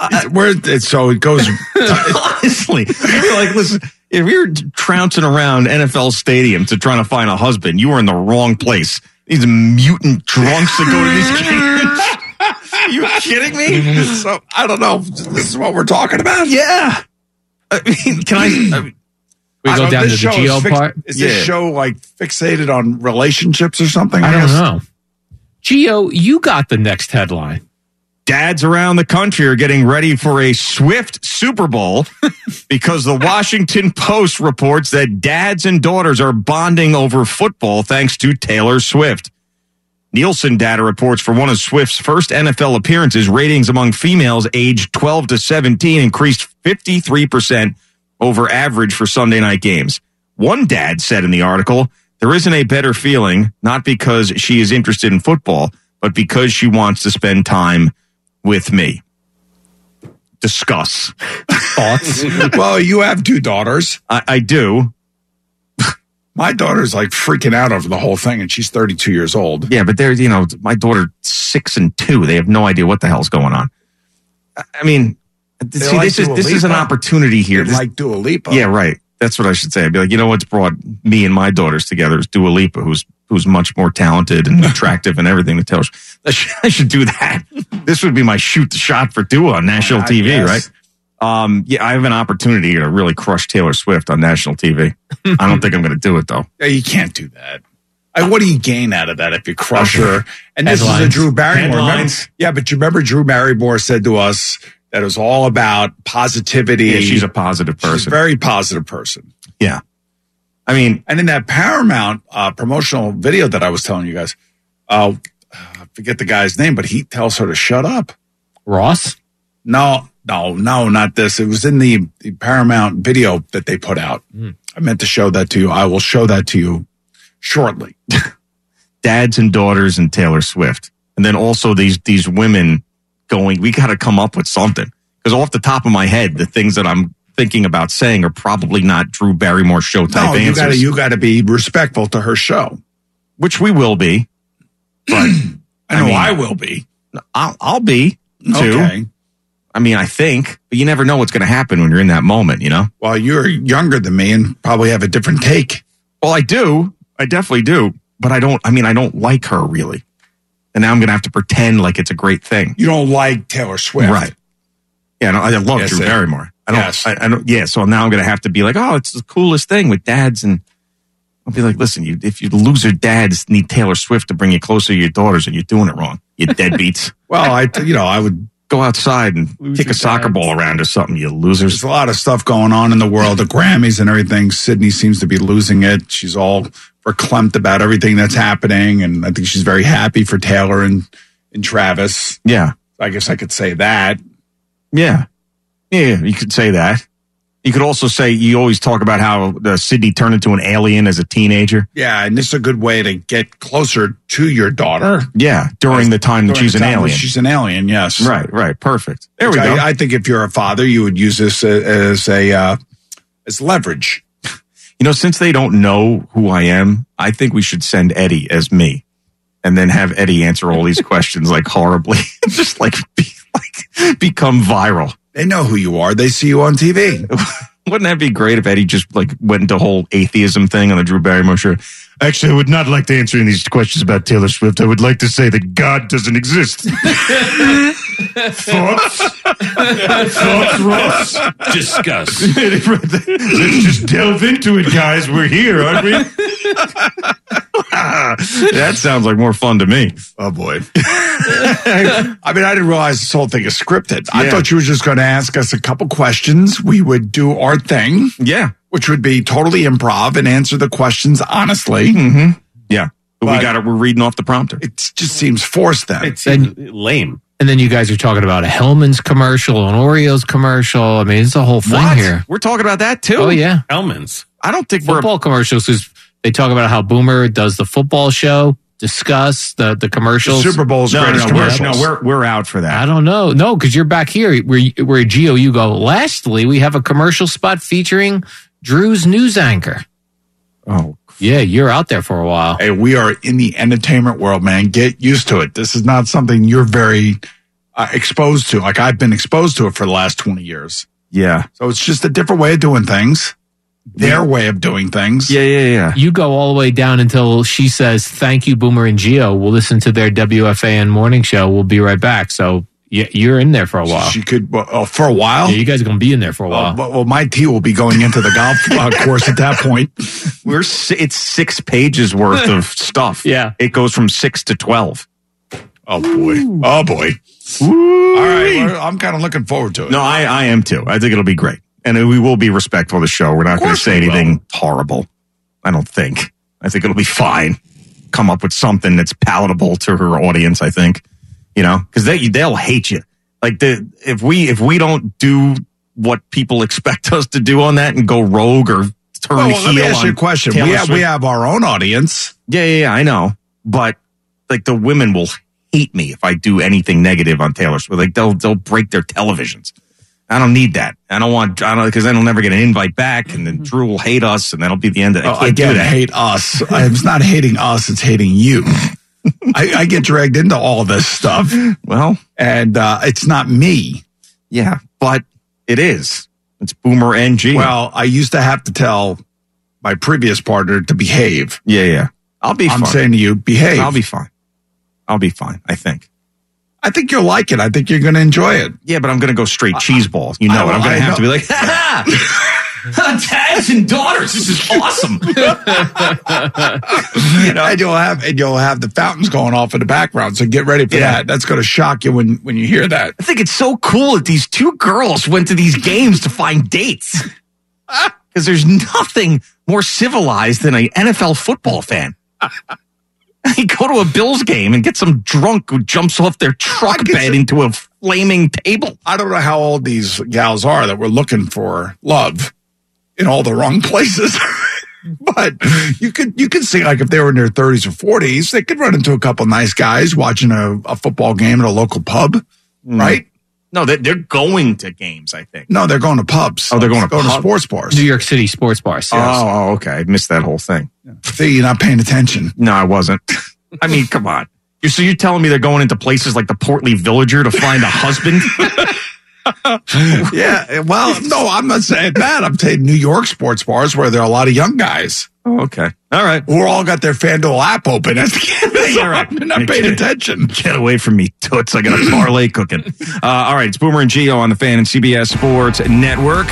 S4: Uh, Where it, so it goes.
S3: Honestly, you're like, listen, if you're trouncing around NFL stadium to trying to find a husband, you are in the wrong place. [laughs] These mutant drunks that
S4: [laughs]
S3: go to these games. Are [laughs] you kidding [laughs] me? So I don't know. if This is what we're talking about. Yeah. I mean, can I? I mean,
S8: We
S4: I
S8: go
S4: don't-
S8: down
S4: this
S8: to the
S4: show is
S8: Geo
S4: fix-
S8: part?
S4: Is
S8: Yeah.
S4: this show like fixated on relationships or something?
S8: I don't
S4: guess?
S8: know. Geo, you got the next headline.
S3: Dads around the country are getting ready for a swift Super Bowl [laughs] because the Washington Post reports that dads and daughters are bonding over football thanks to Taylor Swift. Nielsen data reports for one of Swift's first NFL appearances, ratings among females aged 12 to 17 increased 53% over average for Sunday night games. One dad said in the article, There isn't a better feeling, not because she is interested in football, but because she wants to spend time with me. Discuss
S8: thoughts.
S4: [laughs] well, you have two daughters.
S3: I, I do.
S4: [laughs] My daughter's like freaking out over the whole thing, and she's 32 years old.
S3: Yeah, but they're, you know, my daughter, six and two, they have no idea what the hell's going on. I- I mean,
S4: They
S3: see,
S4: like
S3: this is
S4: Dua
S3: this is an
S4: Lipa.
S3: opportunity here.
S4: They
S3: This-
S4: like Dua Lipa.
S3: Yeah, right. That's what I should say. I'd be like, you know what's brought me and my daughters together is Dua Lipa, who's who's much more talented and attractive and everything to tell us. [laughs] I should, I should do that. This would be my shoot the shot for Dua on national
S4: I
S3: TV,
S4: guess.
S3: right? Um, yeah, I have an opportunity here to really crush Taylor Swift on national TV. I don't think I'm going to do it though.
S4: Yeah, you can't do that. I, what do you gain out of that if you crush her? And this is a
S3: Headlines.
S4: Drew Barrymore. Remember,
S3: Headlines.
S4: yeah, but you remember Drew Barrymore said to us that it was all about positivity.
S3: Yeah, she's a positive
S4: She's a
S3: person.
S4: very positive person.
S3: Yeah. I mean,
S4: and in that Paramount uh, promotional video that I was telling you guys, uh, I forget the guy's name, but he tells her to shut up.
S8: Ross?
S4: No, no, no, not this. It was in the, the Paramount video that they put out. I meant to show that to you. I will show that to you shortly.
S3: [laughs] dads and daughters and Taylor Swift. And then also these these women going, we got to come up with something. Because off the top of my head, the things that I'm thinking about saying are probably not Drew Barrymore show type
S4: no, you
S3: answers.
S4: gotta you gotta be respectful to her show.
S3: which we will be. But
S4: I know I will be.
S3: I'll, I'll be too.
S4: Okay.
S3: I mean, I think, but you never know what's going to happen when you're in that moment, you know?
S4: Well, you're younger than me and probably have a different take.
S3: Well, I do. I definitely do. But I don't, I mean, I don't like her really. And now I'm going to have to pretend like it's a great thing.
S4: You don't like Taylor Swift.
S3: Right. Yeah, no, I love
S4: Yes,
S3: Drew
S4: sir.
S3: Barrymore. I don't,
S4: Yes.
S3: I, I don't, yeah, so now I'm going to have to be like, oh, it's the coolest thing with dads. And I'll be like, listen, you, if you loser dads need Taylor Swift to bring you closer to your daughters and you're doing it wrong, you deadbeats.
S4: well, I, you know, I would
S3: go outside and kick a soccer ball around or something, you losers.
S4: There's a lot of stuff going on in the world, the Grammys and everything. Sydney seems to be losing it. She's all verklempt about everything that's happening, and I think she's very happy for Taylor and and Travis.
S3: Yeah,
S4: I guess I could say that.
S3: Yeah. Yeah, you could say that. You could also say you always talk about how uh, Sydney turned into an alien as a teenager.
S4: Yeah, and this is a good way to get closer to your daughter.
S3: Yeah, during the time that
S4: During
S3: she's
S4: the
S3: an
S4: time when
S3: alien.
S4: She's an alien. Yes.
S3: Right, right. Perfect. There we
S4: Which
S3: go.
S4: I, I think if you're a father, you would use this a- as a uh, as leverage. [laughs]
S3: You know, since they don't know who I am, I think we should send Eddie as me and then have Eddie answer all [laughs] these questions like horribly, just like, be, like become viral.
S4: They know who you are. They see you on TV.
S3: [laughs] Wouldn't that be great if Eddie just like went into whole atheism thing on the Drew Barrymore show? Actually, I would not like to answer any of these questions about Taylor Swift. I would like to say that God doesn't exist.
S2: Thoughts? Thoughts, Ross?
S5: [laughs]
S3: [laughs]
S5: Discuss.
S2: Let's just delve into it, guys. We're here, aren't we?
S3: [laughs] that sounds like more fun to me.
S4: Oh boy. I mean, I didn't realize this whole thing is scripted. I
S3: Yeah.
S4: thought you were just going to ask us a couple questions. We would do our thing.
S3: Yeah.
S4: which would be totally improv and answer the questions honestly.
S3: Mhm. Yeah. But we
S4: But-
S3: got it. We're reading off the prompter.
S4: It just seems forced then.
S3: It's
S8: And-
S3: lame.
S8: And then you guys are talking about a Hellman's commercial, an Oreos commercial. I mean, it's a whole thing
S3: What?
S8: here.
S3: We're talking about that too.
S8: Oh, yeah.
S3: Elmans. I don't think we're
S8: Football commercials is they talk about how Boomer does the football show, discuss the the commercials.
S3: The Super Bowl's
S8: No,
S3: greatest
S8: no, we're-
S3: commercials.
S8: no, we're-
S3: we're out for that.
S8: I don't know. No, because you're back here where you- where Geo you go. Lastly, we have a commercial spot featuring Drew's news anchor.
S4: Oh,
S8: yeah, you're out there for a while.
S4: Hey, we are in the entertainment world, man. Get used to it. This is not something you're very uh, exposed to. Like I've been exposed to it for the last 20 years.
S3: Yeah.
S4: So it's just a different way of doing things, their way of doing things.
S3: Yeah, yeah, yeah.
S8: You go all the way down until she says, "Thank you, Boomer and Geo." We'll listen to their WFAN morning show. We'll be right back. So y- you're in there for a while.
S4: She could well,
S3: uh,
S4: oh, for a while.
S8: Yeah, you guys are gonna be in there
S3: Oh,
S8: for a while.
S4: Well, well, my tea will be going into the golf
S3: [laughs]
S4: uh, course at that point.
S3: We're s- it's six pages worth of stuff.
S8: Yeah,
S3: it goes from six to twelve.
S4: Oh boy! Oh boy! All right, well, I'm kind of looking forward to it.
S3: No, I, I am too. I think it'll be great, and we will be respectful of the show. We're not going to say anything horrible. I don't think. I think it'll be fine. Come up with something that's palatable to her audience. I think, you know, because they they'll hate you. Like the if we if we don't do what people [laughs] expect us to do on that and go rogue or turn
S4: Well,
S3: heel.
S4: well, let me ask
S3: on
S4: you a question.
S3: Taylor
S4: We have, we
S3: Swift-
S4: have our own audience.
S3: Yeah, yeah, yeah, I know. But like the women will hate me if I do anything negative on Taylor Swift. Like they'll they'll break their televisions. I don't need that. I don't want I don't because then I'll never get an invite back, and then Drew will hate us, and that'll be the end of it. I
S4: Oh,
S3: can't
S4: again,
S3: do that.
S4: hate us. It's not hating us. It's hating you. I, I get dragged into all this stuff.
S3: Well,
S4: and uh, it's not me.
S3: Yeah, but it is. It's Boomer and G.
S4: Well, I used to have
S3: [laughs]
S4: to tell my previous partner to behave.
S3: Yeah, yeah. I'll be.
S4: I'm
S3: fine.
S4: saying to you, behave.
S3: I'll be fine. I'll be fine. I think.
S4: I think you'll like it. I think you're going to enjoy it.
S3: Yeah, but I'm going to go straight cheese balls. You know
S4: I-
S3: it. I'm
S4: I
S3: going to have
S4: know.
S3: to be like, [laughs] ha ha! Dads and daughters, this
S28: [laughs]
S3: is awesome.
S4: and you'll have and you'll have the fountains going off in the background. So get ready for
S3: Yeah.
S4: that. That's going to shock you when when you hear that.
S3: I think it's so cool that these two girls went to these games to find
S4: [laughs]
S3: dates. Because there's nothing more civilized than an NFL football fan. [laughs] they go to a Bills game and get some drunk who jumps off their truck bed into a flaming table.
S4: I don't know how old these gals are that were looking for love in all the wrong places. [laughs] but you could you could see like if they were in their 30s or 40s, they could run into a couple nice guys watching a, a football game at a local pub,
S3: Hmm.
S4: right?
S3: No, they- they're going to games, I think.
S4: No, they're going to pubs.
S3: Oh, they're going to
S4: going
S3: pub-
S4: to sports bars.
S8: New York City sports bars.
S3: Oh, oh, okay. I missed that whole thing.
S4: See, you're not paying attention.
S3: No, I wasn't. [laughs] I mean, come on. You're, so you're telling me they're going into places like the Portly Villager to find a
S4: [laughs]
S3: husband?
S4: yeah. Well, no, I'm not saying that. I'm saying New York sports bars where there are a lot of young guys.
S3: Oh, okay. All right.
S4: Who are all got their FanDuel app open. That's the [laughs] thing. All right. They're not paying attention.
S3: Get away from me, toots. I got a parlay
S4: [laughs]
S3: cooking. Uh, all right. It's Boomer and Geo on the fan and CBS Sports Network.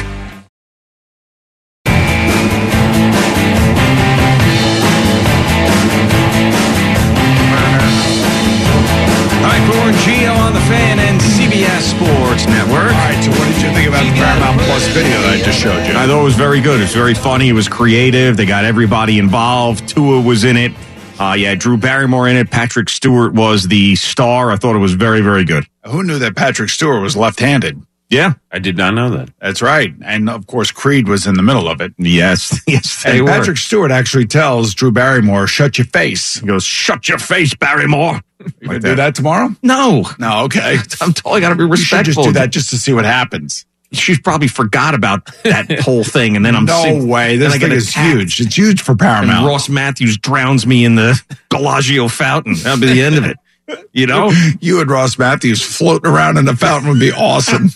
S23: All right, Boomer and Geo on the fan and CBS Sports Network. All
S4: right, so what did you think about the Paramount Plus video that I just showed you?
S3: I thought it was very good. It was very funny. It was creative. They got everybody involved. Tua was in it. Uh, yeah, Drew Barrymore in it. Patrick Stewart was the star. I thought it was very, very good.
S4: Who knew that Patrick Stewart was left handed?
S3: Yeah.
S5: I did not know that.
S4: That's right. And of course, Creed was in the middle of it.
S3: Yes. [laughs] Yes.
S4: And Patrick Stewart actually tells Drew Barrymore, shut your face. He
S3: goes, shut your face, Barrymore.
S4: You going to do that tomorrow?
S3: No.
S4: No, okay.
S3: [laughs] I'm totally got to be
S4: You should
S3: respectful.
S4: just do that just to see what happens.
S3: She's probably forgot about
S4: [laughs]
S3: that whole thing, and then I'm
S4: no
S3: sing-
S4: way.
S3: then
S4: This
S3: I get
S4: thing is
S3: attacked.
S4: huge. It's huge for
S3: And
S4: Paramount.
S3: Ross Matthews drowns me in the [laughs] Bellagio fountain. That'll be the end of it. You
S4: [laughs]
S3: know?
S4: you and Ross Matthews floating around in the fountain would be awesome.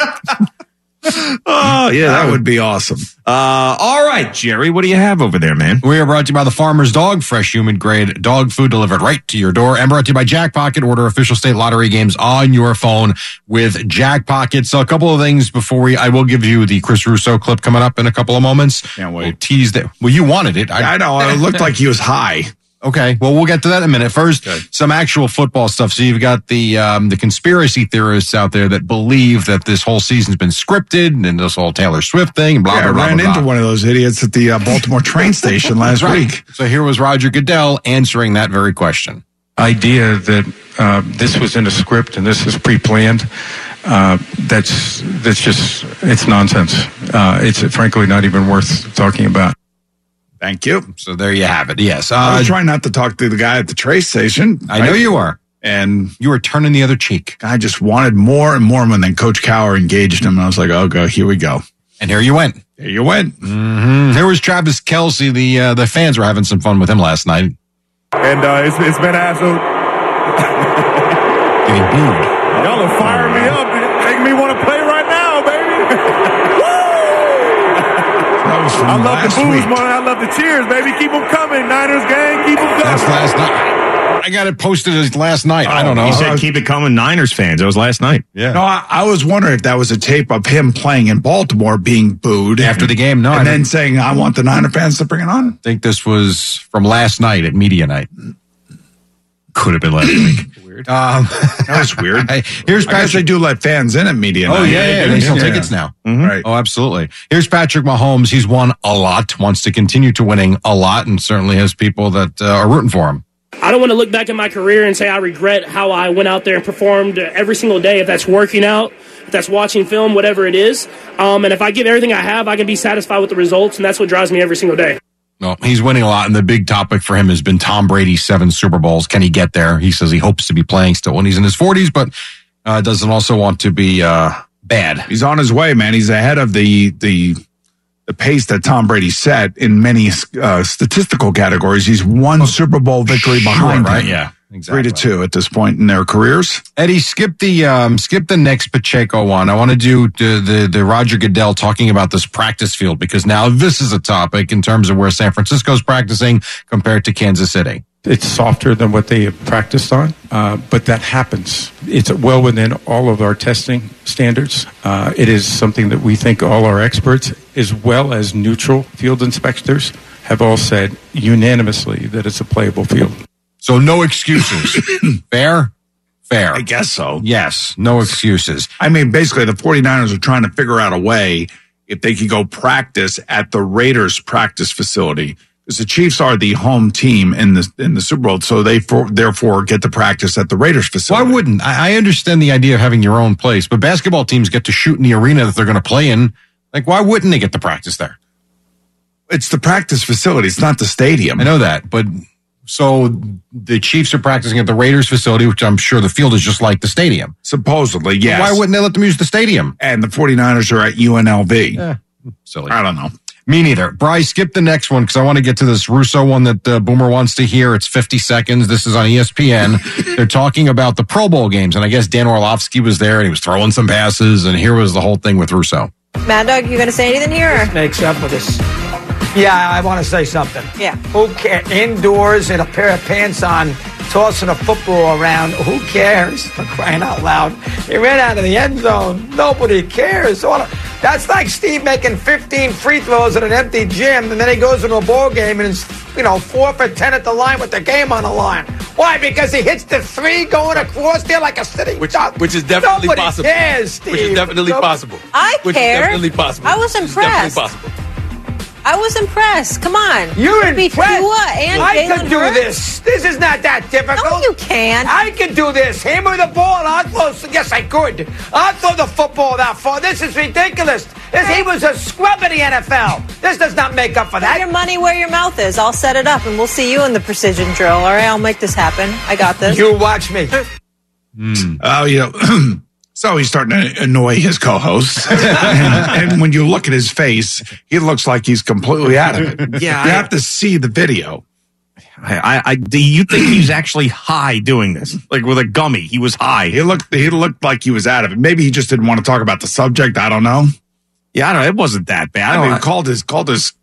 S3: Oh, yeah,
S4: that would be awesome.
S3: Uh, all right, Jerry, what do you have over there, man?
S12: We are brought to you by the Farmer's Dog, fresh human grade dog food delivered right to your door, and brought to you by Jackpocket. Order official state lottery games on your phone with Jackpocket. So, a couple of things before we, I will give you the Chris Russo clip coming up in a couple of moments. Can't wait. We'll tease that. Well, you wanted it.
S4: I know. It looked like he was high.
S12: [laughs] Okay. Well, we'll get to that in a minute. First, some actual football stuff. So you've got the um, the conspiracy theorists out there that believe that this whole season's been scripted and this whole Taylor Swift [laughs] thing. Blah
S4: Yeah,
S12: blah blah.
S4: ran
S12: blah,
S4: into
S12: blah.
S4: one of those idiots at the uh,
S12: [laughs]
S4: Baltimore train station last
S12: Right.
S4: week.
S12: So here was Roger Goodell answering that very question.
S10: idea that uh,
S13: um,
S10: this was in a script and this is pre-planned. Uh, that's that's just it's nonsense. Uh, it's frankly not even worth talking about.
S4: Thank you.
S12: So there you have it. Yes. uh,
S4: I was trying not to talk to the guy at the train station.
S12: I know you are.
S4: And
S12: you were turning the other cheek.
S4: I just wanted more and more. And then Coach Cower engaged him. And I was like, oh, go, here we go.
S12: And here you went.
S4: There you went.
S12: Mm-hmm. Here was Travis Kelsey. The uh, the fans were having some fun with him last night.
S7: And uh, it's, it's been an absolute.
S12: Getting booed.
S7: Y'all are firing me up. Making me want to play right now, baby. [laughs] that
S4: was
S7: I love the
S12: last
S7: booze
S12: week.
S7: more than I love the cheers, baby. Keep them coming, Niners gang. Keep them coming.
S12: That's last night. I got it posted as last night. I don't
S4: Oh,
S12: know.
S3: He said, "Keep it coming, Niners fans." It was last night.
S12: Yeah.
S4: No, I, I was wondering if that was a tape of him playing in Baltimore being booed
S12: after the game. No,
S4: and
S12: I
S4: then
S12: didn't-
S4: saying, "I want the Niner fans to bring it on."
S12: I think this was from last night at media night. Could have been last
S4: [clears throat]
S12: week.
S4: Weird.
S12: Um,
S4: that was weird.
S12: Here's
S4: [laughs] I guess
S12: Patrick.
S4: they do let fans in at media.
S12: Oh
S4: night. Mm-hmm.
S12: yeah, yeah, they sell tickets now.
S4: Right.
S12: Oh, absolutely. Here's Patrick Mahomes. He's won a lot, wants to continue to winning a lot, and certainly has people that uh, are rooting for him.
S29: I don't want to look back at my career and say I regret how I went out there and performed every single day. If that's working out, if that's watching film, whatever it is, um, and if I give everything I have, I can be satisfied with the results, and that's what drives me every single day.
S12: Well, he's winning a lot, and the big topic for him has been Tom Brady's seven Super Bowls. Can he get there? He says he hopes to be playing still when he's in his 40s, but uh, doesn't also want to be uh, bad.
S4: He's on his way, man. He's ahead of the the the pace that Tom Brady set in many uh, statistical categories. He's one Super Bowl victory behind,
S12: right?
S4: him.
S12: Yeah,
S4: three to two at this point in their careers.
S12: Eddie, skip the um, skip the next Pacheco one. I want to do the, the the Roger Goodell talking about this practice field because now this is a topic in terms of where San Francisco's practicing compared to Kansas City.
S13: It's softer than what they have practiced on, uh, but that happens. It's well within all of our testing standards. Uh, it is something that we think all our experts, as well as neutral field inspectors, have all said unanimously that it's a playable field.
S12: So no excuses. Fair? Fair. I
S4: guess so.
S12: Yes. No excuses.
S4: I mean, basically, the 49ers are trying to figure out a way if they could go practice at the Raiders practice facility. Because the Chiefs are the home team in the in the Super Bowl, so they for, therefore get to practice at the Raiders facility.
S12: Why wouldn't I, I understand the idea of having your own place, but basketball teams get to shoot in the arena that they're going to play in. Like, why wouldn't they get to practice there?
S4: It's the practice facility. It's not the stadium.
S12: I know that, but so the Chiefs are practicing at the Raiders facility, which I'm sure the field is just like the stadium.
S4: Supposedly, yes.
S12: Why wouldn't they let them use the stadium?
S4: And the 49ers are at UNLV.
S12: Silly.
S4: I don't know.
S12: Me neither. Bry, skip the next one because I want to get to this Russo one that uh, Boomer wants to hear. It's 50 seconds. This is on E ESPN. They're talking about the Pro Bowl games, and I guess Dan Orlovsky was there and he was throwing some passes, and here was the whole thing with Russo.
S28: Mad Dog, you gonna say anything here? Makes up for this.
S27: Yeah, I want to say something.
S28: Yeah.
S27: Who care? Indoors in a pair of pants on, tossing a football around. Who cares? [laughs] For crying out loud. He ran out of the end zone. Nobody cares. All- That's like Steve making 15 free throws at an empty gym, and then he goes into a ball game and is, you know, four for 10 at the line with the game on the line. Why? Because he hits the three going across there like a sitting Which,
S30: Which is definitely
S27: Nobody
S30: possible.
S27: Cares, Steve.
S30: Which is definitely
S27: Nobody-
S30: possible.
S28: I
S30: Which
S28: care.
S30: is definitely possible.
S28: I was
S30: Which is definitely
S28: impressed.
S30: possible.
S28: I was impressed. Come on.
S27: You're
S28: Could be
S27: impressed.
S28: Tua and
S27: I
S28: Jalen
S27: can do
S28: Hurts.
S27: this. This is not that difficult. No, you
S28: can.
S27: I can do this. Hand me the ball. I'll throw. Yes, I could. I'll throw the football that far. This is ridiculous. This, he was a scrub in the NFL. This does not make up for
S28: Put
S27: that.
S28: your money where your mouth is. I'll set it up and we'll see you in the precision drill. All right, I'll make this happen. I got this.
S27: You watch
S28: [laughs]
S27: me.
S3: Mm.
S4: Oh, you know, [clears throat] so he's starting to annoy his
S3: [laughs]
S4: co-hosts. and, and when you look at his face, he looks like he's completely out of it.
S3: Yeah,
S4: you
S3: I-
S4: have to see the video.
S3: I, I, I do you think he's actually high doing this? Like with a gummy, he was high.
S4: He looked, he looked like he was out of it. Maybe he just didn't want to talk about the subject. I don't know.
S3: Yeah, I don't. It wasn't that bad.
S4: I mean,
S3: don't-
S4: called his called his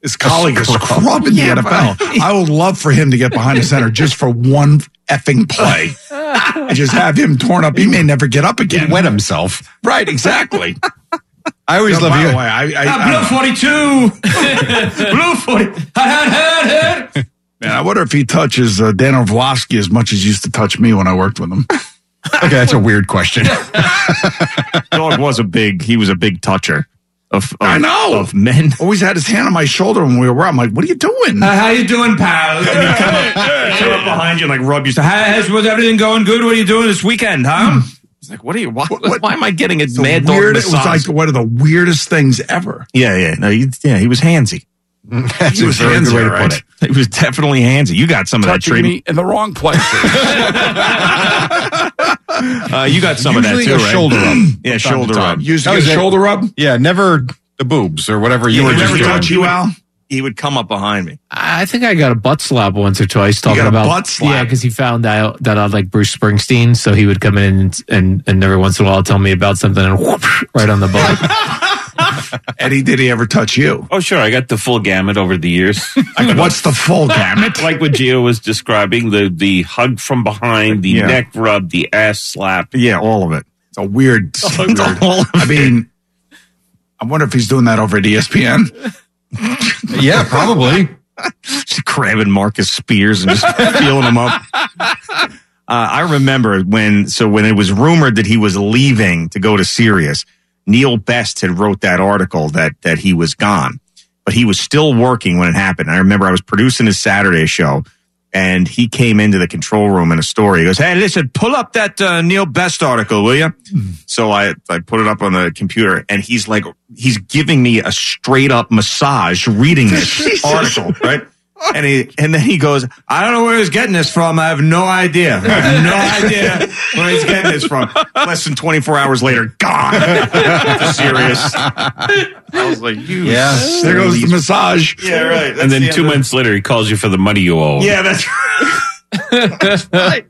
S4: his colleague a scrub in
S3: Yeah,
S4: the
S3: but-
S4: NFL. I would love for him to get behind the center just for one effing
S3: [laughs]
S4: play. I
S30: [laughs]
S4: just have him torn up. He may never get up again.
S12: wet himself.
S4: Right, exactly.
S12: [laughs] I always love
S4: by
S12: you-
S4: The way, I, I,
S30: Ah,
S4: I-
S30: Blue 42! Blue 40. Head, head, head.
S4: And I wonder if he touches uh, Dan Orlovsky as much as he used to touch me when I worked with him.
S12: [laughs] okay, that's a weird question.
S3: [laughs] Dog was a big. He was a big toucher. Of, of
S4: I know. [laughs]
S3: of men.
S4: Always had his hand on my shoulder when we were. I'm like, what are Uh, you doing?
S27: how you doing, pal?
S3: come up behind you and like rub your.
S27: How's was everything going good? What are you doing this weekend, huh?
S3: It's like, what are you? Why, why am I getting a
S4: The
S3: mad dog
S4: weird- it was
S3: massage?
S4: like one of the weirdest things ever.
S3: yeah, yeah, no, he, yeah. He was handsy.
S4: That's
S3: he was handsy. Way
S4: right?
S3: to put it. He was definitely handsy. You got some of that
S4: Touching
S3: trading.
S4: me in the wrong place.
S3: Uh, you got some
S12: Usually a
S3: of that too, right?
S12: shoulder rub.
S3: yeah,
S12: From time
S3: shoulder
S12: to time.
S3: rub.
S12: Usually
S3: That
S12: a
S3: was it.
S12: shoulder rub. Yeah, never the boobs or whatever you
S3: Yeah,
S12: were
S3: he
S12: just
S3: never
S12: doing.
S3: touched you, Al? He would come up behind me.
S8: I think I got a butt slap once or twice talking
S3: got a
S8: about
S3: butt slap?
S8: yeah, because he found out that I like Bruce Springsteen, so he would come in and and, and every once in a while tell me about something and whoop, right on
S31: [laughs]
S8: the butt.
S4: Eddie, did he ever touch you?
S5: Oh, sure. I got the full gamut over the
S4: [laughs]
S5: years.
S4: [laughs]
S5: [laughs]
S4: What's
S12: [laughs]
S4: the full gamut?
S5: like what Gio was describing the the hug from behind, the
S4: Yeah.
S5: neck rub, the ass slap. Oh,
S4: Yeah, all of it. It's
S5: [laughs]
S4: a weird. [laughs] weird- I mean, I wonder if he's doing that over at E ESPN.
S12: yeah, probably.
S3: [laughs] just grabbing Marcus Spears and just feeling him up. Uh, I remember when, so when it was rumored that he was leaving to go to Sirius, Neil Best had wrote that article that that he was gone, but he was still working when it happened. I remember I was producing his Saturday show, and he came into the control room in a story. He goes, "Hey, listen, pull up that uh, Neil Best article, will you?" So I I put it up on the computer, and he's like, he's giving me a straight up massage reading this article, right? And he and then he goes, I don't know where he's getting this from. I have no idea. I have no idea where he's getting this from. Less than 24 hours later, gone. [laughs] Serious. I was like, you.
S12: Yeah.
S4: There goes the massage.
S3: Yeah, right. That's
S5: and then
S3: the
S5: two
S3: end of-
S5: months later, he calls you for the money you owe. him.
S3: Yeah, that's [laughs] right.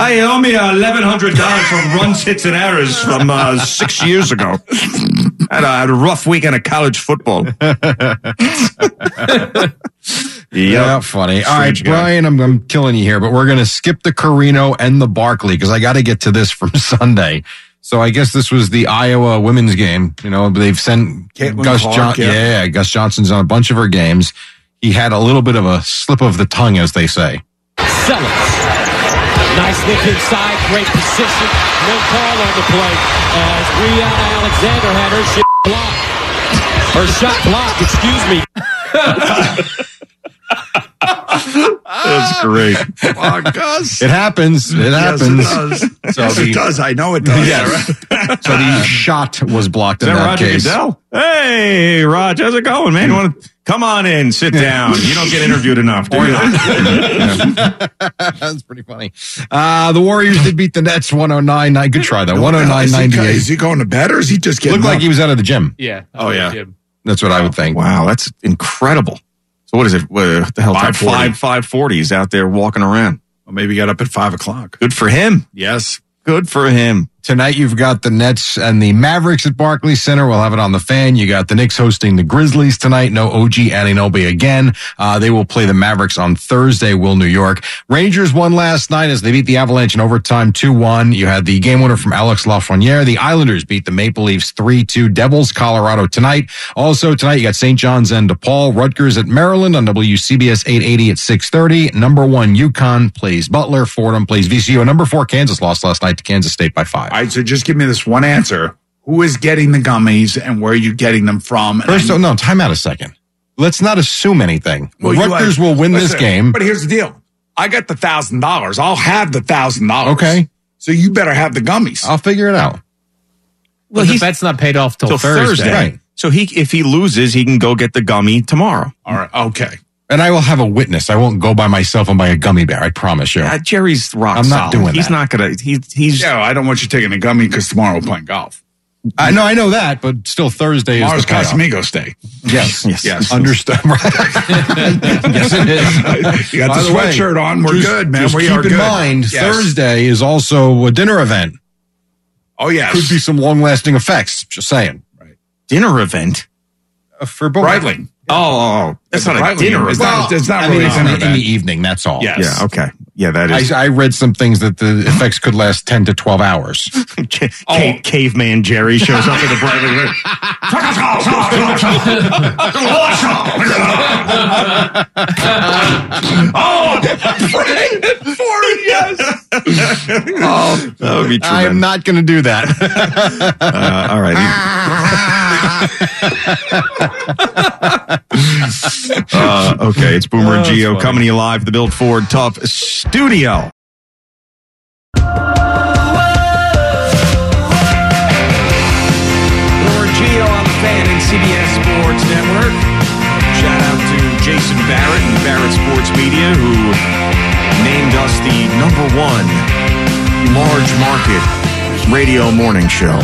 S3: I owe me eleven hundred dollars from runs, hits, and errors from uh, six years ago. Had a, had a rough weekend of
S12: [laughs]
S3: college football.
S12: Yeah, funny. All right, Brian, I'm, I'm killing you here, but we're going to skip the Carino and the Barkley because I got to get to this from [laughs] Sunday. So I guess this was the Iowa women's game. You know, they've sent
S4: Caitlin
S12: Gus
S4: Clark,
S12: Johnson.
S4: yeah.
S12: Yeah. Gus Johnson's on a bunch of her games. He had a little bit of a slip of the tongue, as they say.
S31: Sellers. Nice lift inside. Great position. No call on the play. As Rihanna Alexander had her shit blocked. Her shot blocked, excuse me.
S3: That's
S12: [laughs]
S3: great.
S4: Oh, Gus.
S12: It happens. It
S4: Yes,
S12: happens.
S4: it does.
S12: So
S4: yes,
S12: the-
S4: it does. I know it does.
S12: Yes. so
S4: [laughs]
S12: the shot was blocked
S3: Is
S12: in
S3: that
S12: that
S3: Roger
S12: case.
S3: Goodell? Hey, Rog, how's it going, man? You want to come on in, sit down. You don't get interviewed enough, do you?
S12: That's pretty funny. Uh, the Warriors did beat the Nets 109. Good try, though. 109
S4: Is he, is he going to bed or is he just getting
S12: Looked like
S4: up?
S12: he was out of the gym.
S8: yeah.
S12: Oh, yeah.
S8: Jim.
S12: That's what I would think.
S3: Wow, that's incredible. So what is it? What the hell? Five
S4: 540.
S3: five five forties out there walking around.
S4: Well, maybe he got up at five o'clock.
S3: Good for him.
S4: Yes.
S3: Good for him.
S12: Tonight you've got the Nets and the Mavericks at Barclays Center. We'll have it on the fan. You got the Knicks hosting the Grizzlies tonight. No OG Ananobi again. Uh, they will play the Mavericks on Thursday. Will New York Rangers won last night as they beat the Avalanche in overtime 2-1. You had Uh, the game winner from Alex Lafreniere. The Islanders beat the Maple Leafs 3-2. Devils Colorado tonight. Also tonight you got St. John's and DePaul. Rutgers at Maryland on WCBS 880 at 630. Number one Yukon plays Butler. Fordham plays VCU. And number four Kansas lost last night to Kansas State by five.
S4: All right. So just give me this one answer. Who is getting the gummies and where are you getting them from? And
S12: First,
S4: I'm-
S12: oh, no, time out a second. Let's not assume anything.
S4: Well, you
S12: Rutgers
S4: like-
S12: will win this
S4: listen,
S12: game.
S4: But here's the deal. I got the thousand dollars. I'll have the thousand dollars.
S12: Okay.
S4: So you better have the gummies.
S12: I'll figure it out.
S8: Well, the bet's not paid off till,
S3: Till Thursday.
S12: Right.
S3: So he, if he loses, he can go get the gummy tomorrow.
S4: All right. Okay.
S12: And I will have a witness. I won't go by myself and buy a gummy bear. I promise you.
S3: Uh, Jerry's rock
S12: I'm not
S3: solid.
S12: doing
S3: He's
S12: that.
S3: not gonna. He, he's.
S4: Yeah, I don't want you taking a gummy because tomorrow we're playing golf.
S12: I know, I know that, but still Thursday
S4: Tomorrow's
S12: is the payoff.
S4: Casamigos Day.
S12: Yes.
S3: [laughs] Yes.
S4: Yes.
S12: Understood. [laughs] [laughs] yes, it is.
S4: You got
S12: By
S4: the
S12: way,
S4: sweatshirt on. We're
S12: just-
S4: good, man.
S12: just
S4: We
S12: keep
S4: are
S12: in
S4: good.
S12: mind,
S4: Yes.
S12: Thursday is also a dinner event.
S4: Oh yes.
S12: Could be some long-lasting effects. Just saying.
S3: dinner event.
S12: Uh, for both.
S4: Breitling.
S3: Oh, oh, oh. that's
S4: It's
S3: not a
S4: Breitling.
S3: dinner
S4: It's
S3: event.
S4: not- it's not
S12: I
S4: really
S12: mean, it's
S4: a
S12: in the,
S4: dinner
S12: in
S4: event.
S12: the evening. That's all.
S4: Yes.
S3: Yeah. Okay. Yeah, that is.
S12: I, I read some things that the effects could last 10 to 12 hours.
S3: [laughs]
S12: Oh.
S3: Ca- caveman Jerry shows
S12: [laughs]
S3: up in the private room.
S4: [laughs]
S7: oh, praying for it, yes.
S3: oh, that would be true.
S12: I'm not going to do that.
S3: uh,
S12: [laughs]
S3: all right.
S4: [laughs]
S3: Uh, okay, it's Boomer and Geo coming to you live from the Built Ford Tough Studio.
S23: Or Geo on the fan and CBS Sports Network.
S3: Shout out to Jason Barrett and Barrett Sports Media, who named us the number one large market radio morning show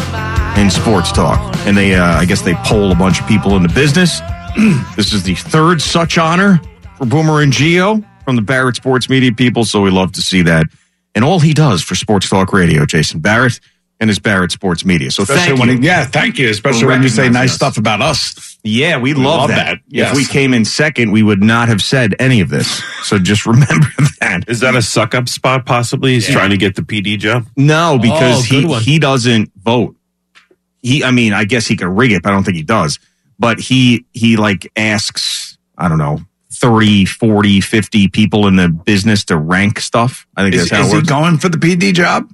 S3: in sports talk. And they, uh, I guess, they poll a bunch of people in the business. [clears throat] this is the third such honor for Boomer and Geo from the Barrett Sports Media people. So we love to see that. And all he does for sports talk radio, Jason Barrett and his Barrett Sports Media. So
S4: Especially
S3: thank
S4: when
S3: you.
S4: it- yeah, thank you, especially when you say nice
S3: stuff
S4: about us.
S3: Yeah, we, love, that.
S4: Yes.
S3: If we came in second, we would not have said any of this. So just [laughs] remember that.
S5: Is that a suck up spot possibly? He's trying to get the PD job?
S3: No, because
S5: Oh, good
S3: he
S5: one.
S3: he doesn't vote. He, I mean, I guess he could rig it, but I don't think he does. But he he like asks, I don't know, 30, 40, 50 people in the business to rank stuff. I think
S4: Is,
S3: that's how
S4: is
S3: it
S4: he
S3: works.
S4: going for the PD job?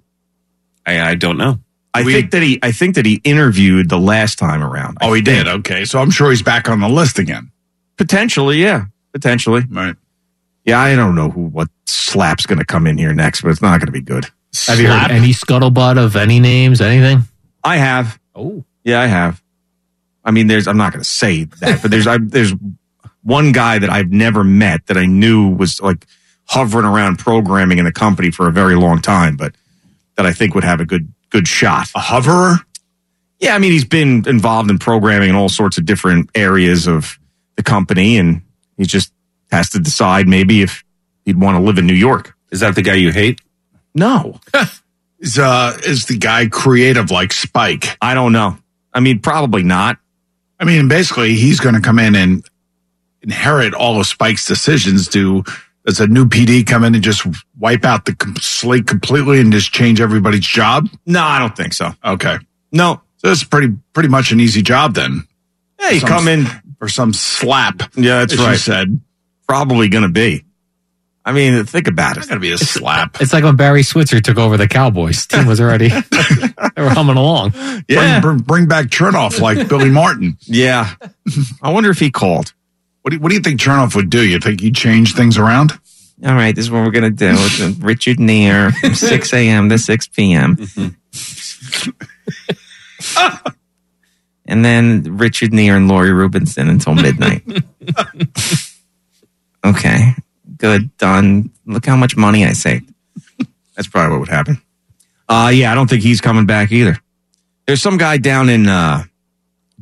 S5: I, I don't know.
S3: I think that he I think that he interviewed the last time around.
S4: Oh, he did. Okay, so I'm sure he's back on the list again.
S3: Potentially, yeah. Potentially.
S4: Right.
S3: Yeah, I don't know who what slap's going to come in here next, but it's not going to be good.
S8: Have you heard any scuttlebutt of any names, anything?
S3: I have.
S8: Oh,
S3: yeah, I have. I mean, there's. I'm not going to say that, but there's. I, there's one guy that I've never met that I knew was like hovering around programming in the company for a very long time, but that I think would have a good good shot. A
S4: hoverer.
S3: Yeah, I mean, he's been involved in programming in all sorts of different areas of the company, and he just has to decide maybe if he'd want to live in New York.
S5: Is that the guy you hate?
S3: No.
S4: is uh is the guy creative like Spike?
S3: I don't know. I mean, probably not.
S4: I mean, basically, he's going to come in and inherit all of Spike's decisions. Do does a new PD come in and just wipe out the com- slate completely and just change everybody's job?
S3: No, I don't think so.
S4: Okay,
S3: no.
S4: So it's pretty pretty much an easy job then.
S3: Hey, come in
S4: or some slap.
S3: Yeah, that's
S4: as
S3: right.
S4: You said
S3: probably going to be. I mean, think about it. It's
S4: going to be
S3: [laughs]
S4: a slap.
S8: It's like when Barry Switzer took over the Cowboys. Team was already [laughs] they were humming along.
S4: Bring, bring, bring back Chernoff like Billy Martin.
S3: Yeah. I wonder if he called.
S4: What do, you- what do you think Chernoff would do? You think he'd change things around?
S24: All right, this is what we're gonna do. It's uh, Richard Neer
S4: [laughs]
S24: from six a.m. to six p.m.
S4: Mm-hmm.
S24: and then Richard Neer and Laurie Rubinson until midnight. okay, good, done. Look how much money I saved.
S3: That's probably what would happen. Uh, yeah, I don't think he's coming back either. There's some guy down in uh,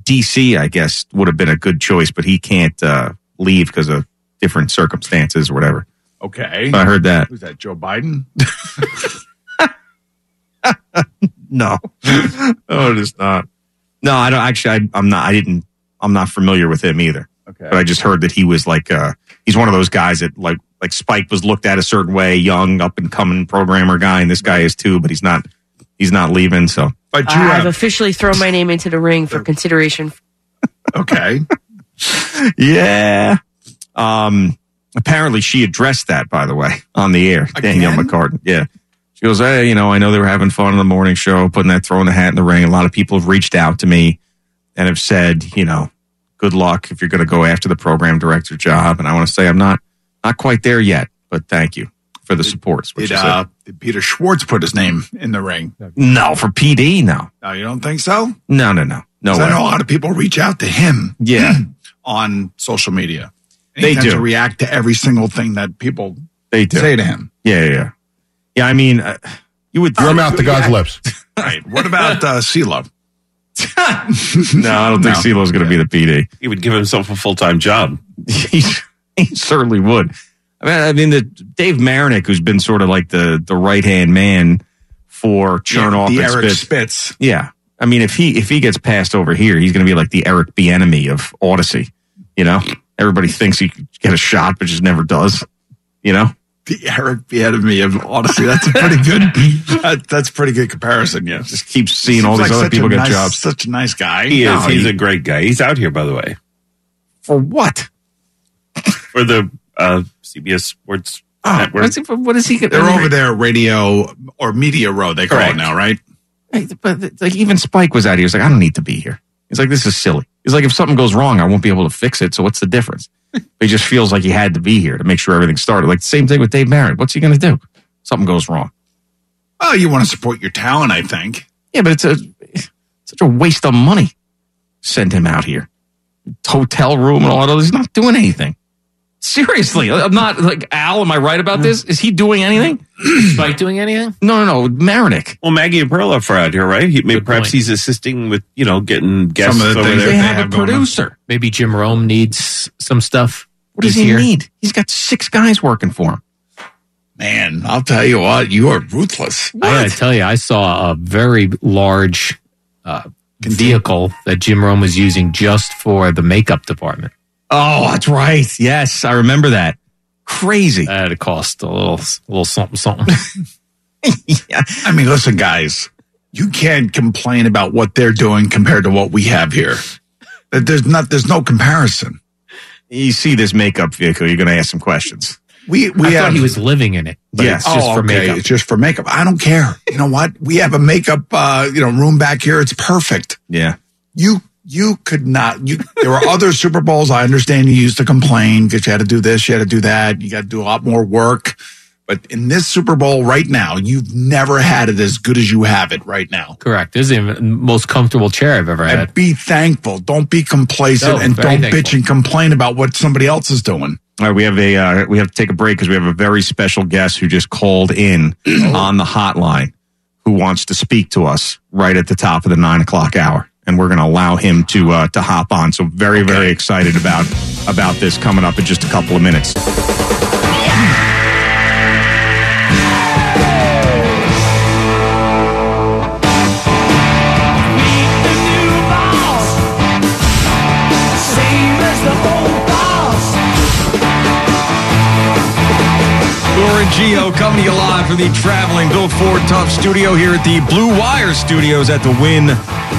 S3: D.C. I guess would have been a good choice, but he can't uh, leave because of different circumstances or whatever.
S4: Okay,
S3: I heard that.
S4: Who's that? Joe Biden? [laughs]
S3: [laughs] No, oh, it is not. No, I don't. Actually, I, I'm not. I didn't. I'm not familiar with him either.
S4: Okay,
S3: but I just heard that he was like, uh, he's one of those guys that like, like Spike was looked at a certain way, young, up and coming programmer guy, and this guy is too, but he's not. He's not leaving. So,
S4: but
S6: I've officially thrown my name into the ring for consideration.
S4: Okay.
S3: [laughs] yeah. Um. Apparently, she addressed that, by the way, on the air. Danielle McCartan. Yeah. She goes, hey, you know, I know they were having fun on the morning show, putting that throwing the hat in the ring. A lot of people have reached out to me and have said, you know, good luck if you're going to go after the program director job. And I want to say I'm not not quite there yet, but thank you for the support.
S4: Did, uh, did Peter Schwartz put his name in the ring?
S3: No, for PD, no,
S4: No, you don't think so?
S3: no, no, no, no.
S4: 'Cause I
S3: way.
S4: know a lot of people reach out to him.
S3: Yeah.
S4: [clears throat] on social media, And
S3: They
S4: he tends
S3: do.
S4: to react to every single thing that people
S3: They do.
S4: say to him. Oh,
S3: Yeah, yeah, yeah. yeah I mean, uh, you would
S4: Your
S3: mouth
S4: mouth to God's
S3: lips.
S4: right. What
S3: [laughs]
S4: about uh, CeeLo?
S3: no, I don't think
S5: No.
S3: CeeLo's going to be the PD.
S5: He would give himself a full time job.
S3: [laughs] he, he certainly would. I mean, I mean, the Dave Marinick, who's been sort of like the the right hand man for Chernoff
S4: the
S3: and
S4: Eric
S3: Spitz.
S4: Spitz.
S3: Yeah, I mean, if he if he gets passed over here, he's going to be like the Eric Bieniemy of Odyssey. You know, everybody thinks he could get a shot, but just never does. You know,
S4: the Eric Bieniemy of honestly,
S3: [laughs]
S4: that's a pretty good that, that's a pretty good comparison. Yeah, just
S3: keep seeing all these other people get jobs.
S4: Such a nice guy.
S5: He is.
S4: No,
S5: He's a great guy. He's out here, by the way,
S4: for what?
S5: for the uh, CBS Sports
S4: Oh,
S5: Network.
S4: what's
S32: What is he?
S4: They're over there, radio or media row. They call it now, right?
S32: But
S4: like
S32: even Spike was out here. He was like, I don't need to be here. He's like, this is silly. He's like, if something goes wrong, I won't be able to fix it. So what's the
S4: [laughs]
S32: difference? But he just feels like he had to be here to make sure everything started. Like the same thing with Dave Merritt. What's he going to do? Something goes wrong.
S4: Oh, you want to support your talent? I think.
S32: Yeah, but it's a such a waste of money. Send him out here, hotel room and all that. He's not doing anything. Seriously, I'm not like Al. Am I right about this? Is he doing anything? Spike doing anything? No, no, no. Marinick.
S5: Well, Maggie and Perloff are out here, right? He, maybe perhaps he's assisting with you know getting guests
S8: Some of the
S5: over
S8: things
S5: there.
S8: they have
S5: going on.
S8: Maybe Jim Rome needs some stuff.
S32: What does
S8: He's
S32: he
S8: here.
S32: need? He's got six guys working for him.
S4: Man, I'll tell you what, you are ruthless.
S8: I gotta tell you, I saw a very large uh, vehicle that Jim Rome was using just for the makeup department.
S32: Oh, that's right. Yes, I remember that. Crazy.
S8: That had cost a little, little something, something.
S4: I mean, listen, guys, you can't complain about what they're doing compared to what we have here. That There's not. There's no comparison.
S3: You see [laughs] this makeup vehicle, you're going to ask some questions.
S4: We we
S8: I
S4: have,
S8: thought he was living in it. But
S4: Yeah.
S8: it's just
S4: Oh,
S8: for
S4: okay.
S8: makeup.
S4: It's just for makeup. I don't care. You know what? We have a makeup, uh, you know, room back here. It's perfect.
S3: Yeah.
S4: You you could not. You there were other Super Bowls. I understand you used to complain because you had to do this, you had to do that, you got to do a lot more work. But in this Super Bowl right now, you've never had it as good as you have it right now.
S8: Correct. This is even the most comfortable chair I've ever had.
S4: And be thankful. Don't be complacent,
S8: No,
S4: and
S8: very
S4: don't
S8: thankful.
S4: bitch and complain about what somebody else is doing.
S3: All right, we have a uh, we have to take a break because we have a very special guest who just
S8: [clears throat]
S3: called in on the hotline who wants to speak to us right at the top of the nine o'clock hour, and we're going to allow him to uh, to hop on. So very very excited about about this coming up in just a couple of minutes.
S2: Boomer and Geo coming to you live from the traveling Bill Ford Tough Studio here at the Blue Wire Studios at the Win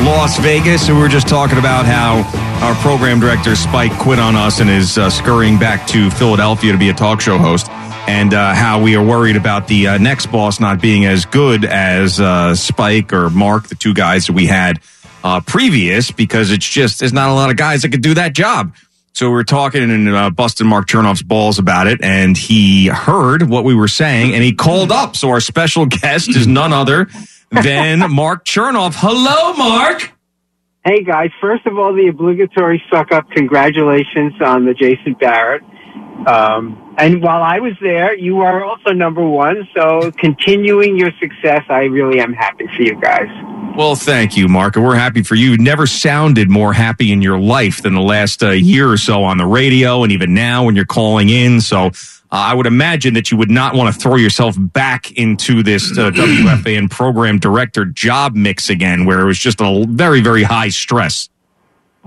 S2: Las Vegas. And we were just talking about how our program director Spike quit on us and is uh, scurrying back to Philadelphia to be a talk show host, and uh, how we are worried about the uh, next boss not being as good as uh, Spike or Mark, the two guys that we had uh, previous, because it's just there's not a lot of guys that could do that job. So we were talking and uh, busting Mark Chernoff's balls about it, and he heard what we were saying, and he called up. So our special guest is none other than Mark Chernoff. Hello, Mark.
S22: Hey guys, first of all, the obligatory suck up. Congratulations on the Jason Barrett. Um, and while I was there, you are also number one. So continuing your success, I really am happy for you guys.
S3: Well, thank you, Mark. and We're happy for you. You never sounded more happy in your life than the last uh, year or so on the radio, and even now when you're calling in. So uh, I would imagine that you would not want to throw yourself back into this uh, WFAN program director job mix again, where it was just a l- very, very high stress.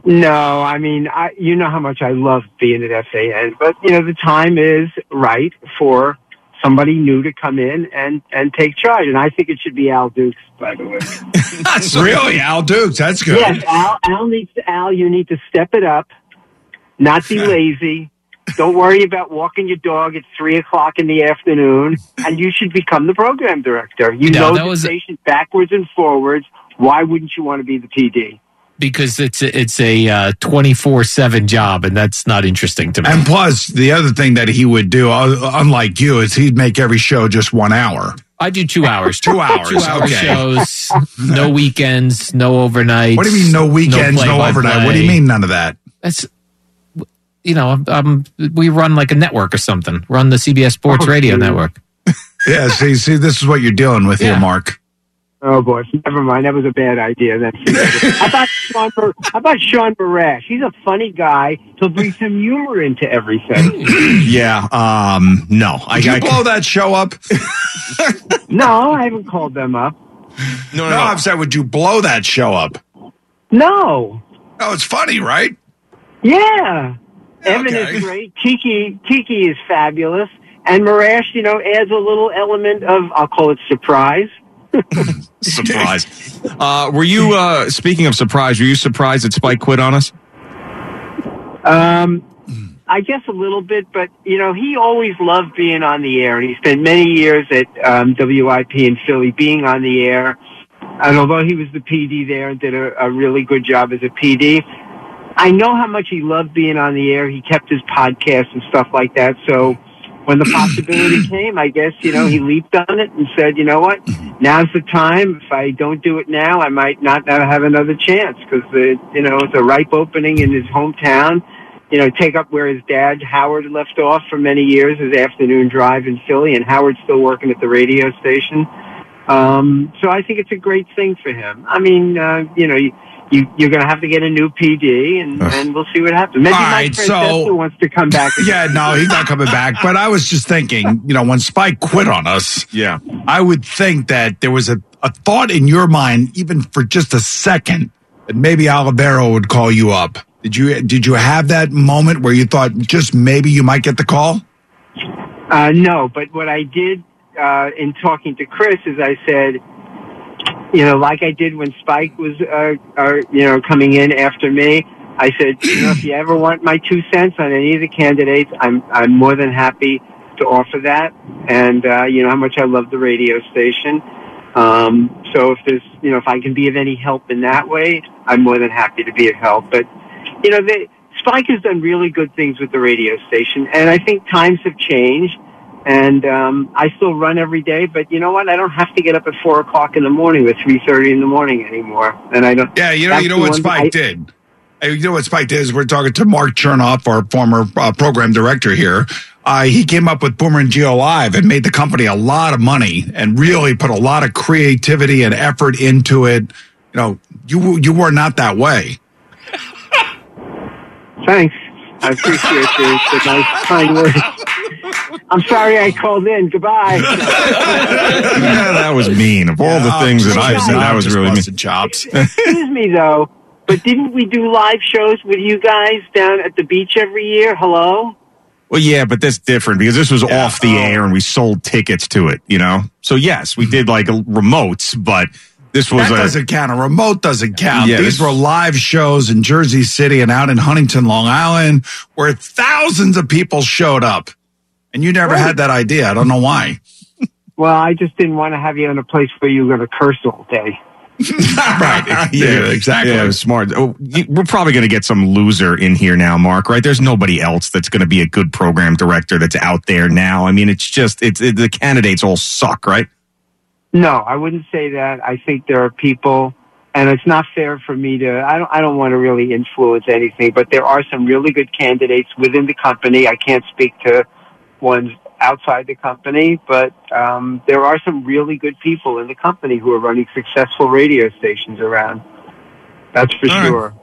S22: No, I mean, I, you know how much I love being at FAN, but you know, the time is right for somebody new to come in and, and take charge. And I think it should be Al Dukes, by the way.
S4: [laughs] That's really Al Dukes. That's good.
S22: Yes, Al, Al needs to, Al, you need to step it up, not
S4: [laughs]
S22: be lazy. Don't worry about walking your dog at three o'clock in the afternoon, and you should become the program director. You
S8: No,
S22: know
S8: that
S22: the
S8: was-
S22: station backwards and forwards. Why wouldn't you want to be the PD?
S8: because it's a, it's a twenty four seven job, and that's not interesting to me.
S4: And plus, the other thing that he would do, uh, unlike you, is he'd make every show just one hour.
S8: I do two hours,
S4: [laughs] Two hours,
S8: two hour
S4: okay.
S8: shows, [laughs]
S4: [laughs]
S8: no weekends, no overnights.
S4: What do you mean, no weekends, no,
S8: play-by-play.
S4: overnight? What do you mean, none of that?
S8: That's you know, I'm, I'm- we run like a network or something. Run the CBS
S4: Oh,
S8: Sports Radio Network.
S4: Yeah, see, see, this is what you're dealing with here, Mark.
S22: Oh boy, never mind. That was a bad idea. Then how about Sean? Bar- how about Sean Barash? He's a funny guy. He'll bring some humor into everything.
S3: yeah. Um, no, I
S4: Did you
S3: I-
S4: blow that show up?
S22: [laughs] no, I haven't called them up.
S4: No, I'm saying, would you blow that show up?
S22: No.
S4: Oh, it's funny, right?
S22: Yeah. Evan
S4: okay.
S22: is great. Tiki Tiki is fabulous. And Marash, you know, adds a little element of, I'll call it surprise.
S4: [laughs]
S3: surprise. Uh, were you uh, speaking of surprise? Were you surprised that Spike quit on us?
S22: Um, I guess a little bit, but you know, he always loved being on the air, and he spent many years at um, WIP in Philly being on the air. And although he was the PD there and did a, a really good job as a PD, I know how much he loved being on the air. He kept his podcast and stuff like that. So when the possibility came, I guess you know he leaped on it and said, "You know what? Now's the time. If I don't do it now, I might not have another chance because the you know it's a ripe opening in his hometown." you know, take up where his dad Howard left off for many years, his afternoon drive in Philly, and Howard's still working at the radio station. Um, so I think it's a great thing for him. I mean, uh, you know, you, you, you're going to have to get a new PD, and, and we'll see what happens. Maybe
S4: All
S22: Mike
S4: right, so-
S22: Francesco wants to come back.
S4: [laughs] yeah, no, he's not coming back. But I was just thinking, you know, when Spike quit on us,
S3: yeah,
S4: I would think that there was a, a thought in your mind, even for just a second, that maybe Olivero would call you up. Did you did you have that moment where you thought just maybe you might get the call?
S22: Uh, no, but what I did uh, in talking to Chris is I said, you know, like I did when Spike was, uh, uh, you know, coming in after me. I said, you know, if you ever want my two cents on any of the candidates, I'm I'm more than happy to offer that. And uh, you know how much I love the radio station. Um, so if there's, you know, if I can be of any help in that way, I'm more than happy to be of help. But you know, they, Spike has done really good things with the radio station, and I think times have changed. And um, I still run every day, but you know what? I don't have to get up at four o'clock in the morning or three thirty in the morning anymore. And I don't.
S4: Yeah, you know,
S22: that's
S4: you know
S22: the
S4: what
S22: one
S4: Spike
S22: I-
S4: did. Hey, You know what Spike did is we're talking to Mark Chernoff, our former uh, program director here. Uh, he came up with Boomer and Geo Live and made the company a lot of money and really put a lot of creativity and effort into it. You know, you you were not that way.
S22: Thanks. I appreciate the, the nice kind words.
S4: [laughs]
S22: I'm sorry I called in. Goodbye.
S3: [laughs] Yeah, that was mean. Of all the things
S4: Oh,
S3: that I've said, that was really mean.
S4: Chops.
S22: Excuse me though, but didn't we do live shows with you guys down at the beach every year? Hello.
S3: [laughs] Well, yeah, but that's different because this was off the air and we sold tickets to it, you know? So, yes, we did like remotes, but this was
S4: that
S3: a.
S4: doesn't count. A remote doesn't count.
S3: Yeah,
S4: These
S3: this-
S4: were live shows in Jersey City and out in Huntington, Long Island, where thousands of people showed up. And you never had that idea. I don't know why.
S22: Well, I just didn't want to have you in a place where you were going to curse all day.
S3: [laughs] yeah, exactly. Yeah, it was smart. Oh, you- we're probably going to get some loser in here now, Mark. Right? There's nobody else that's going to be a good program director that's out there now. I mean, it's just it's it, the candidates all suck, right?
S22: No, I wouldn't say that. I think there are people, and it's not fair for me to. I don't. I don't want to really influence anything, but there are some really good candidates within the company. I can't speak to ones outside the company, but um, there are some really good people in the company who are running successful radio stations around. That's for sure.
S3: All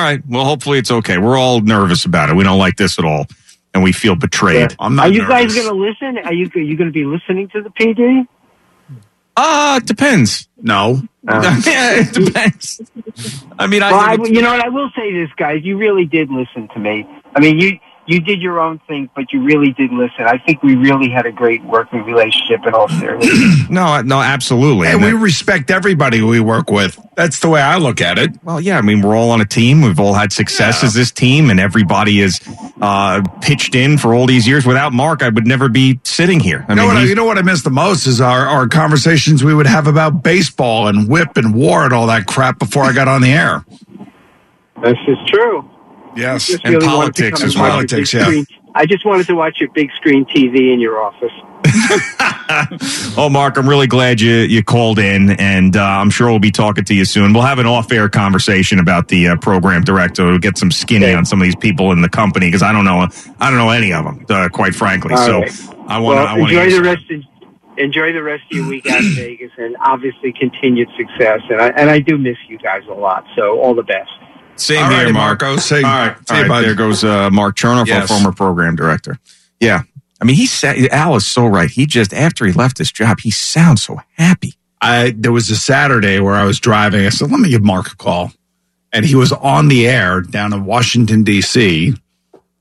S3: right. Well, hopefully it's okay. We're all nervous about it. We don't like this at all, and we feel betrayed. I'm not.
S22: Are you guys
S3: nervous.
S22: going to listen? Are you are you going to be listening to the
S3: [laughs]
S22: PD?
S3: Uh, it depends. No. [laughs] yeah, it depends. I mean, I,
S22: Um, Well,
S3: think
S22: I
S3: it's-
S22: you know what? I will say this, guys. You really did listen to me. I mean, you you did your own thing, but you really did listen. I think we really had a great working relationship in all seriousness.
S3: No, no, absolutely.
S4: And we respect everybody we work with. That's the way I look at it.
S3: Well, yeah, I mean, we're all on a team. We've all had success as this team, and everybody is uh, pitched in for all these years. Without Mark, I would never be sitting here. I
S4: you, know
S3: mean,
S4: what I,
S3: he's-
S4: you know what I miss the most is our, our conversations we would have about baseball and whip and war and all that crap before I got on the air.
S22: this is true.
S4: Yes,
S22: I just
S4: and
S22: really wanted to
S4: politics
S22: come
S4: as
S22: and watch
S4: well.
S22: your big
S4: Politics, yeah.
S22: screen- I just wanted to watch your big screen TV in your office.
S3: oh, Mark, I'm really glad you you called in, and uh, I'm sure we'll be talking to you soon. We'll have an off air conversation about the uh, program director. We'll get some skinny on some of these people in the company because I don't know I don't know any of them, uh, quite frankly.
S22: All
S3: so
S22: right.
S3: I want to
S22: well,
S3: I want
S22: enjoy
S3: to.
S22: the rest. Of, enjoy the rest of your week out in Vegas, and obviously continued success. And I and I do miss you guys a lot. So all the best.
S3: Same here, Mark. Same. All right,
S4: See you, bud.
S3: there goes uh, Mark Chernoff,
S4: Yes.
S3: our former program director. Yeah, I mean, he sa- Al is so right. He just after he left his job, he sounds so happy.
S4: I there was a Saturday where I was driving. I said, "Let me give Mark a call," and he was on the air down in Washington D.C.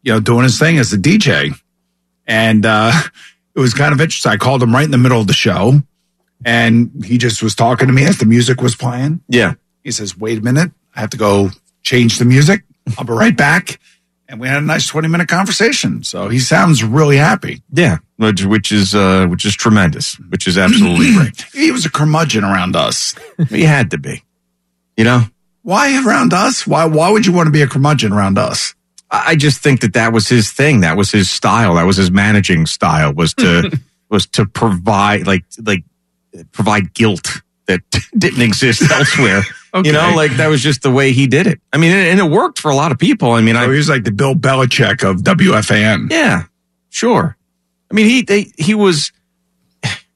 S4: You know, doing his thing as a DJ, and uh, it was kind of interesting. I called him right in the middle of the show, and he just was talking to me as the music was playing.
S3: Yeah.
S4: He says, "Wait a minute, I have to go change the music. I'll be right back." And we had a nice twenty minute conversation. So he sounds really happy.
S3: Yeah, which, which is uh, which is tremendous, which is
S4: [clears throat]
S3: absolutely great.
S4: He was a curmudgeon around us.
S3: He had to be, you know.
S4: Why around us? Why? Why would you want to be a curmudgeon around us?
S3: I I just think that that was his thing. That was his style. That was his managing style. Was
S4: [laughs]
S3: to was to provide like like provide guilt that [laughs] didn't exist
S4: [laughs]
S3: elsewhere.
S33: Okay.
S3: You know, like that was just the way he did it. I mean, and, and it worked for a lot of people. I mean, I,
S4: he was like the Bill Belichick of WFAN.
S3: Yeah, sure. I mean, he they, he was.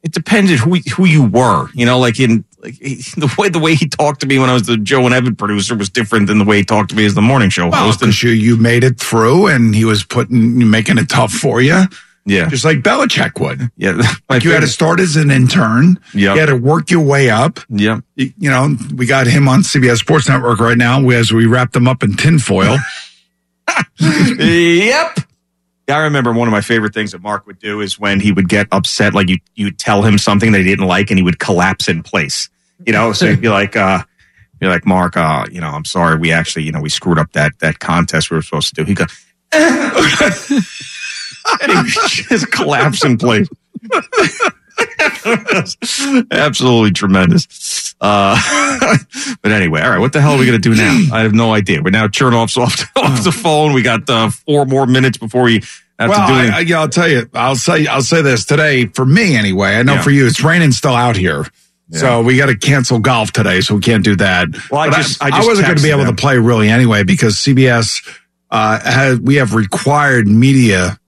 S3: It depended who who you were. You know, like in like he, the way the way he talked to me when I was the Joe and Evan producer was different than the way he talked to me as the morning show
S4: Well,
S3: host. And
S4: because you you made it through, and he was putting making it tough for you.
S3: Yeah.
S4: just like Belichick would.
S3: Yeah, [laughs]
S4: like you had to start as an intern.
S3: Yep.
S4: you had to work your way up.
S3: Yep.
S4: you, you know, we got him on CBS Sports Network right now. We, as we wrapped him up in
S3: [laughs]
S4: tinfoil.
S3: yep. Yeah, I remember one of my favorite things that Mark would do is when he would get upset, like you you tell him something that he didn't like, and he would collapse in place. You know, so you'd be like, uh, you're like Mark, uh, you know, I'm sorry, we actually, you know, we screwed up that that contest we were supposed to do. He go, [laughs] and he would just collapse in place. [laughs] Absolutely tremendous. Uh, [laughs] but anyway, all right, what the hell are we going to do now? I have no idea. We're now Chernoff's off, [laughs] off the phone. We got uh, four more minutes before we have
S4: well,
S3: to do
S4: I,
S3: it.
S4: I, yeah, I'll tell you, I'll say, I'll say this today for me anyway. I know
S3: Yeah.
S4: for you, it's raining still out here, so we got to cancel golf today, so we can't do that.
S3: Well, I
S4: But
S3: just- I just
S4: wasn't going to be
S3: texted
S4: able
S3: them.
S4: to play really anyway because CBS uh, has we have required media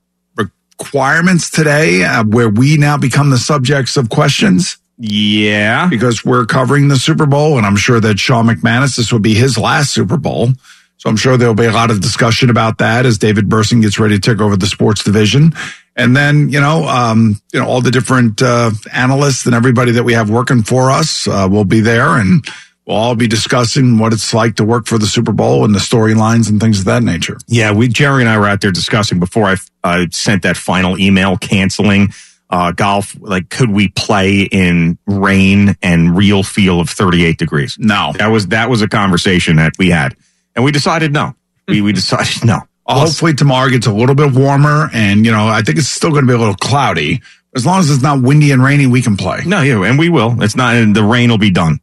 S4: requirements today uh, where we now become the subjects of questions.
S3: Yeah,
S4: because we're covering the Super Bowl, and I'm sure that Sean McManus this will be his last Super Bowl. So I'm sure there'll be a lot of discussion about that as David Burson gets ready to take over the sports division. And then, you know, um, you know, all the different uh, analysts and everybody that we have working for us uh, will be there and we'll all be discussing what it's like to work for the Super Bowl and the storylines and things of that nature.
S3: Yeah, we Jerry and I were out there discussing before I uh, sent that final email canceling uh, golf. Like, could we play in rain and real feel of 38 degrees?
S4: No,
S3: that was that was a conversation that we had, and we decided no. We we decided no.
S4: Hopefully tomorrow gets a little bit warmer and, you know, I think it's still going to be a little cloudy. As long as it's not windy and rainy, we can play.
S3: No, yeah, and we will. It's not, and the rain will be done.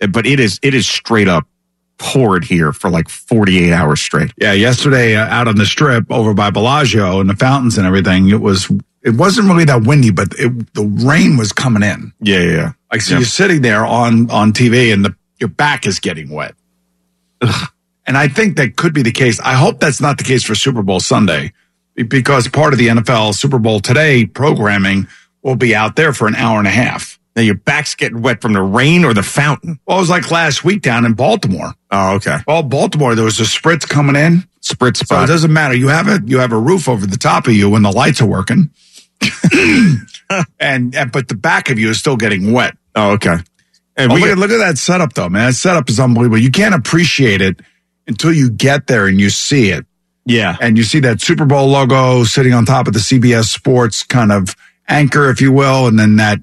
S3: Uh, But it is it is straight up poured here for like 48 hours straight.
S4: Yeah, yesterday uh, out on the strip over by Bellagio and the fountains and everything, it was it wasn't really that windy, but it, the rain was coming in.
S3: Yeah, yeah, yeah.
S4: Like so,
S3: Yeah.
S4: you're sitting there on on TV and the, your back is getting wet. And I think that could be the case. I hope that's not the case for Super Bowl Sunday, be- because part of the NFL Super Bowl today programming will be out there for an hour and a half.
S3: Now your back's getting wet from the rain or the fountain.
S4: Well, it was like last week down in Baltimore.
S3: Oh, okay.
S4: Well, Baltimore, there was a spritz coming in.
S3: Spritz
S4: So it
S3: spot.
S4: doesn't matter. You have a you have a roof over the top of you when the lights are
S3: [laughs]
S4: working, and, and but the back of you is still getting wet.
S3: Oh, okay.
S4: Oh, look, at, look at that setup though, man. That setup is unbelievable. You can't appreciate it until you get there and you see it.
S3: Yeah.
S4: And you see that Super Bowl logo sitting on top of the CBS Sports kind of anchor, if you will, and then that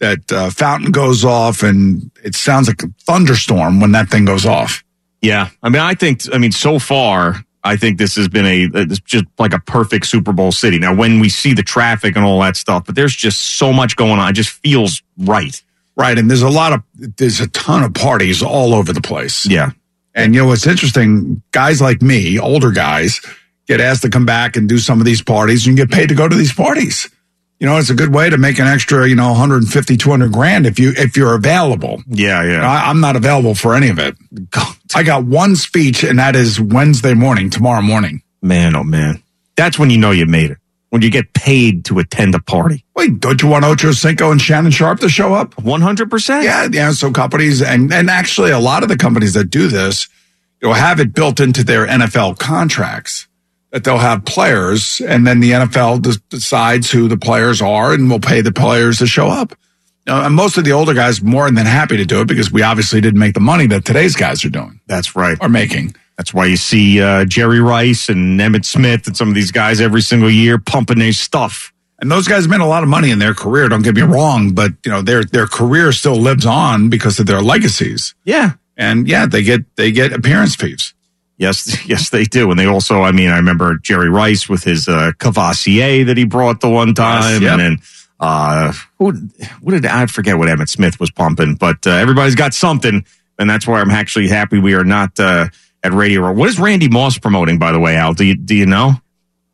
S4: that uh, fountain goes off, and it sounds like a thunderstorm when that thing goes off.
S3: Yeah, I mean, I think, I mean, so far, I think this has been a it's just like a perfect Super Bowl city. Now, when we see the traffic and all that stuff, but there's just so much going on. It just feels right.
S4: Right. And there's a lot of, there's a ton of parties all over the place.
S3: Yeah.
S4: And you know what's interesting? Guys like me, older guys, get asked to come back and do some of these parties and you get paid to go to these parties. You know, it's a good way to make an extra, you know, 150, 200 grand if you, if you're available.
S3: Yeah, yeah.
S4: I, I'm not available for any of it. I got one speech and that is Wednesday morning, tomorrow morning.
S3: Man, oh man, that's when you know you made it. When you get paid to attend a party.
S4: Wait, don't you want Ocho Cinco and Shannon Sharp to show up?
S3: One hundred percent.
S4: Yeah, yeah. So companies and and actually a lot of the companies that do this, you know, have it built into their NFL contracts that they'll have players, and then the NFL des- decides who the players are and will pay the players to show up. Now, and most of the older guys more than happy to do it because we obviously didn't make the money that today's guys are doing
S3: That's right.
S4: are making.
S3: That's why you see uh, Jerry Rice and Emmett Smith and some of these guys every single year pumping their stuff.
S4: And those guys made a lot of money in their career. Don't get me wrong, but you know their their career still lives on because of their legacies.
S3: Yeah,
S4: and yeah, they get they get appearance fees.
S3: Yes, [laughs] yes, they do. And they also, I mean, I remember Jerry Rice with his uh, Cavassier that he brought the one time,
S4: yep.
S3: and then uh, who? What did I forget? What Emmett Smith was pumping, but uh, everybody's got something, and that's why I'm actually happy we are not uh, at Radio Row. What is Randy Moss promoting, by the way, Al? Do you do you know?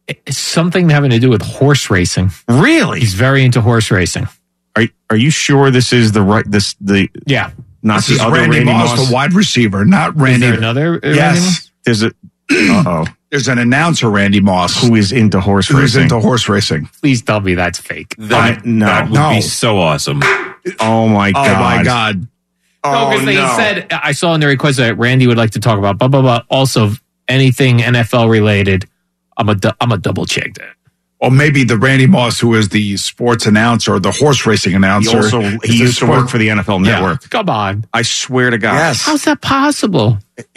S8: It's something having to do with horse racing.
S3: Really?
S8: He's very into horse racing.
S3: Are Are you sure this is the right? This the
S8: yeah.
S3: Not
S4: This
S3: the
S4: is
S3: other
S4: Randy,
S3: Randy
S4: Moss,
S3: Moss.
S4: the wide receiver, not Randy.
S3: there another, uh, Randy
S4: yes,
S3: Moss? there's a. oh
S4: There's an announcer, Randy Moss,
S3: who is into horse
S4: Who's
S3: racing.
S4: into horse racing?
S8: Please tell me that's fake.
S3: That, no,
S5: That would be so awesome.
S3: Oh my
S5: Oh,
S3: god!
S5: my
S4: god! Oh,
S8: no, because they said I saw in the request that Randy would like to talk about blah blah blah. Also, anything NFL related, I'm a du- I'm a double check that.
S4: or maybe the Randy Moss, who is the sports announcer, the horse racing announcer.
S3: He also
S4: is
S3: he
S4: the
S3: used to
S4: sport-
S3: work for the NFL
S4: Yeah. [laughs]
S3: Network.
S8: Come on,
S3: I swear to God.
S8: How's that possible?
S4: [clears throat]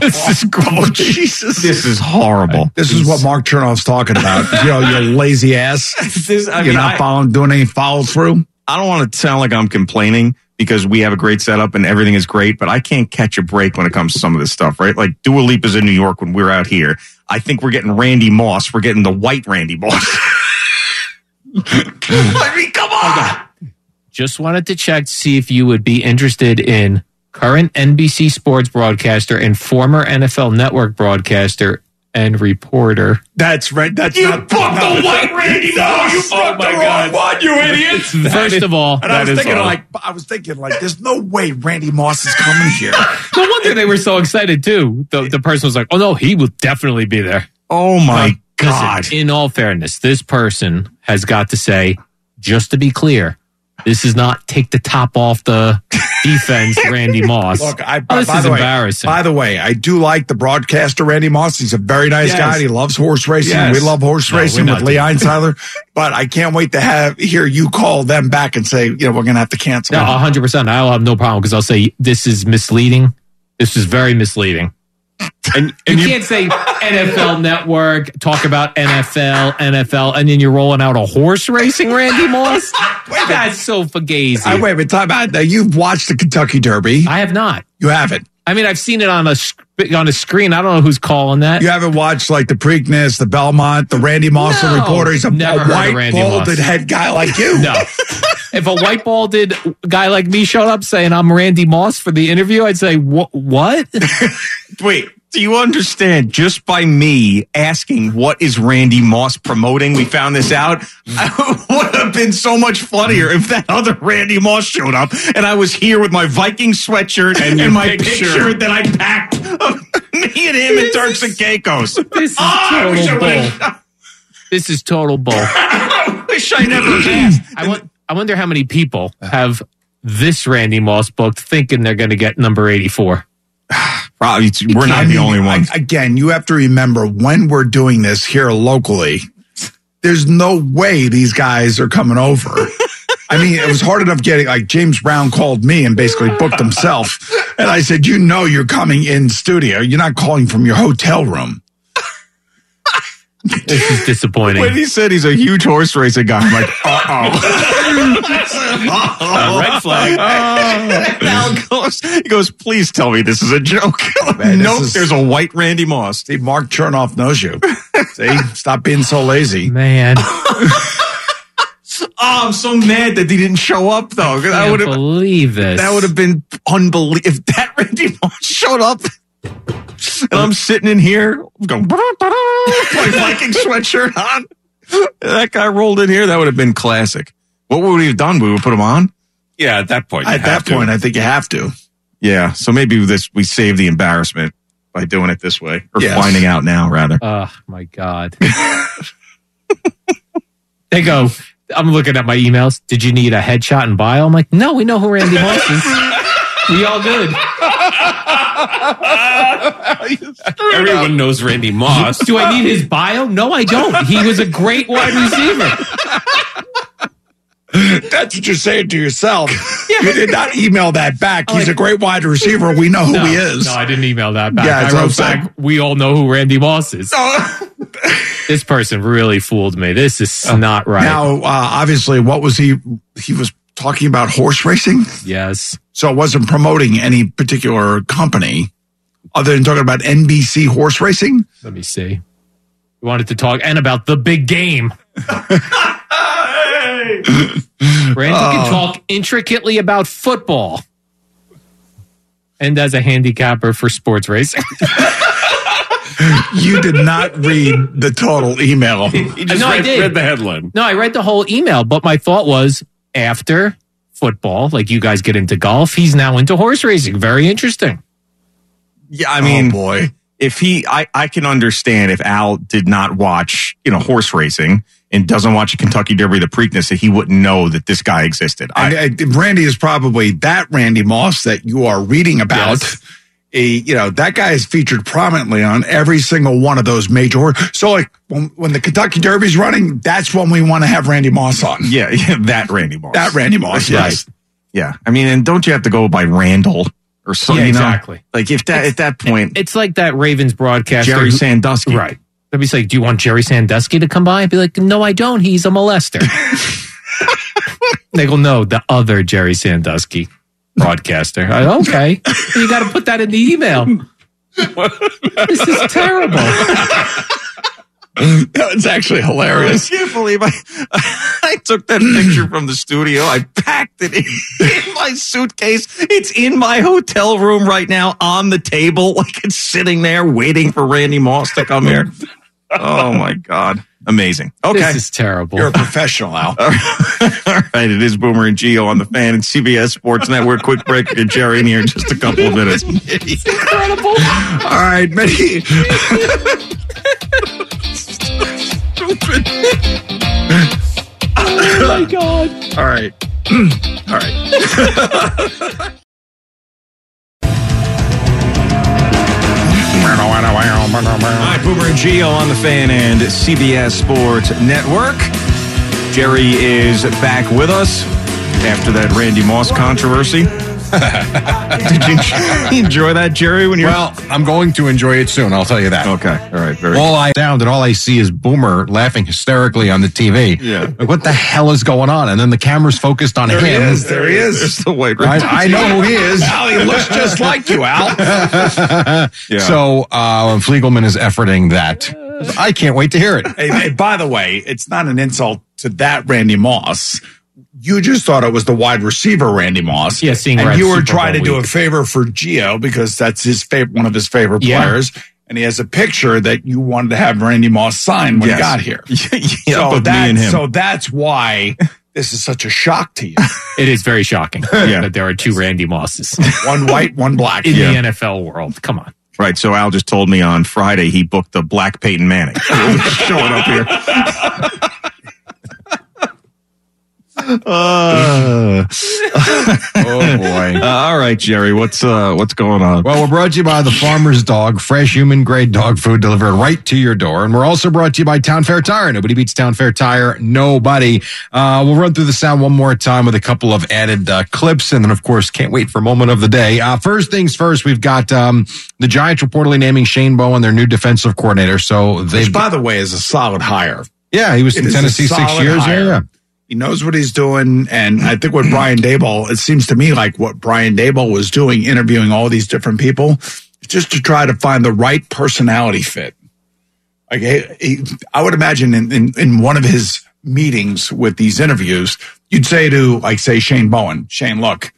S3: this
S4: is
S3: [laughs] oh, Jesus. [laughs] This is horrible.
S4: This is what Mark Chernoff's talking about.
S8: [laughs]
S4: you know, your lazy ass.
S3: This- I mean,
S4: You're not
S3: I-
S4: following, doing any follow through.
S3: I don't want to sound like I'm complaining because we have a great setup and everything is great, but I can't catch a break when it comes to some of this stuff, right? Like Dua Lipa's in New York when we're out here. I think we're getting Randy Moss. We're getting the white Randy Moss. [laughs] I mean, come on.
S8: Just wanted to check to see if you would be interested in current NBC sports broadcaster and former NFL network broadcaster and reporter.
S4: That's right. That's
S2: you
S4: not- Oh,
S2: booked
S4: no.
S2: the
S4: [laughs]
S2: white Randy Moss. You booked
S3: Oh
S2: the wrong one, you idiot.
S8: First of all,
S4: and I was
S8: Oh, that is
S4: thinking
S8: all.
S4: like I was thinking like, there's no way Randy Moss is coming here.
S8: No wonder they were so excited too. The, the person was like, "Oh no, he will definitely be there."
S3: Oh my
S8: god! in all fairness, this person has got to say, just to be clear, this is not take the top off the
S4: [laughs]
S8: defense, Randy [laughs] Moss.
S4: Look, I,
S8: Oh, this
S4: by
S8: is
S4: the way-
S8: embarrassing.
S4: by the way, I do like the broadcaster Randy Moss. He's a very nice
S8: Yes.
S4: guy. He loves horse racing.
S8: Yes.
S4: We love horse
S8: No, we're
S4: racing
S8: not
S4: with Lee
S8: doing
S4: Einsiler. But I can't wait to have hear you call them back and say, you know, we're going to have to cancel.
S8: no, hundred percent. I'll have no problem because I'll say this is misleading. This is very misleading.
S3: And,
S8: you, can't say NFL Network talk about NFL, NFL, and then you're rolling out a horse racing Randy Moss. That's so fugazi.
S4: I, wait, but talk about now. You've watched the Kentucky Derby.
S8: I have not.
S4: You haven't.
S8: I mean, I've seen it on a sc- on a screen. I don't know who's calling that.
S4: You haven't watched like the Preakness, the Belmont, the Randy Moss, the
S8: No.
S4: reporter. He's a,
S8: Never
S4: a
S8: heard of
S4: white,
S8: Randy Moss.
S4: balded head guy like you. [laughs]
S8: No. if a white balded guy like me showed up saying I'm Randy Moss for the interview, I'd say, "Wha- "What?"
S3: Wait, do you understand? Just by me asking what is Randy Moss promoting, we found this out. [laughs] It would have been so much funnier if that other Randy Moss showed up and I was here with my Viking sweatshirt and,
S2: your
S3: my
S2: picture.
S3: picture that I packed of me and him and Turks and Caicos.
S8: This is
S3: Ah, I wish I
S8: total
S3: would've-
S8: bull. [laughs] This is total bull.
S3: wish I never asked.
S8: I, won- I wonder how many people have this Randy Moss booked, thinking they're going to get number eighty-four.
S3: Probably, we're
S4: I mean,
S8: [laughs]
S4: I- again, you have to remember when we're doing this here locally, there's no way these guys are coming
S8: [laughs]
S4: over. I mean, it was hard enough getting like James Brown called me and basically booked himself. And I said, You know, you're coming in studio. You're not calling from your hotel room.
S8: This is disappointing.
S3: When he said he's a huge horse racing guy, I'm like, uh oh.
S2: red
S3: [laughs]
S2: flag.
S3: Al goes, he goes, please tell me this is a joke. [laughs]
S4: Man, this
S3: nope,
S4: is-
S3: there's a white Randy Moss.
S4: See, Mark Chernoff knows
S8: [laughs]
S4: you. See, stop being so lazy.
S8: Man,
S3: Oh, I'm so mad that he didn't show up though. 'cause I
S8: I
S3: would
S8: can't
S3: have
S8: believe this.
S3: that would have been unbelievable if that Randy Moss showed up. And I'm sitting in here going my Viking sweatshirt on. That guy rolled in here. That would have been classic. What would we have done? We would put him on.
S5: Yeah, at that point. you
S4: At that
S5: have to.
S4: point, I think you have to.
S3: Yeah. So maybe this we save the embarrassment by doing it this way or
S4: Yes.
S3: finding out now rather.
S8: Oh my god. [laughs] they go. I'm looking at my emails. Did you need a headshot and bio? I'm like, no, we know who Randy Moss is. we all good.
S5: Everyone knows Randy Moss.
S8: Do I need his bio? No, I don't. He was a great wide receiver.
S4: That's what you're saying to
S8: [laughs]
S4: yourself. You did not email that back. He's a great wide receiver. We know who
S8: Oh, no,
S4: he is.
S8: No, I didn't email that back.
S4: Yeah, Oh.
S8: I
S4: that's what
S8: wrote
S4: I'm saying.
S8: back. We all know who Randy Moss is. [laughs] this person really fooled me. This is not right.
S4: Now, uh, obviously, what was he? He was talking about horse racing.
S8: Yes.
S4: So it wasn't promoting any particular company, other than talking about NBC horse racing.
S8: Let me see. We wanted to talk and about the big
S4: [laughs]
S8: game. Randall can
S31: Oh.
S8: talk intricately about football and as a handicapper for sports racing.
S4: you did not read the
S8: [laughs]
S4: total email.
S8: no, I did. No, I read the whole email, but my thought was after football, like you guys get into golf, he's now into horse racing. Very interesting.
S3: Yeah, I mean, Oh, boy, if he, I, I can understand if Al did not watch, you know, horse racing and doesn't watch a Kentucky Derby, the Preakness, that he wouldn't know that this guy existed.
S4: I, I, Randy is probably that Randy Moss that you are reading about. A, you know that guy is featured prominently on every single one of those major. hor- So like when, when the Kentucky Derby's running, that's when we want to have Randy Moss on.
S3: Yeah, [laughs] yeah, that Randy Moss.
S4: That Randy Moss,
S3: Right.
S4: yes.
S3: Yeah, I mean, and don't you have to go by Randall or something?
S8: Yeah,
S3: you know?
S8: exactly.
S3: Like if that at that point,
S8: It's like that Ravens broadcaster.
S3: Jerry Sandusky.
S8: Right. They'd be like, Do you want Jerry Sandusky to come by? I'd be like, No, I don't. He's a
S3: [laughs]
S8: molester. they go, No, the other Jerry Sandusky broadcaster. I, okay. you got to put that in the email. this is terrible.
S3: [laughs] it's actually
S31: hilarious.
S3: I can't believe I, [laughs] I took that picture from the studio. I packed it in, in my suitcase. It's in my hotel room right now on the table. [laughs] Like it's sitting there waiting for Randy Moss to come here. Oh my God. Amazing. Okay.
S8: This is terrible.
S3: You're a
S8: [laughs]
S4: professional, Al.
S3: All right. It is Boomer and Geo on the fan and CBS Sports Network. Quick break. Get Jerry in here in just a couple of minutes.
S31: It's incredible.
S4: All right, many.
S31: [laughs] oh my god.
S2: [clears throat]
S4: All right. All right.
S3: Hi, Boomer and Geo on the fan and CBS Sports Network. Jerry is back with us after that Randy Moss controversy.
S8: [laughs]
S3: Did you [laughs] enjoy that, Jerry? When you're
S12: well, I'm going to enjoy it soon. I'll tell you that.
S3: Okay. All right. Very.
S12: All I sound and all I see is Boomer laughing hysterically on the TV.
S3: Yeah.
S12: Like, what the hell is going on? And then the camera's focused on
S3: There
S12: him.
S3: he is, there he is. There's the white
S12: I, I know who he is.
S3: Al, he looks just like you, Al. [laughs]
S12: yeah. So uh, Fliegelman is efforting that. I can't wait to hear it.
S4: hey, hey, by the way, it's not an insult to that Randy Moss. You just thought it was the wide receiver Randy Moss.
S8: Yeah, seeing
S4: and
S8: Reds
S4: you were
S8: Super
S4: trying to
S8: Bowl
S4: do a
S8: week.
S4: favor for Gio because that's his favorite, one of his favorite
S8: Yeah.
S4: players. And he has a picture that you wanted to have Randy Moss sign when
S3: Yes.
S4: he
S8: [laughs]
S4: got here.
S3: Yeah,
S4: so,
S3: but me and him.
S4: so that's why this is such a shock to you.
S8: It is very shocking
S3: [laughs] Yeah.
S8: that there are two Randy Mosses
S4: one white, one black
S8: in
S3: Yeah.
S8: the NFL world. Come on.
S3: Right. So Al just told me on Friday he booked a black Peyton Manning.
S12: [laughs]
S3: Showing up here. Uh,
S12: oh boy.
S3: all right, Jerry. What's uh what's going on?
S12: Well, we're brought to you by the Farmer's Dog, fresh human grade dog food delivered right to your door. And we're also brought to you by Town Fair Tire. Nobody beats Town Fair Tire. Nobody. Uh, we'll run through the sound one more time with a couple of added uh, clips. And then, of course, can't wait for moment of the day. Uh, first things first, we've got um, the Giants reportedly naming Shane Bowen their new defensive coordinator. So they've.
S4: Which, by the way, is a solid hire.
S12: yeah, he was in
S4: It is a
S12: Tennessee six
S4: solid
S12: years. Yeah,
S4: hire.
S12: yeah.
S4: He knows what he's doing. And I think what Brian Dable, it seems to me like what Brian Dable was doing, interviewing all these different people, just to try to find the right personality fit. Like, he- he- I would imagine in, in, in one of his meetings with these interviews, you'd say to, like, say, Shane Bowen, Shane, look,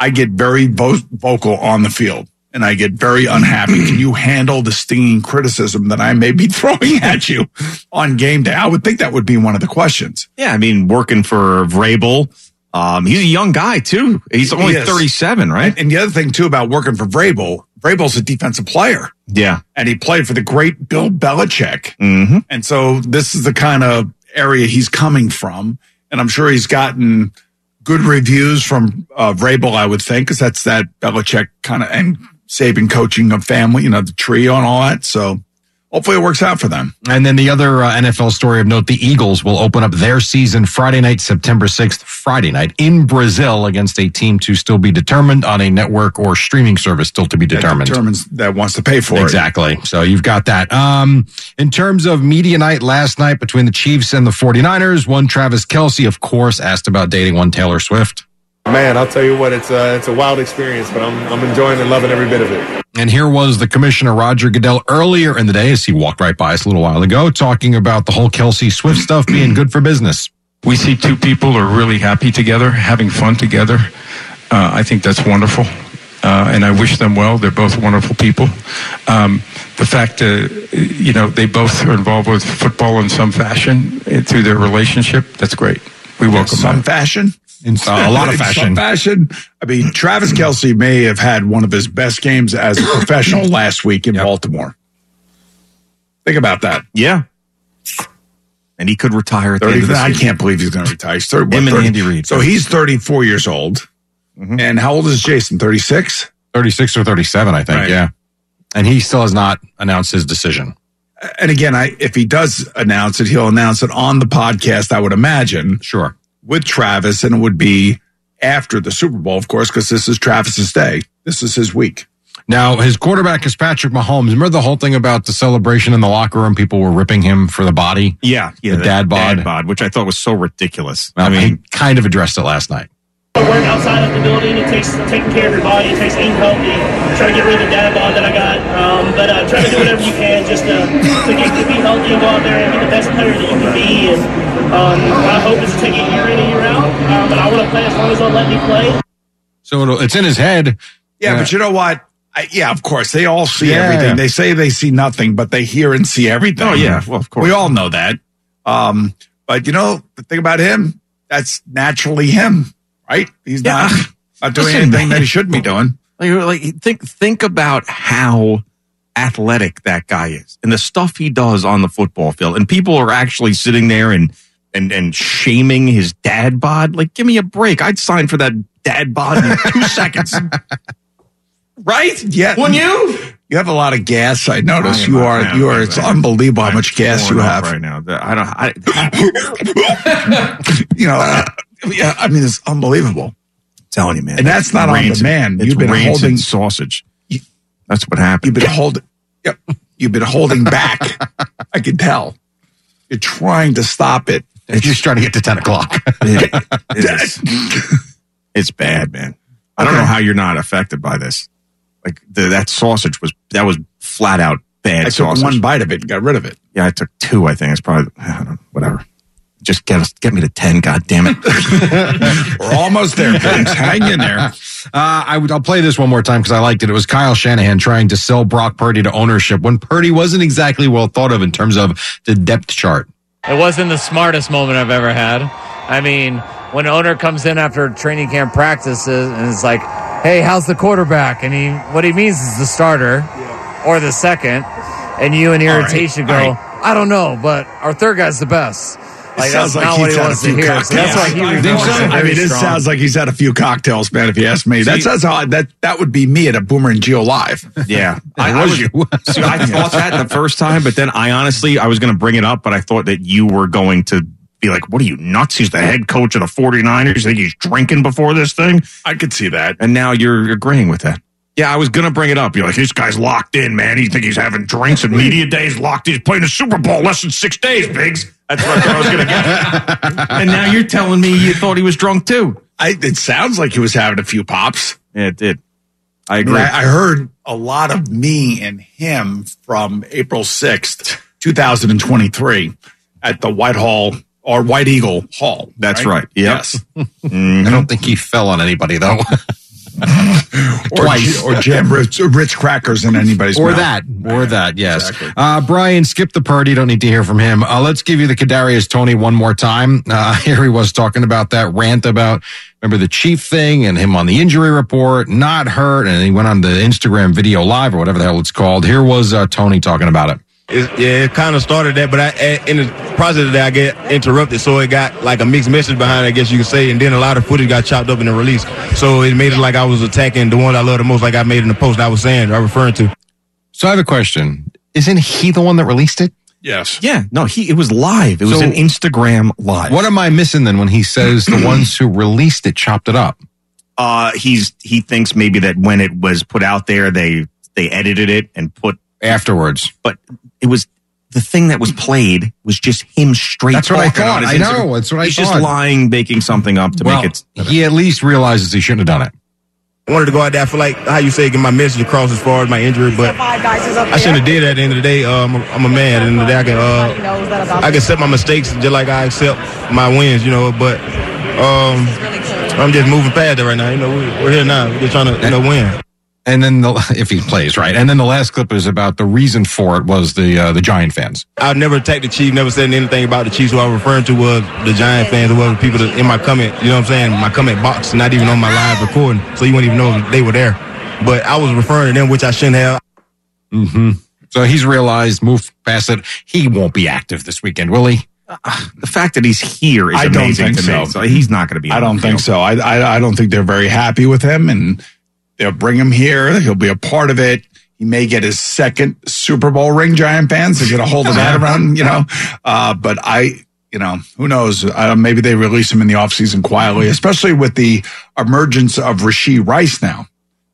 S4: I get very vo- vocal on the field and I get very unhappy. Can you handle the stinging criticism that I may be [laughs] throwing at you on game day? I would think that would be one of the questions.
S3: Yeah, I mean, working for Vrabel. Um, he's a young guy too. He's only
S4: He is.
S3: 37, right?
S4: And, and the other thing too about working for Vrabel, Vrabel's a defensive player
S3: Yeah.
S4: and he played for the great Bill Belichick.
S3: Mm-hmm.
S4: And so this is the kind of area he's coming from. And I'm sure he's gotten good reviews from uh, Vrabel, I would think, because that's that Belichick kind of and Saban coaching of family, you know, the trio and all that. So hopefully it works out for them.
S12: And then the other uh, NFL story of note the Eagles will open up their season Friday night, September 6th, Friday night in Brazil against a team to still be determined on a network or streaming service still to be determined.
S4: determines that wants to pay for it.
S12: exactly. So you've got that. Um, in terms of media night last night between the Chiefs and the 49ers, one Travis Kelsey, of course, asked about dating one Taylor Swift.
S7: Man, I'll tell you what, it's a, it's a wild experience, but I'm, I'm enjoying and loving every bit of it.
S12: And here was the commissioner Roger Goodell earlier in the day as he walked right by us a little while ago talking about the whole Kelsey Swift stuff being good for business.
S13: We see two people are really happy together, having fun together. Uh, I think that's wonderful. Uh, and I wish them well. They're both wonderful people. Um, the fact that, you know, they both are involved with football in some fashion eh, through their relationship, that's great. We welcome
S4: some
S13: that.
S4: fashion.
S12: In
S3: uh,
S13: a lot of
S4: [laughs] In
S13: fashion.
S4: some fashion. I mean, Travis
S3: Mm-hmm.
S4: Kelsey may have had one of his best games as a
S3: [clears throat]
S4: professional last week in Baltimore. Think about that.
S3: Yeah. And he could retire at the
S4: 30
S3: end of the
S4: I
S3: season.
S4: can't believe he's going to retire. He's 30, what,
S3: Him and
S4: 30
S3: Andy Reid.
S4: So he's 34 years old. And how old is Jason? 36?
S12: 36 or 37, I think. Yeah. And he still has not announced his decision.
S4: And again, I if he does announce it, he'll announce it on the podcast, I would imagine.
S12: Sure.
S4: With Travis, and it would be after the Super Bowl, of course, because this is Travis's day. This is his week.
S12: Now, his quarterback is Patrick Mahomes. Remember the whole thing about the celebration in the locker room? People were ripping him for the body.
S3: Yeah, yeah,
S12: The dad bod.
S3: which I thought was so ridiculous.
S12: I mean, he kind of addressed it last night.
S29: The work outside of the building, it takes taking care of your body, it takes eating healthy, trying to get rid of the dad bod that I got, um, but uh, trying to do whatever you can just to, to, get, to be healthy and go out there and be the best player that you can be. And um, my hope is to take it year in and year out, um, but I want to play as long as they'll let me play.
S12: So it'll, it's in his head.
S4: Yeah, but you know what? I, yeah, of course. They all see
S12: Yeah.
S4: everything. They say they see nothing, but they hear and see everything.
S3: Oh, yeah. Well, of course.
S4: We all know that. Um, but you know, the thing about him, that's naturally him, right? He's not, not doing
S3: Listen,
S4: anything
S3: man.
S4: that he shouldn't be doing.
S3: Like, like think think about how athletic that guy is and the stuff he does on the football field. And people are actually sitting there and and and shaming his dad bod. Like, give me a break. I'd sign for that dad bod in
S4: [laughs]
S3: two seconds. Right?
S4: Yeah.
S3: Wouldn't you?
S4: You have a lot of gas. I
S3: I
S4: notice
S3: am
S4: you
S3: up
S4: are,
S3: now,
S4: you are,
S3: but
S4: it's
S3: I'm-
S4: unbelievable how much gas you
S3: Torn up
S4: have.
S3: right now. The- I don't. I,
S4: [laughs] you know, uh, yeah, I mean, it's unbelievable.
S3: telling you, man.
S4: And that's not on
S3: Rains and-
S4: demand.
S3: It's
S4: You've been
S3: rains
S4: holding-
S3: and sausage. That's what happened.
S4: You've been holding, yep, you've been holding
S3: [laughs]
S4: back. I can tell. You're trying to stop it.
S12: You're just trying to get to 10
S4: [laughs]
S12: o'clock.
S3: It's bad, man. I don't know how you're not affected by this. Like the, that sausage was that was flat out bad
S4: I took
S3: sausage.
S4: one bite of it and got rid of it.
S3: Yeah, I took two. I think it's probably I don't know, whatever. Just get us get me to ten. God damn it!
S4: We're almost there,
S12: [laughs]
S4: Pigs. Hang in there.
S12: Uh, I would, I'll play this one more time because I liked it. It was Kyle Shanahan trying to sell Brock Purdy to ownership when Purdy wasn't exactly well thought of in terms of the depth chart.
S17: It wasn't the smartest moment I've ever had. I mean, when an owner comes in after training camp practices and is like, "Hey, how's the quarterback?" and he what he means is the starter or the second, and you in
S2: All right,
S17: irritation
S2: all
S17: go,
S2: right.
S17: "I don't know, but our third guy's the best." Like that's not what he wants to hear. So that's why he was going
S4: I mean, it sounds like he's had a few cocktails, man. If you ask me, that sounds how I- that that would be me at a Boomer and Geo live. [laughs]
S3: Yeah, I, was, [laughs] See, I thought that the first time, but then I honestly I was going to bring it up, but I thought that you were going to be like, "What are you nuts? He's the head coach of the 49ers. You think he's drinking before this thing?"
S4: I could see that,
S3: and now you're agreeing with that. Yeah, I was going to bring it up. You're like, "This guy's locked in, man. You think he's having drinks and media days locked? He's playing the Super Bowl less than six days, Biggs." That's what I thought I was going to get.
S4: [laughs]
S3: and now you're telling me you thought he was drunk too.
S4: I, it sounds like he was having a few pops.
S3: Yeah, it did. I
S4: I,
S3: agree.
S4: I, heard a lot of me and him from April 6th, 2023, at the Whitehall or White Eagle Hall.
S3: That's right. Yep.
S4: Yes. Mm-hmm.
S12: I don't think he fell on anybody though.
S4: [laughs]
S12: [laughs]
S4: Or,
S12: Twice.
S4: or jam Ritz, Ritz crackers in anybody's
S12: or
S4: mouth.
S12: that, or that, yes. Uh, Brian, skip the Purdy. Don't need to hear from him. Uh, let's give you the Kadarius Tony one more time. Uh, [laughs] here he was talking about that rant about remember the chief thing and him on the injury report, not hurt, and he went on the Instagram video live or whatever the hell it's called. Here was uh, Tony talking about it.
S19: It, yeah, it kind of started that, but I, a- in the process of that, I get interrupted, so it got like a mixed message behind, it, I guess you could say, and then a lot of footage got chopped up in the release. So it made it like I was attacking the one I love the most, like I made in the post I was saying, I referring to.
S12: So I have a question. Isn't he the one that released it?
S34: Yes.
S12: Yeah. No, he it was live.
S3: It was an
S12: Instagram live. What am I missing then when he says
S3: [clears throat]
S12: the ones who released it chopped it up?
S3: Uh, he's he thinks maybe that when it was put out there, they they edited it and put
S12: afterwards.
S3: But it was the thing that was played was just him straight.
S12: That's what I
S3: talking on
S12: thought.
S3: his
S12: I
S3: Instagram.
S12: know. That's what I
S3: he's
S12: thought.
S3: just lying, making something up to
S19: Well,
S3: make it.
S12: He at least realizes he shouldn't have done it.
S19: I wanted to go out there. I feel like how you say get my message across as far as my injury, but I shouldn't have did that. At the end of the day, uh, I'm, a, I'm a man. At the end of the day, I can uh, I can accept my mistakes just like I accept my wins, you know. But um, I'm just moving past it right now. You know, we're, we're here now. We're just trying to you know win.
S12: And then the [laughs] if he plays right, and then the last clip is about the reason for it was the uh, the Giant fans.
S19: I've never attacked the Chiefs, never said anything about the Chiefs. Who I was referring to was the Giant fans, or whatever people that, in my comment, you know what I'm saying? My comment box, not even on my live recording, so you wouldn't even know they were there. But I was referring to them, which I shouldn't have.
S12: Mm-hmm. So he's realized, move past it. He won't be active this weekend, will he? Uh,
S3: the fact that he's here
S12: is
S4: I don't
S12: amazing
S4: think
S12: to
S4: so.
S12: me. So he's not gonna be
S4: I
S12: on
S4: don't
S12: the
S4: think
S12: field.
S4: so. I, I I don't think they're very happy with him, and they'll bring him here. He'll be a part of it. He may get his second Super Bowl ring. Giant fans to get a hold of
S12: [laughs]
S4: that around, you know. Uh, but I, you know, who knows? Uh, maybe they release him in the offseason quietly, especially with the emergence of Rasheed Rice now.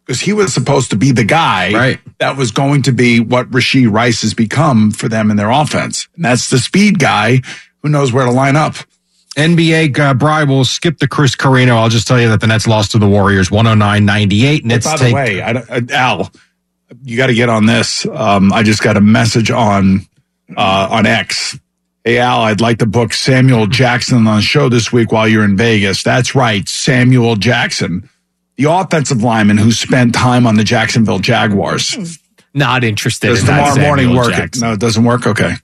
S4: Because he was supposed to be the guy that was going to be what Rasheed Rice has become for them in their offense. And that's the speed guy who knows where to line up.
S12: NBA uh, Bry will skip the Chris Carino. I'll just tell you that the Nets lost to the Warriors 109-98. Nets
S4: By the
S12: take
S4: way, I, don't- uh, Al, you got to get on this. Um, I just got a message on uh, on X. Hey Al, I'd like to book Samuel Jackson on the show this week while you're in Vegas. That's right, Samuel Jackson, the offensive lineman who spent time on the Jacksonville Jaguars.
S8: Not interested.
S4: Does
S8: in that
S4: tomorrow
S8: Samuel
S4: morning work?
S8: Jackson.
S4: No, it doesn't work. Okay.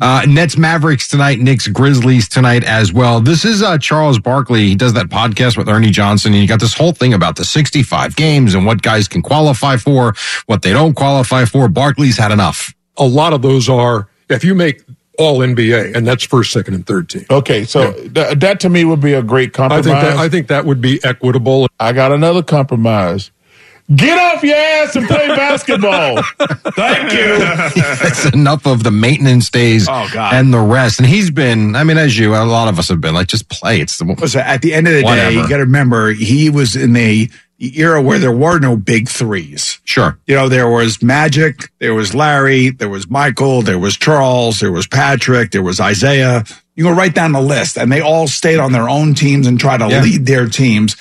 S12: Uh, Nets Mavericks tonight, Knicks Grizzlies tonight as well. This is uh, Charles Barkley. He does that podcast with Ernie Johnson, and you got this whole thing about the 65 games and what guys can qualify for, what they don't qualify for. Barkley's had enough.
S7: A lot of those are if you make all NBA, and that's first, second, and third team.
S20: Okay, so tha- that to me would be a great
S7: I
S20: compromise.
S7: think that, I think that would be equitable.
S20: I got another compromise. Get off your ass and
S7: [laughs]
S20: play basketball. Thank
S12: [laughs]
S20: you.
S4: [laughs]
S12: That's enough of the maintenance days
S4: Oh, God.
S12: and the rest. And he's been, I mean, as you, a lot of us have been like, just play. It's the
S4: Listen, at the end of the day,
S12: Whatever.
S4: you got to remember he was in the era where there were no big threes.
S12: Sure.
S4: You know, there was Magic, there was Larry, there was Michael, there was Charles, there was Patrick, there was Isaiah. You go right down the list, and they all stayed on their own teams and try to
S12: Yeah.
S4: lead their teams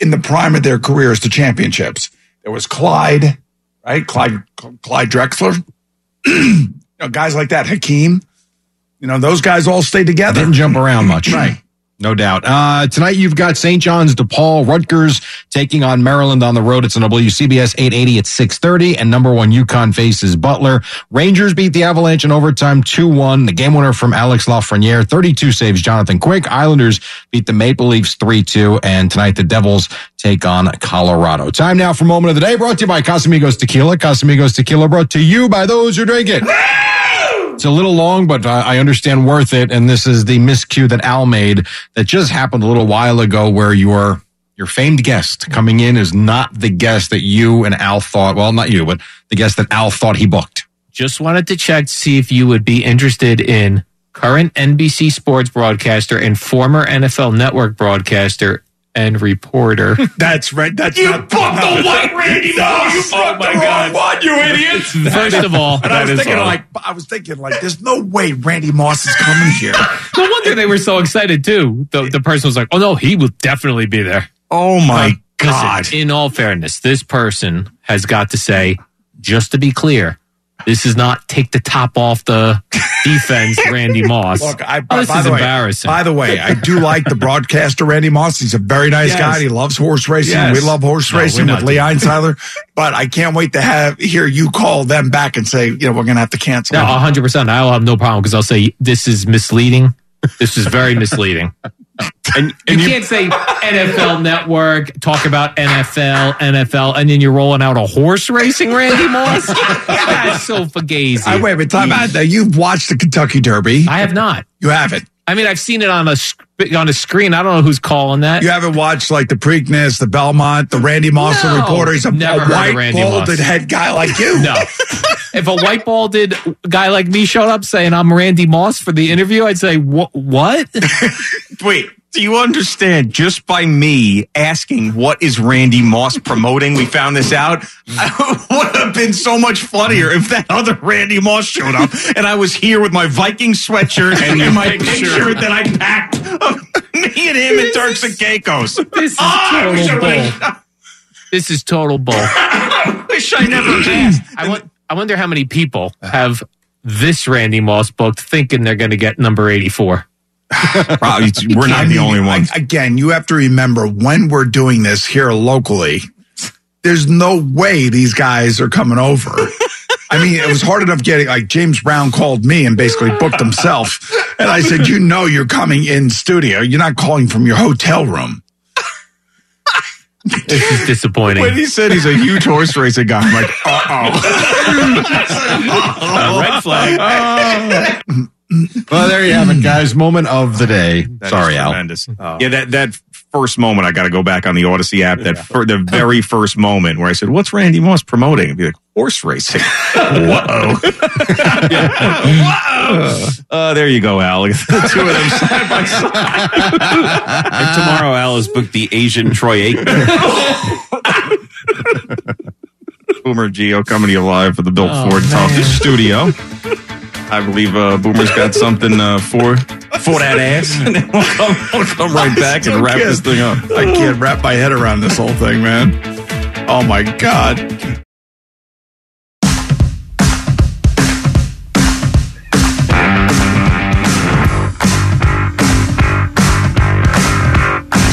S4: in the prime of their careers to championships. There was Clyde, right? Clyde, Clyde Drexler, [clears throat] you know, guys like that, Hakeem. You know, those guys all stayed together.
S12: Didn't jump around much.
S4: Right.
S12: [clears throat] No doubt. Uh, tonight you've got St. John's DePaul Rutgers taking on Maryland on the road. It's on WCBS 880 at 630 and number one Yukon faces Butler. Rangers beat the Avalanche in overtime 2-1. The game winner from Alex Lafreniere, 32 saves Jonathan Quick. Islanders beat the Maple Leafs 3-2 and tonight the Devils take on Colorado. Time now for moment of the day brought to you by Casamigos Tequila. Casamigos Tequila brought to you by those who drink it. It's a little long, but I I understand worth it. And this is the miscue that Al made that just happened a little while ago where your your famed guest coming in is not the guest that you and Al thought. Well, not you, but the guest that Al thought he booked.
S8: Just wanted to check to see if you would be interested in current NBC sports broadcaster and former NFL network broadcaster and reporter.
S4: [laughs] That's right. That's
S2: you not, bumped
S4: [laughs]
S2: the white Randy Moss. You bumped the wrong one, you idiot.
S8: First of all,
S4: and I
S8: that
S4: was
S8: is
S4: thinking
S8: all.
S4: like I was thinking like, there's no way Randy Moss is coming
S8: [laughs]
S4: here.
S8: No wonder they were so excited too. The, the person was like, "Oh no, he will definitely be there."
S4: Oh my
S8: god! in all fairness, this person has got to say, just to be clear, this is not take the top off
S4: [laughs]
S8: the defense, Randy Moss.
S4: Look, I,
S8: Oh, this
S4: by
S8: is
S4: the way-
S8: embarrassing.
S4: by the way, I do like the broadcaster Randy Moss. He's a very nice
S8: Yes.
S4: guy. and He loves horse racing.
S8: Yes.
S4: We love horse
S8: No, we're
S4: racing
S8: not
S4: with Lee
S8: doing
S4: Einsiler. But I can't wait to have hear you call them back and say, you know, we're going to have to cancel.
S8: no, hundred percent. I'll have no problem because I'll say this is misleading. This is very [laughs] misleading. And, you, can't say NFL Network talk about NFL, NFL, and then you're rolling out a horse racing Randy Moss. That's so fugazi.
S4: I wait, but time out. Now, you've watched the Kentucky Derby.
S8: I have not.
S4: You haven't.
S8: I mean, I've seen it on a s- on the screen. I don't know who's calling that.
S4: You haven't watched like the Preakness, the Belmont, the Randy Moss, the
S8: No.
S4: reporter. He's a,
S8: Never
S4: a
S8: heard of
S4: white
S8: Randy Moss.
S4: balded head guy like you. [laughs]
S8: No. if a white balded guy like me showed up saying I'm Randy Moss for the interview, I'd say, "Wha- "What?"
S3: Wait, do you understand? Just by me asking what is Randy Moss promoting, we found this out. [laughs] I would have been so much funnier if that other Randy Moss showed up and I was here with my Viking sweatshirt and, my picture that I packed
S4: [laughs]
S3: of me and him and Turks and Caicos.
S8: This is
S3: Ah, I wish I
S8: total
S3: would've-
S8: bull. This is total bull.
S3: I wish I never asked.
S8: I, won- I wonder how many people have this Randy Moss booked, thinking they're going to get number [laughs] eighty-four.
S3: Probably,
S4: [laughs]
S8: we're not the only [laughs]
S4: ones. again, you have to remember when we're doing this here locally, there's no way these guys are coming over. I mean, it was hard enough getting like James Brown called me and basically booked himself. And I said, You know, you're coming in studio. You're not calling from your hotel room.
S8: This is disappointing.
S3: When he said he's a huge horse racing guy, I'm like,
S8: red flag.
S12: well, there you have it, guys. Moment of the day. Sorry, Al.
S3: Tremendous. Yeah, that that first moment, I got to go back on the Odyssey app. That for the very first moment where I said, "What's Randy Moss promoting?" I'd be like, "Horse racing." Whoa. [laughs] Whoa. Uh, there you go, Al.
S5: [laughs]
S3: Two of them side by side.
S5: And tomorrow, Al has booked the Asian Troy Aikman.
S3: Boomer Geo coming to you live for the Built
S5: Oh,
S3: Ford Talk
S5: man.
S3: Studio. I believe uh, Boomer's got something uh, for for that ass. And then we'll come, we'll come [laughs] right back and wrap this thing up.
S4: I can't wrap my head around this whole thing, man. Oh my God.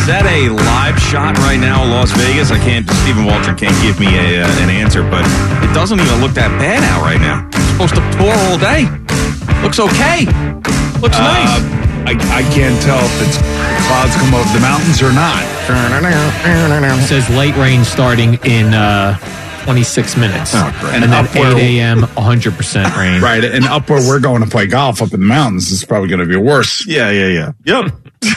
S3: Is that a live shot right now, Las Vegas? I can't. Stephen Walter can't give me a, uh, an answer, but it doesn't even look that bad out right now. It's supposed to pour all day. Looks okay. Looks nice.
S4: Uh, I, I can't tell if it's clouds come over the mountains or not.
S8: It says light rain starting in uh, 26 minutes.
S4: great.
S8: and,
S4: And
S8: then
S4: up where-
S8: 8 a.m., 100% rain.
S4: Right. And up where we're going to play golf up in the mountains is probably going to be worse.
S3: Yeah, yeah, yeah. Yep.
S4: [laughs]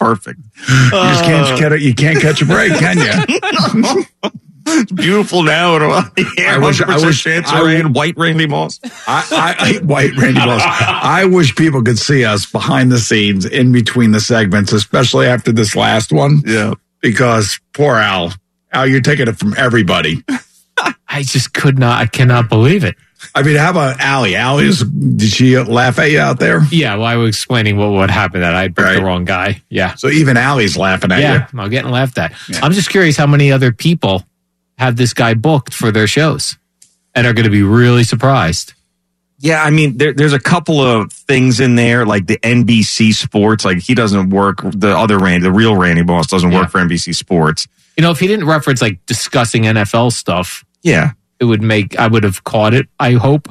S3: Perfect.
S4: You just can't, catch a- you can't catch a break, can you?
S3: [laughs] It's beautiful now. [laughs] I wish, I wish chance of
S4: I-
S3: rain, white Randy Moss.
S4: I, I, I white Randy
S3: [laughs]
S4: Moss. I wish people could see us behind the scenes in between the segments, especially after this last one.
S3: Yeah.
S4: Because poor Al, Al, you're taking it from everybody.
S8: I just could not, I cannot believe it.
S4: I mean, how about Allie? Allie is, did she laugh at you out there?
S8: Yeah, well, I was explaining what would happen that I picked the wrong guy. Yeah.
S4: So even Allie's laughing at you.
S8: yeah, I'm getting laughed at. I'm just curious how many other people have this guy booked for their shows and are going to be really surprised.
S3: Yeah, I mean, there, there's a couple of things in there, like the NBC Sports. Like he doesn't work. The other Randy, the real Randy Moss, doesn't work for NBC Sports.
S8: You know, if he didn't reference like discussing NFL stuff,
S3: yeah,
S8: it would make, I would have caught it, I hope.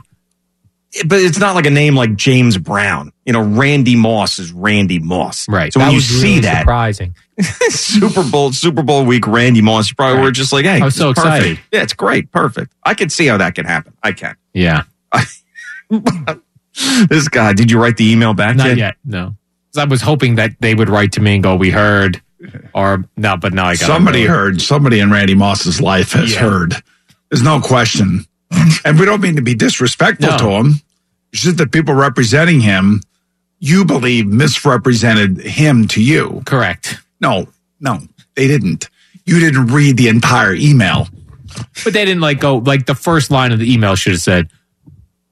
S3: But it's not like a name like James Brown. You know, Randy Moss is Randy Moss. Right. So when you
S8: was
S3: see
S8: really
S3: that
S8: surprising.
S3: [laughs] Super Bowl Super Bowl week, Randy Moss, you probably were just like, "Hey,
S8: I was so
S3: it's perfect.
S8: excited.
S3: Yeah, it's great, perfect. I can see how that can happen. I can.
S8: Yeah.
S4: [laughs]
S3: this guy, did you write the email back?
S8: Not yet. No. 'Cause I was hoping that they would write to me and go, "We heard," or no, but now I got
S4: somebody heard. Somebody in Randy Moss's life has
S8: Yeah.
S4: heard. There's no question. and we don't mean to be disrespectful
S8: No.
S4: to him. It's just that people representing him, you believe, misrepresented him to you.
S8: Correct.
S4: No, no, they didn't. You didn't read the entire email.
S8: But they didn't like go like the first line of the email should have said,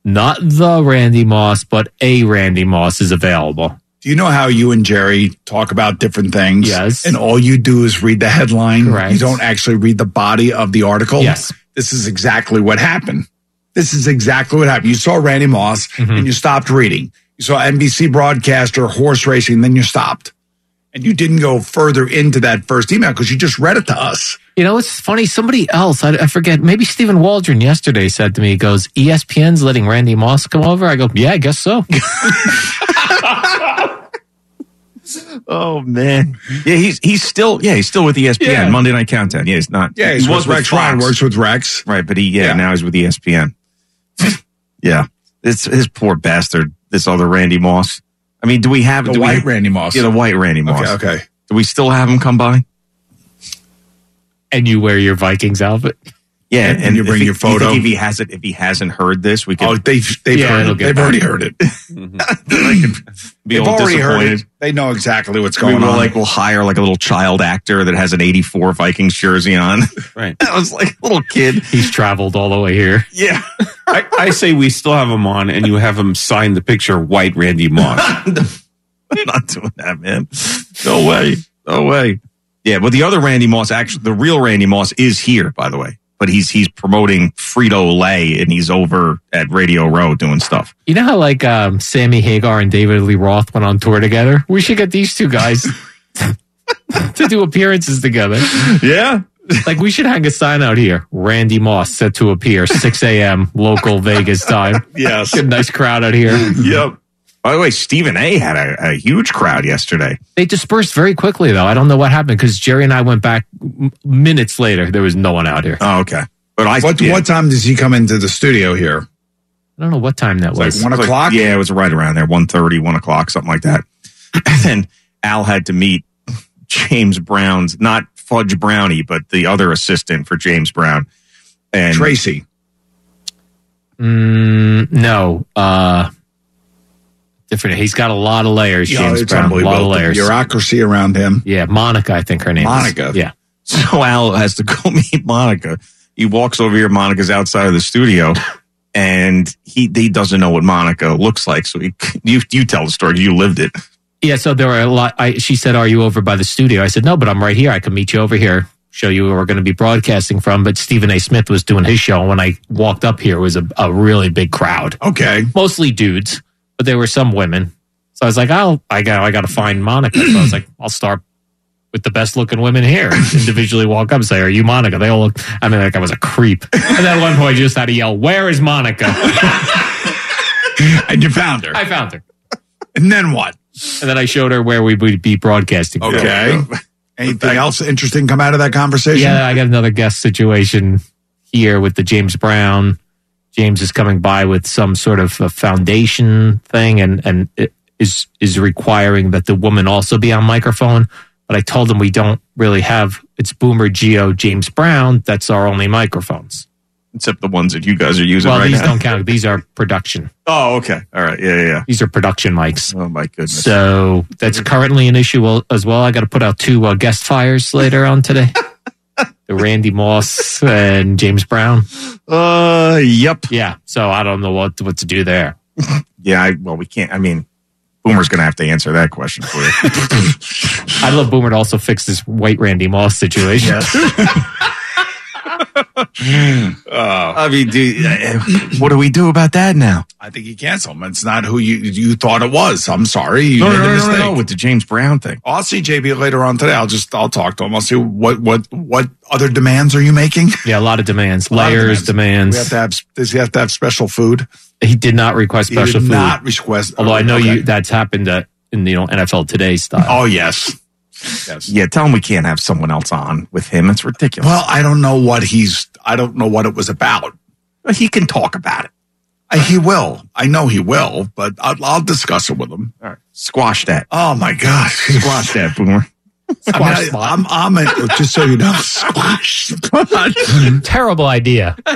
S8: "Not the Randy Moss, but a Randy Moss is available."
S4: Do you know how you and Jerry talk about different things?
S8: Yes.
S4: And all you do is read the headline. You don't actually read the body of the article.
S8: Yes.
S4: This is exactly what happened. This is exactly what happened. You saw Randy Moss
S8: Mm-hmm.
S4: and you stopped reading. You saw NBC broadcaster horse racing, then you stopped. And you didn't go further into that first email because you just read it to us.
S8: You know, it's funny. Somebody else, I, I forget, maybe Stephen Waldron yesterday said to me, he "Goes "E ESPN's letting Randy Moss come over." I go, "Yeah, I guess
S4: [laughs]
S8: so."
S3: Oh man. Yeah, he's he's still yeah he's still with E ESPN
S4: Yeah.
S3: Monday Night Countdown. Yeah, he's not.
S4: Yeah, he's
S3: he was
S4: with Rex Ryan,
S3: Fox.
S4: works with Rex.
S3: Right, but he yeah, now he's with E [laughs] ESPN. yeah, it's his poor bastard. This other Randy Moss. I mean, do we have
S4: The
S3: do we-
S4: white Randy Moss.
S3: Yeah, the white Randy
S4: Okay,
S3: Moss.
S4: okay.
S3: Do we still have him come by?
S8: And you wear your Vikings outfit.
S3: Yeah,
S8: And-
S3: and,
S8: and you bring
S3: if he-
S8: your
S3: you think
S8: photo.
S3: if he hasn't, if he hasn't heard this, we could.
S4: Oh, they've they've
S3: Yeah,
S4: heard
S3: it'll
S4: it.
S3: get
S4: They've
S3: back.
S4: already heard it.
S8: Mm-hmm.
S3: Be
S4: [laughs] they've
S3: all
S4: already heard it.
S3: disappointed.
S4: They know exactly what's
S3: we
S4: going
S3: will
S4: on.
S3: like we'll hire like a little child actor that has an '84 Vikings jersey on. [laughs] Right, I was like a little kid.
S8: He's traveled all the way here.
S3: Yeah,
S4: [laughs]
S5: I, I say we still have him on, and you have him sign the picture white Randy Moss.
S3: not doing that, man. No way. No way. Yeah, but the other Randy Moss, actually, the real Randy Moss is here, by the way. But he's he's promoting Frito Lay, and he's over at Radio Row doing stuff.
S8: You know how like um, Sammy Hagar and David Lee Roth went on tour together? We should get these two
S3: [laughs]
S8: guys to do appearances together.
S3: Yeah.
S8: Like we should hang a sign out here. Randy Moss set to appear 6 a.m. local Vegas time.
S3: Yes.
S8: Get a nice crowd out here.
S3: Yep. By the way, Stephen A. had a, a huge crowd yesterday.
S8: They dispersed very quickly though. I don't know what happened because Jerry and I went back m- minutes later. There was no one out here.
S3: Oh, okay. But I
S4: what what time does he come into the studio here?
S8: I don't know what time that was.
S3: It was yeah, it was right around there, 1.30, 1 o'clock, something like that. [clears throat] And then Al had to meet James Brown's, not Fudge Brownie, but the other assistant for James Brown. And
S4: Tracy.
S8: Mm, no. Uh, different. He's got a lot of layers,
S4: Yeah,
S8: James
S4: it's
S8: Brown. A lot of
S4: unbelievable. The
S8: layers.
S4: bureaucracy around him.
S8: Yeah, Monica, I think her name
S3: Monica.
S8: is. Yeah.
S3: [laughs] So Al has to go [laughs] meet Monica. He walks over here. Monica's outside of the studio, and he he doesn't know what Monica looks like. So he, you you tell the story. You lived it.
S8: Yeah, so there were a lot. I, she said, Are you over by the studio? I said, No, but I'm right here. I can meet you over here, show you where we're going to be broadcasting from. But Stephen A. Smith was doing his show. And when I walked up here, it was a, a really big crowd.
S4: Okay.
S8: Mostly dudes, but there were some women. So I was like, I'll, I got, I got to find Monica. So I was like, I'll start with the best looking women here. Individually walk up and say, Are you Monica? They all look, I mean, like I was a creep. And at one point, I just had to yell, Where is Monica?
S4: and you found her.
S8: I found her.
S4: And then what?
S8: And then I showed her where we would be broadcasting. from.
S4: Okay. Anything else interesting come out of that conversation?
S8: Yeah, I got another guest situation here with the James Brown. James is coming by with some sort of a foundation thing, and and it is is requiring that the woman also be on microphone. But I told him we don't really have it's Boomer Geo James Brown. That's our only microphones.
S3: Except the ones that you guys are using
S8: well,
S3: right
S8: these
S3: now.
S8: don't count. These are
S3: [laughs]
S8: production.
S3: Oh, okay. All right. Yeah, yeah, yeah.
S8: These are production mics.
S3: Oh my goodness.
S8: So that's currently an issue al- as well. I got to put out two uh, guest fires later on today.
S3: [laughs]
S8: the Randy Moss and James Brown.
S3: Uh, yep.
S8: Yeah. So I don't know what what to do there.
S3: yeah. I, well, we can't. I mean, Boomer's [laughs] going to have to answer that question for you. [laughs]
S8: I'd love Boomer to also fix this white Randy Moss situation.
S3: I mean, dude, eh, what do we do about that now?
S4: I think he canceled him. It's not who you you thought it was. I'm sorry. You
S3: No,
S4: made
S3: no,
S4: a
S3: no, no,
S4: mistake.
S3: no, with the James Brown thing.
S4: I'll see JB later on today. I'll just I'll talk to him. I'll see what what what other demands are you making?
S8: yeah, a lot of demands,
S4: A lot of
S8: layers, demands.
S4: We have to have does he have to have special food?
S8: [laughs] He did not request
S4: He did
S8: special food.
S4: not request.
S8: Although I know
S4: Okay.
S8: you, that's happened uh, in you know NFL Today style.
S4: Oh yes.
S3: Yeah, tell him we can't have someone else on with him. It's ridiculous.
S4: Well, I don't know what he's. I don't know what it was about.
S3: He can talk about it.
S4: Uh, He will. I know he will, but I'll, I'll discuss it with him.
S3: All right. Squash that.
S4: Oh my gosh.
S3: Squash that, Boomer.
S4: [laughs] I mean, I, am I'm in, just so you know, [laughs] squash.
S8: [laughs] Terrible idea.
S4: [laughs]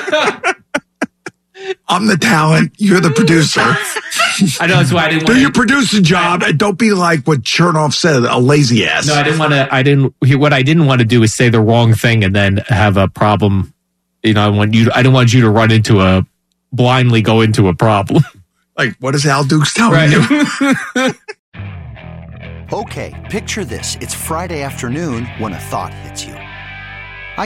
S4: I'm the talent. You're the producer.
S8: I know that's why I didn't.
S4: Do your producer job and don't be like what Chernoff said, a lazy ass.
S8: No, I didn't want to. I didn't. he- What I didn't want to do is say the wrong thing and then have a problem. You know, I want you. I don't want you to run into a blindly go into a problem.
S4: Like, what is Al Dukes telling you?
S9: [laughs] Okay, picture this. It's Friday afternoon when a thought hits you. I